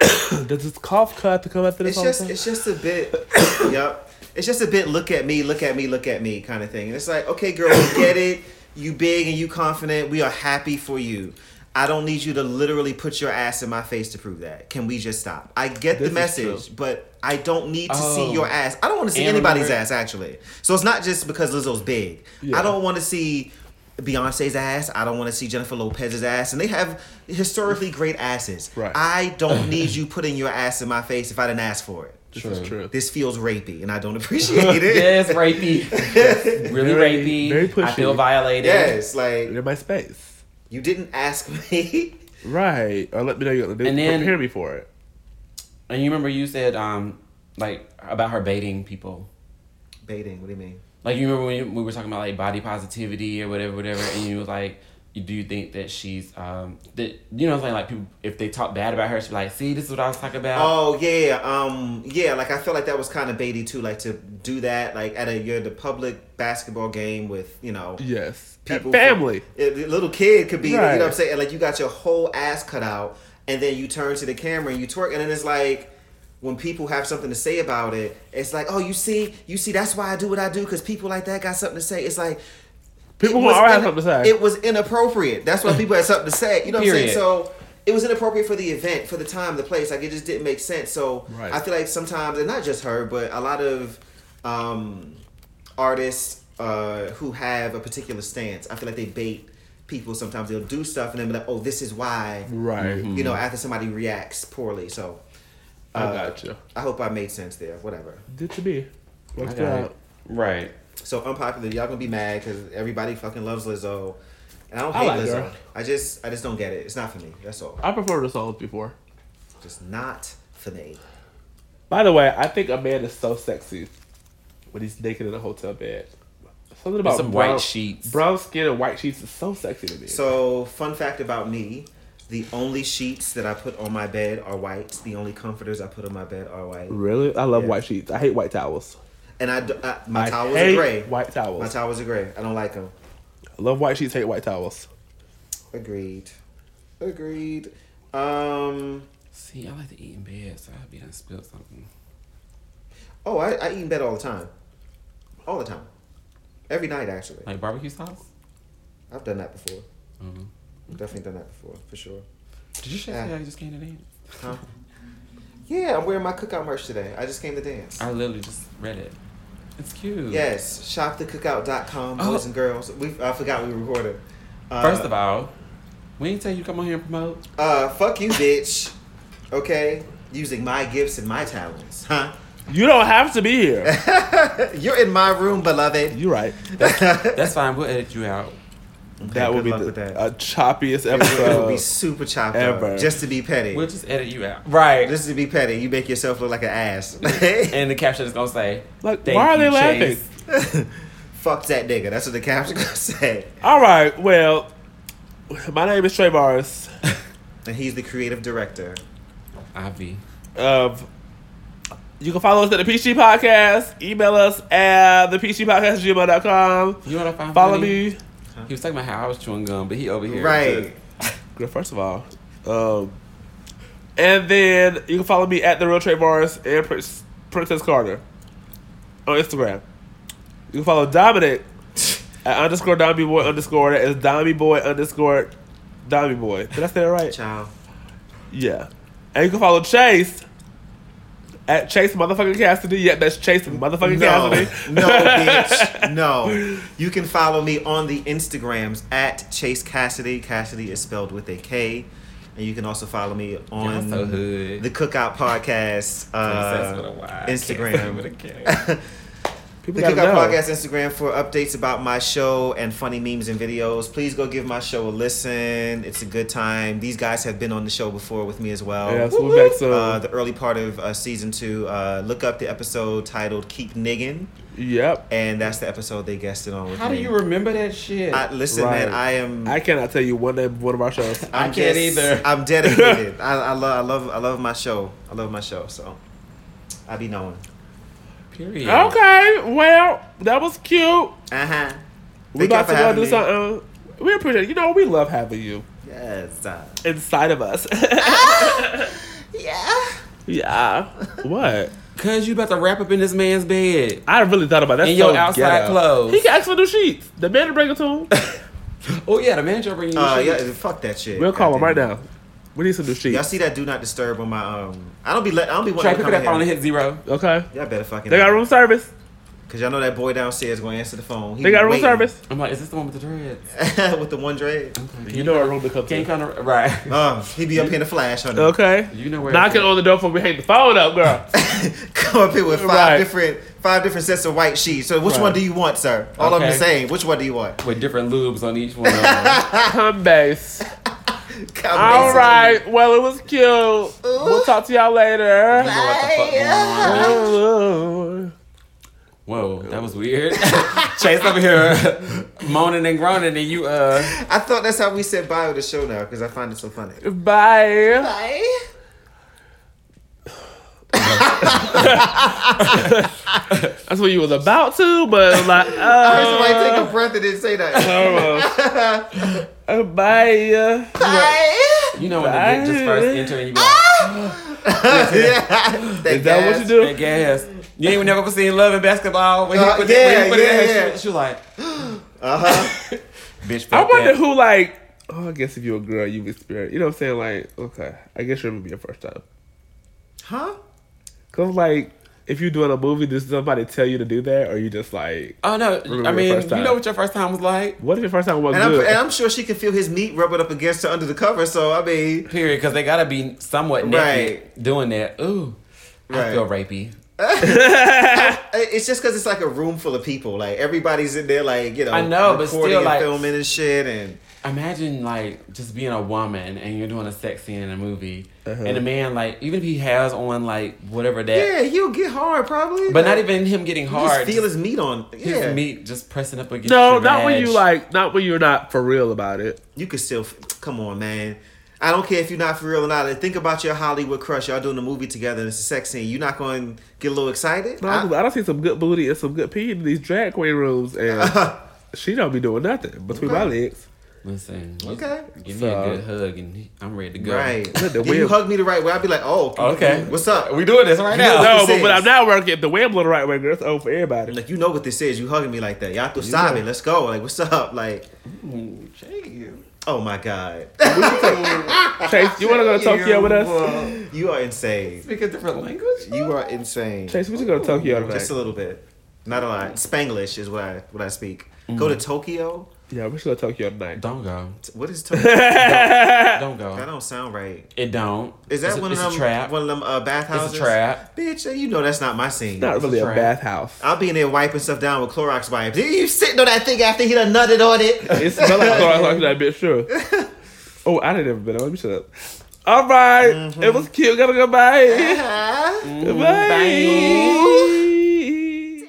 Speaker 2: Does this cough cut to come after this?
Speaker 3: It's
Speaker 2: whole
Speaker 3: just
Speaker 2: thing?
Speaker 3: it's just a bit. yep. It's just a bit. Look at me. Look at me. Look at me. Kind of thing. And it's like, okay, girl, we get it. You big and you confident. We are happy for you. I don't need you to literally put your ass in my face to prove that. Can we just stop? I get
Speaker 2: This
Speaker 3: the
Speaker 2: is
Speaker 3: message, but I don't need to
Speaker 1: Oh.
Speaker 3: see your ass. I don't want to see
Speaker 1: And
Speaker 3: anybody's
Speaker 1: remember-
Speaker 3: ass actually. So it's not just because Lizzo's big.
Speaker 2: Yeah.
Speaker 3: I don't want to see Beyonce's ass. I don't want to see Jennifer Lopez's ass. And they have historically great asses.
Speaker 2: Right.
Speaker 3: I don't need you putting your ass in my face if I didn't ask for it.
Speaker 2: this is true.
Speaker 3: This feels rapey, and I don't appreciate it.
Speaker 1: Yes, rapey. Yes, really
Speaker 2: Very-
Speaker 1: rapey.
Speaker 2: very
Speaker 1: I feel
Speaker 2: pushy.
Speaker 1: violated.
Speaker 3: Yes, like
Speaker 2: in my space.
Speaker 3: you didn't ask me.
Speaker 2: Right. Or let me know you're gonna do.
Speaker 1: And then-
Speaker 2: prepare me for it.
Speaker 1: And you remember you said um like about her baiting people.
Speaker 3: Baiting. What do you mean?
Speaker 1: Like you remember when you- we were talking about like body positivity or whatever, whatever, and you was like, you do you think that she's um that you know what I'm saying like people if they talk bad about her, she'd be like, see, this is what I was talking about.
Speaker 3: Oh yeah, um, yeah. Like I feel like that was kind of baity too. Like to do that, like at a you're at the public basketball game with you know
Speaker 2: Yes.
Speaker 3: people,
Speaker 2: family.
Speaker 3: A little kid could be, you
Speaker 2: Right.
Speaker 3: know what I'm saying? Like you got your whole ass cut out, and then you turn to the camera and you twerk, and then it's like when people have something to say about it, it's like, oh, you see, you see, that's why I do what I do because people like that got something to say. It's like.
Speaker 2: People
Speaker 3: it
Speaker 2: who
Speaker 3: was
Speaker 2: are
Speaker 3: in-
Speaker 2: having something to say.
Speaker 3: It was inappropriate. That's why people had something to say. You know what I'm saying?
Speaker 1: Period.
Speaker 3: So it was inappropriate for the event, for the time, the place. Like it just didn't make sense. So
Speaker 2: Right.
Speaker 3: I feel like sometimes, and not just her, but a lot of um, artists uh, who have a particular stance, I feel like they bait people sometimes. They'll do stuff and then be like, "Oh, this is why."
Speaker 2: Right.
Speaker 3: You know, after somebody reacts poorly. So
Speaker 2: Mm-hmm.
Speaker 3: uh,
Speaker 2: I got you.
Speaker 3: I hope I made sense there. Whatever.
Speaker 2: Did to be. Worked
Speaker 1: I got
Speaker 2: out.
Speaker 1: it. Right.
Speaker 3: So unpopular. Y'all gonna be mad because everybody fucking loves Lizzo, and I don't
Speaker 2: I
Speaker 3: hate
Speaker 2: like
Speaker 3: Lizzo.
Speaker 2: her.
Speaker 3: I just I just don't get it. It's not for me. That's all.
Speaker 2: I preferred her songs before.
Speaker 3: Just not for me.
Speaker 2: By the way, I think a man is so sexy when he's naked in a hotel bed. Something about
Speaker 1: some
Speaker 2: brown-
Speaker 1: white sheets.
Speaker 2: brown skin and white sheets is so sexy to me.
Speaker 3: So fun fact about me: the only sheets that I put on my bed are white. The only comforters I put on my bed are white.
Speaker 2: really, I love
Speaker 3: Yeah.
Speaker 2: white sheets. I hate white towels.
Speaker 3: And I, d- I- my
Speaker 2: I
Speaker 3: towels
Speaker 2: hate
Speaker 3: are gray.
Speaker 2: White towels.
Speaker 3: My towels are gray. I don't like them.
Speaker 2: I love white sheets. Hate white towels.
Speaker 3: Agreed. Agreed. Um.
Speaker 1: See, I like to eat in bed, so I'd be done spilled something.
Speaker 3: Oh, I, I eat in bed all the time. All the time. Every night, actually.
Speaker 1: Like Mm-hmm. barbecue sauce?
Speaker 3: I've done that before. I've definitely done that before, for sure.
Speaker 1: Did you say
Speaker 3: Yeah.
Speaker 1: that I just came to dance?
Speaker 3: Huh? yeah, I'm wearing my cookout merch today. I just came to dance.
Speaker 1: I literally just read it. It's cute.
Speaker 3: Yes, shopthecookout.com, boys
Speaker 1: Oh.
Speaker 3: and girls. We I forgot we recorded. Uh,
Speaker 1: First of all, we ain't tell you to come on here and promote.
Speaker 3: uh, fuck you, bitch. Okay, using my gifts and my talents, huh?
Speaker 2: You don't have to be here.
Speaker 3: You're in my room, beloved.
Speaker 2: You're right.
Speaker 1: That's fine. We'll edit you out.
Speaker 2: that
Speaker 3: good
Speaker 2: would be
Speaker 3: luck
Speaker 2: the
Speaker 3: with that.
Speaker 2: a choppiest
Speaker 3: It would be
Speaker 2: episode.
Speaker 3: super chopped
Speaker 2: Ever.
Speaker 3: up, just to be petty.
Speaker 1: We'll just edit you out. Right.
Speaker 3: Just to be petty, you make yourself look like an ass.
Speaker 1: and the caption is gonna say,
Speaker 2: Like,
Speaker 1: "Thank
Speaker 2: why are
Speaker 1: you,
Speaker 2: they laughing?
Speaker 1: Chase."
Speaker 3: Fuck that nigga. That's what the caption gonna say.
Speaker 2: All right. Well, my name is Trey Morris
Speaker 3: And he's the creative director.
Speaker 1: Ivy.
Speaker 2: of. You can follow us at the PG Podcast. Email us at the PG Podcast gmail.com.
Speaker 1: You know what I found?
Speaker 2: Follow
Speaker 1: funny?
Speaker 2: me.
Speaker 1: He was talking about how I was chewing gum, but he over here.
Speaker 3: Right.
Speaker 2: Good, first of all. Um, and then you can follow me at the real Trey Morris and Prince, Princess Carter on Instagram. You can follow Dominic at underscore Dommy Boy underscore. That is Dommy Boy underscore Dommy Boy. Did I say that right?
Speaker 3: Ciao.
Speaker 2: Yeah. And you can follow Chase at Chase motherfucking Cassidy. Yeah, that's Chase motherfucking
Speaker 3: No,
Speaker 2: Cassidy.
Speaker 3: no, bitch, no. You can follow me on the Instagrams at Chase Cassidy. Cassidy is spelled with a K, and you can also follow me
Speaker 1: Y'all
Speaker 3: on
Speaker 1: so hood.
Speaker 3: the Cookout Podcast
Speaker 1: Princess with a
Speaker 3: uh,
Speaker 1: Y, Cassidy with a
Speaker 3: Instagram.
Speaker 1: K.
Speaker 2: People
Speaker 3: The
Speaker 2: gotta
Speaker 3: Cookout
Speaker 2: know.
Speaker 3: Podcast Instagram for updates about my show and funny memes and videos. Please go give my show a listen. It's a good time. These guys have been on the show before with me as well.
Speaker 2: Yeah, so we're back soon.
Speaker 3: uh, the early part of uh, season two. Uh, look up the episode titled "Keep Niggin,"
Speaker 2: yep.
Speaker 3: and that's the episode they guested on with
Speaker 1: How do
Speaker 3: me.
Speaker 1: you remember that shit?
Speaker 3: I, listen, man,
Speaker 2: Right.
Speaker 3: I am.
Speaker 2: I cannot tell you one name of one of our shows.
Speaker 1: I
Speaker 3: I'm
Speaker 1: can't either.
Speaker 3: I'm dedicated. I, I love, I love, I love my show. I love my show. So I be knowing.
Speaker 1: Period.
Speaker 2: Okay, well, that was cute.
Speaker 3: Uh
Speaker 1: Uh-huh.
Speaker 3: huh.
Speaker 2: We about to go do something. We appreciate it. You know, we love having you
Speaker 3: Yes. uh,
Speaker 2: inside of us.
Speaker 3: yeah.
Speaker 2: yeah. What?
Speaker 1: Cause you about to wrap up in this man's bed.
Speaker 2: I really thought about that.
Speaker 1: In
Speaker 2: so
Speaker 1: your outside
Speaker 2: ghetto.
Speaker 1: clothes.
Speaker 2: He can ask for new sheets. The man to bring it to him.
Speaker 1: Oh yeah, the manager bringing you.
Speaker 3: Uh,
Speaker 1: shit.
Speaker 3: yeah. Fuck that shit.
Speaker 2: We'll call him
Speaker 3: Goddamn.
Speaker 2: right now. We need some new
Speaker 3: Y'all
Speaker 2: sheets.
Speaker 3: see that? Do not disturb on my um. I don't be let. I don't be
Speaker 1: Try
Speaker 3: wanting
Speaker 1: pick
Speaker 3: to
Speaker 1: it up
Speaker 3: come
Speaker 1: on
Speaker 3: in
Speaker 1: and
Speaker 3: here.
Speaker 1: hit zero.
Speaker 2: Okay.
Speaker 3: Y'all better fucking.
Speaker 2: They got room service.
Speaker 3: Cause y'all know that boy downstairs gonna answer the phone. He
Speaker 2: They got room
Speaker 3: waiting
Speaker 2: service.
Speaker 1: I'm like, is this the one with the dreads?
Speaker 3: with the one dread.
Speaker 2: You know our room to come
Speaker 1: Can't
Speaker 2: to.
Speaker 1: kind of right.
Speaker 3: Oh, he be up here in a flash on
Speaker 2: Okay.
Speaker 1: You know where.
Speaker 2: Knocking
Speaker 1: it's at.
Speaker 2: on the door before we hang the phone up, girl.
Speaker 3: Come up here with five
Speaker 2: Right.
Speaker 3: different five different sets of white sheets. So which
Speaker 2: Right.
Speaker 3: one do you want, sir? All of them the
Speaker 1: Okay.
Speaker 3: same. Which one do you want?
Speaker 1: with different lubes on each one. of them.
Speaker 2: Come base.
Speaker 3: Come
Speaker 2: All
Speaker 3: here.
Speaker 2: right. Well, it was cute. We'll talk to y'all later.
Speaker 1: You know what the fuck going on.
Speaker 2: Oh.
Speaker 1: Whoa, that was weird. Chase over here moaning and groaning, and you uh.
Speaker 3: I thought that's how we said bye with the show now because I find it so funny.
Speaker 2: Uh, Bye.
Speaker 3: Bye.
Speaker 2: That's what you was about to, but like,
Speaker 3: First,
Speaker 2: uh,
Speaker 3: somebody take a breath and didn't say that.
Speaker 2: uh, bye.
Speaker 3: Bye.
Speaker 1: You know when the dick just first enter and you be like,
Speaker 2: Ah!
Speaker 3: yeah.
Speaker 2: Is that what you do?
Speaker 1: that gas. You ain't never seen love in basketball. When he
Speaker 3: Uh,
Speaker 1: put yeah, Uh-huh.
Speaker 3: yeah,
Speaker 1: when he put it in
Speaker 3: yeah,
Speaker 1: her,
Speaker 3: yeah.
Speaker 1: she, she was like,
Speaker 3: Uh huh.
Speaker 1: bitch.
Speaker 2: I
Speaker 1: Fuck
Speaker 2: wonder
Speaker 1: that.
Speaker 2: who like. Oh, I guess if you're a girl, you've experienced. You know what I'm saying? Like, okay, I guess you're gonna be your first time.
Speaker 3: Huh?
Speaker 2: Cause like, if you're doing a movie, does somebody tell you to do that, or you just like,
Speaker 1: Oh no!
Speaker 2: Remember
Speaker 1: I
Speaker 2: your
Speaker 1: mean,
Speaker 2: first
Speaker 1: you
Speaker 2: time.
Speaker 1: know what your first time was like.
Speaker 2: what if your first time was
Speaker 3: And I'm,
Speaker 2: good?
Speaker 3: and I'm sure she can feel his meat rubbing up against her under the cover. So I mean,
Speaker 1: Period, because they gotta be somewhat naked doing that. Ooh, I
Speaker 3: Right.
Speaker 1: feel rapey.
Speaker 3: I- It's just because it's like a room full of people. Like everybody's in there, like you know,
Speaker 1: I know, but
Speaker 3: recording
Speaker 1: still,
Speaker 3: and
Speaker 1: like-
Speaker 3: filming and shit. And
Speaker 1: Imagine like just being a woman and you're doing a sex scene in a movie, and a man like even if he has on like whatever that,
Speaker 3: Uh-huh. yeah, he'll get hard probably,
Speaker 1: but not even him getting
Speaker 3: You just
Speaker 1: hard.
Speaker 3: feel
Speaker 1: just
Speaker 3: his meat on.
Speaker 1: his
Speaker 3: Yeah,
Speaker 1: meat just pressing up against.
Speaker 2: No,
Speaker 1: your
Speaker 2: not when
Speaker 1: badge.
Speaker 2: you like, not when you're not for real about it.
Speaker 3: you could still. f- Come on, man. I don't care if you're not for real or not. Think about your Hollywood crush. Y'all doing a movie together and it's a sex scene. You're not going to get a little excited?
Speaker 2: No, I,
Speaker 3: I-
Speaker 2: I don't see some good booty and some good pee in these drag queen rooms, and she don't be doing nothing between my legs.
Speaker 1: Listen, you-
Speaker 3: Okay.
Speaker 1: give me
Speaker 2: So-
Speaker 1: a good hug and I'm ready to go.
Speaker 3: right.
Speaker 2: Look, the
Speaker 3: Then you
Speaker 2: web-
Speaker 3: hug me the right way. I'd be like, oh,
Speaker 1: Okay.
Speaker 3: What's up?
Speaker 1: We doing this right now.
Speaker 2: No,
Speaker 3: this
Speaker 2: but when
Speaker 3: is.
Speaker 2: I'm not working, if the wind blow the right way, girl, it's over for everybody.
Speaker 3: Like, you know what this is. You hugging me like that. Y'all to stop it. Let's go. Like, what's up? Like, oh my God.
Speaker 2: Chase, you want to go to Tokyo with us?
Speaker 3: you are insane.
Speaker 1: Speak a different language.
Speaker 3: You are insane.
Speaker 2: Chase, we should go to Tokyo tonight.
Speaker 3: Just a little bit. Not a lot. Spanglish is what I, what I speak. Go
Speaker 1: Mm.
Speaker 3: to Tokyo.
Speaker 2: Yeah, we should go to Tokyo tonight.
Speaker 1: Don't go.
Speaker 3: T- What is Tokyo?
Speaker 1: Don't
Speaker 3: that
Speaker 1: go.
Speaker 3: don't sound right.
Speaker 1: It don't.
Speaker 3: Is that
Speaker 1: it's a,
Speaker 3: one,
Speaker 1: it's
Speaker 3: of
Speaker 1: a
Speaker 3: them,
Speaker 1: trap?
Speaker 3: one of them uh,
Speaker 1: It's
Speaker 3: bathhouses?
Speaker 1: a trap.
Speaker 3: Bitch, you know that's not my scene.
Speaker 2: Not really a
Speaker 1: Right.
Speaker 2: bathhouse.
Speaker 3: I'll be in there wiping stuff down with Clorox wipes. You sitting on that thing after he done nutted on it.
Speaker 2: It smells like chlorine talking that bitch, sure. Oh, I didn't ever been on. Let me shut up. All right. It was cute. Gotta go. Bye.
Speaker 3: Huh?
Speaker 2: Bye.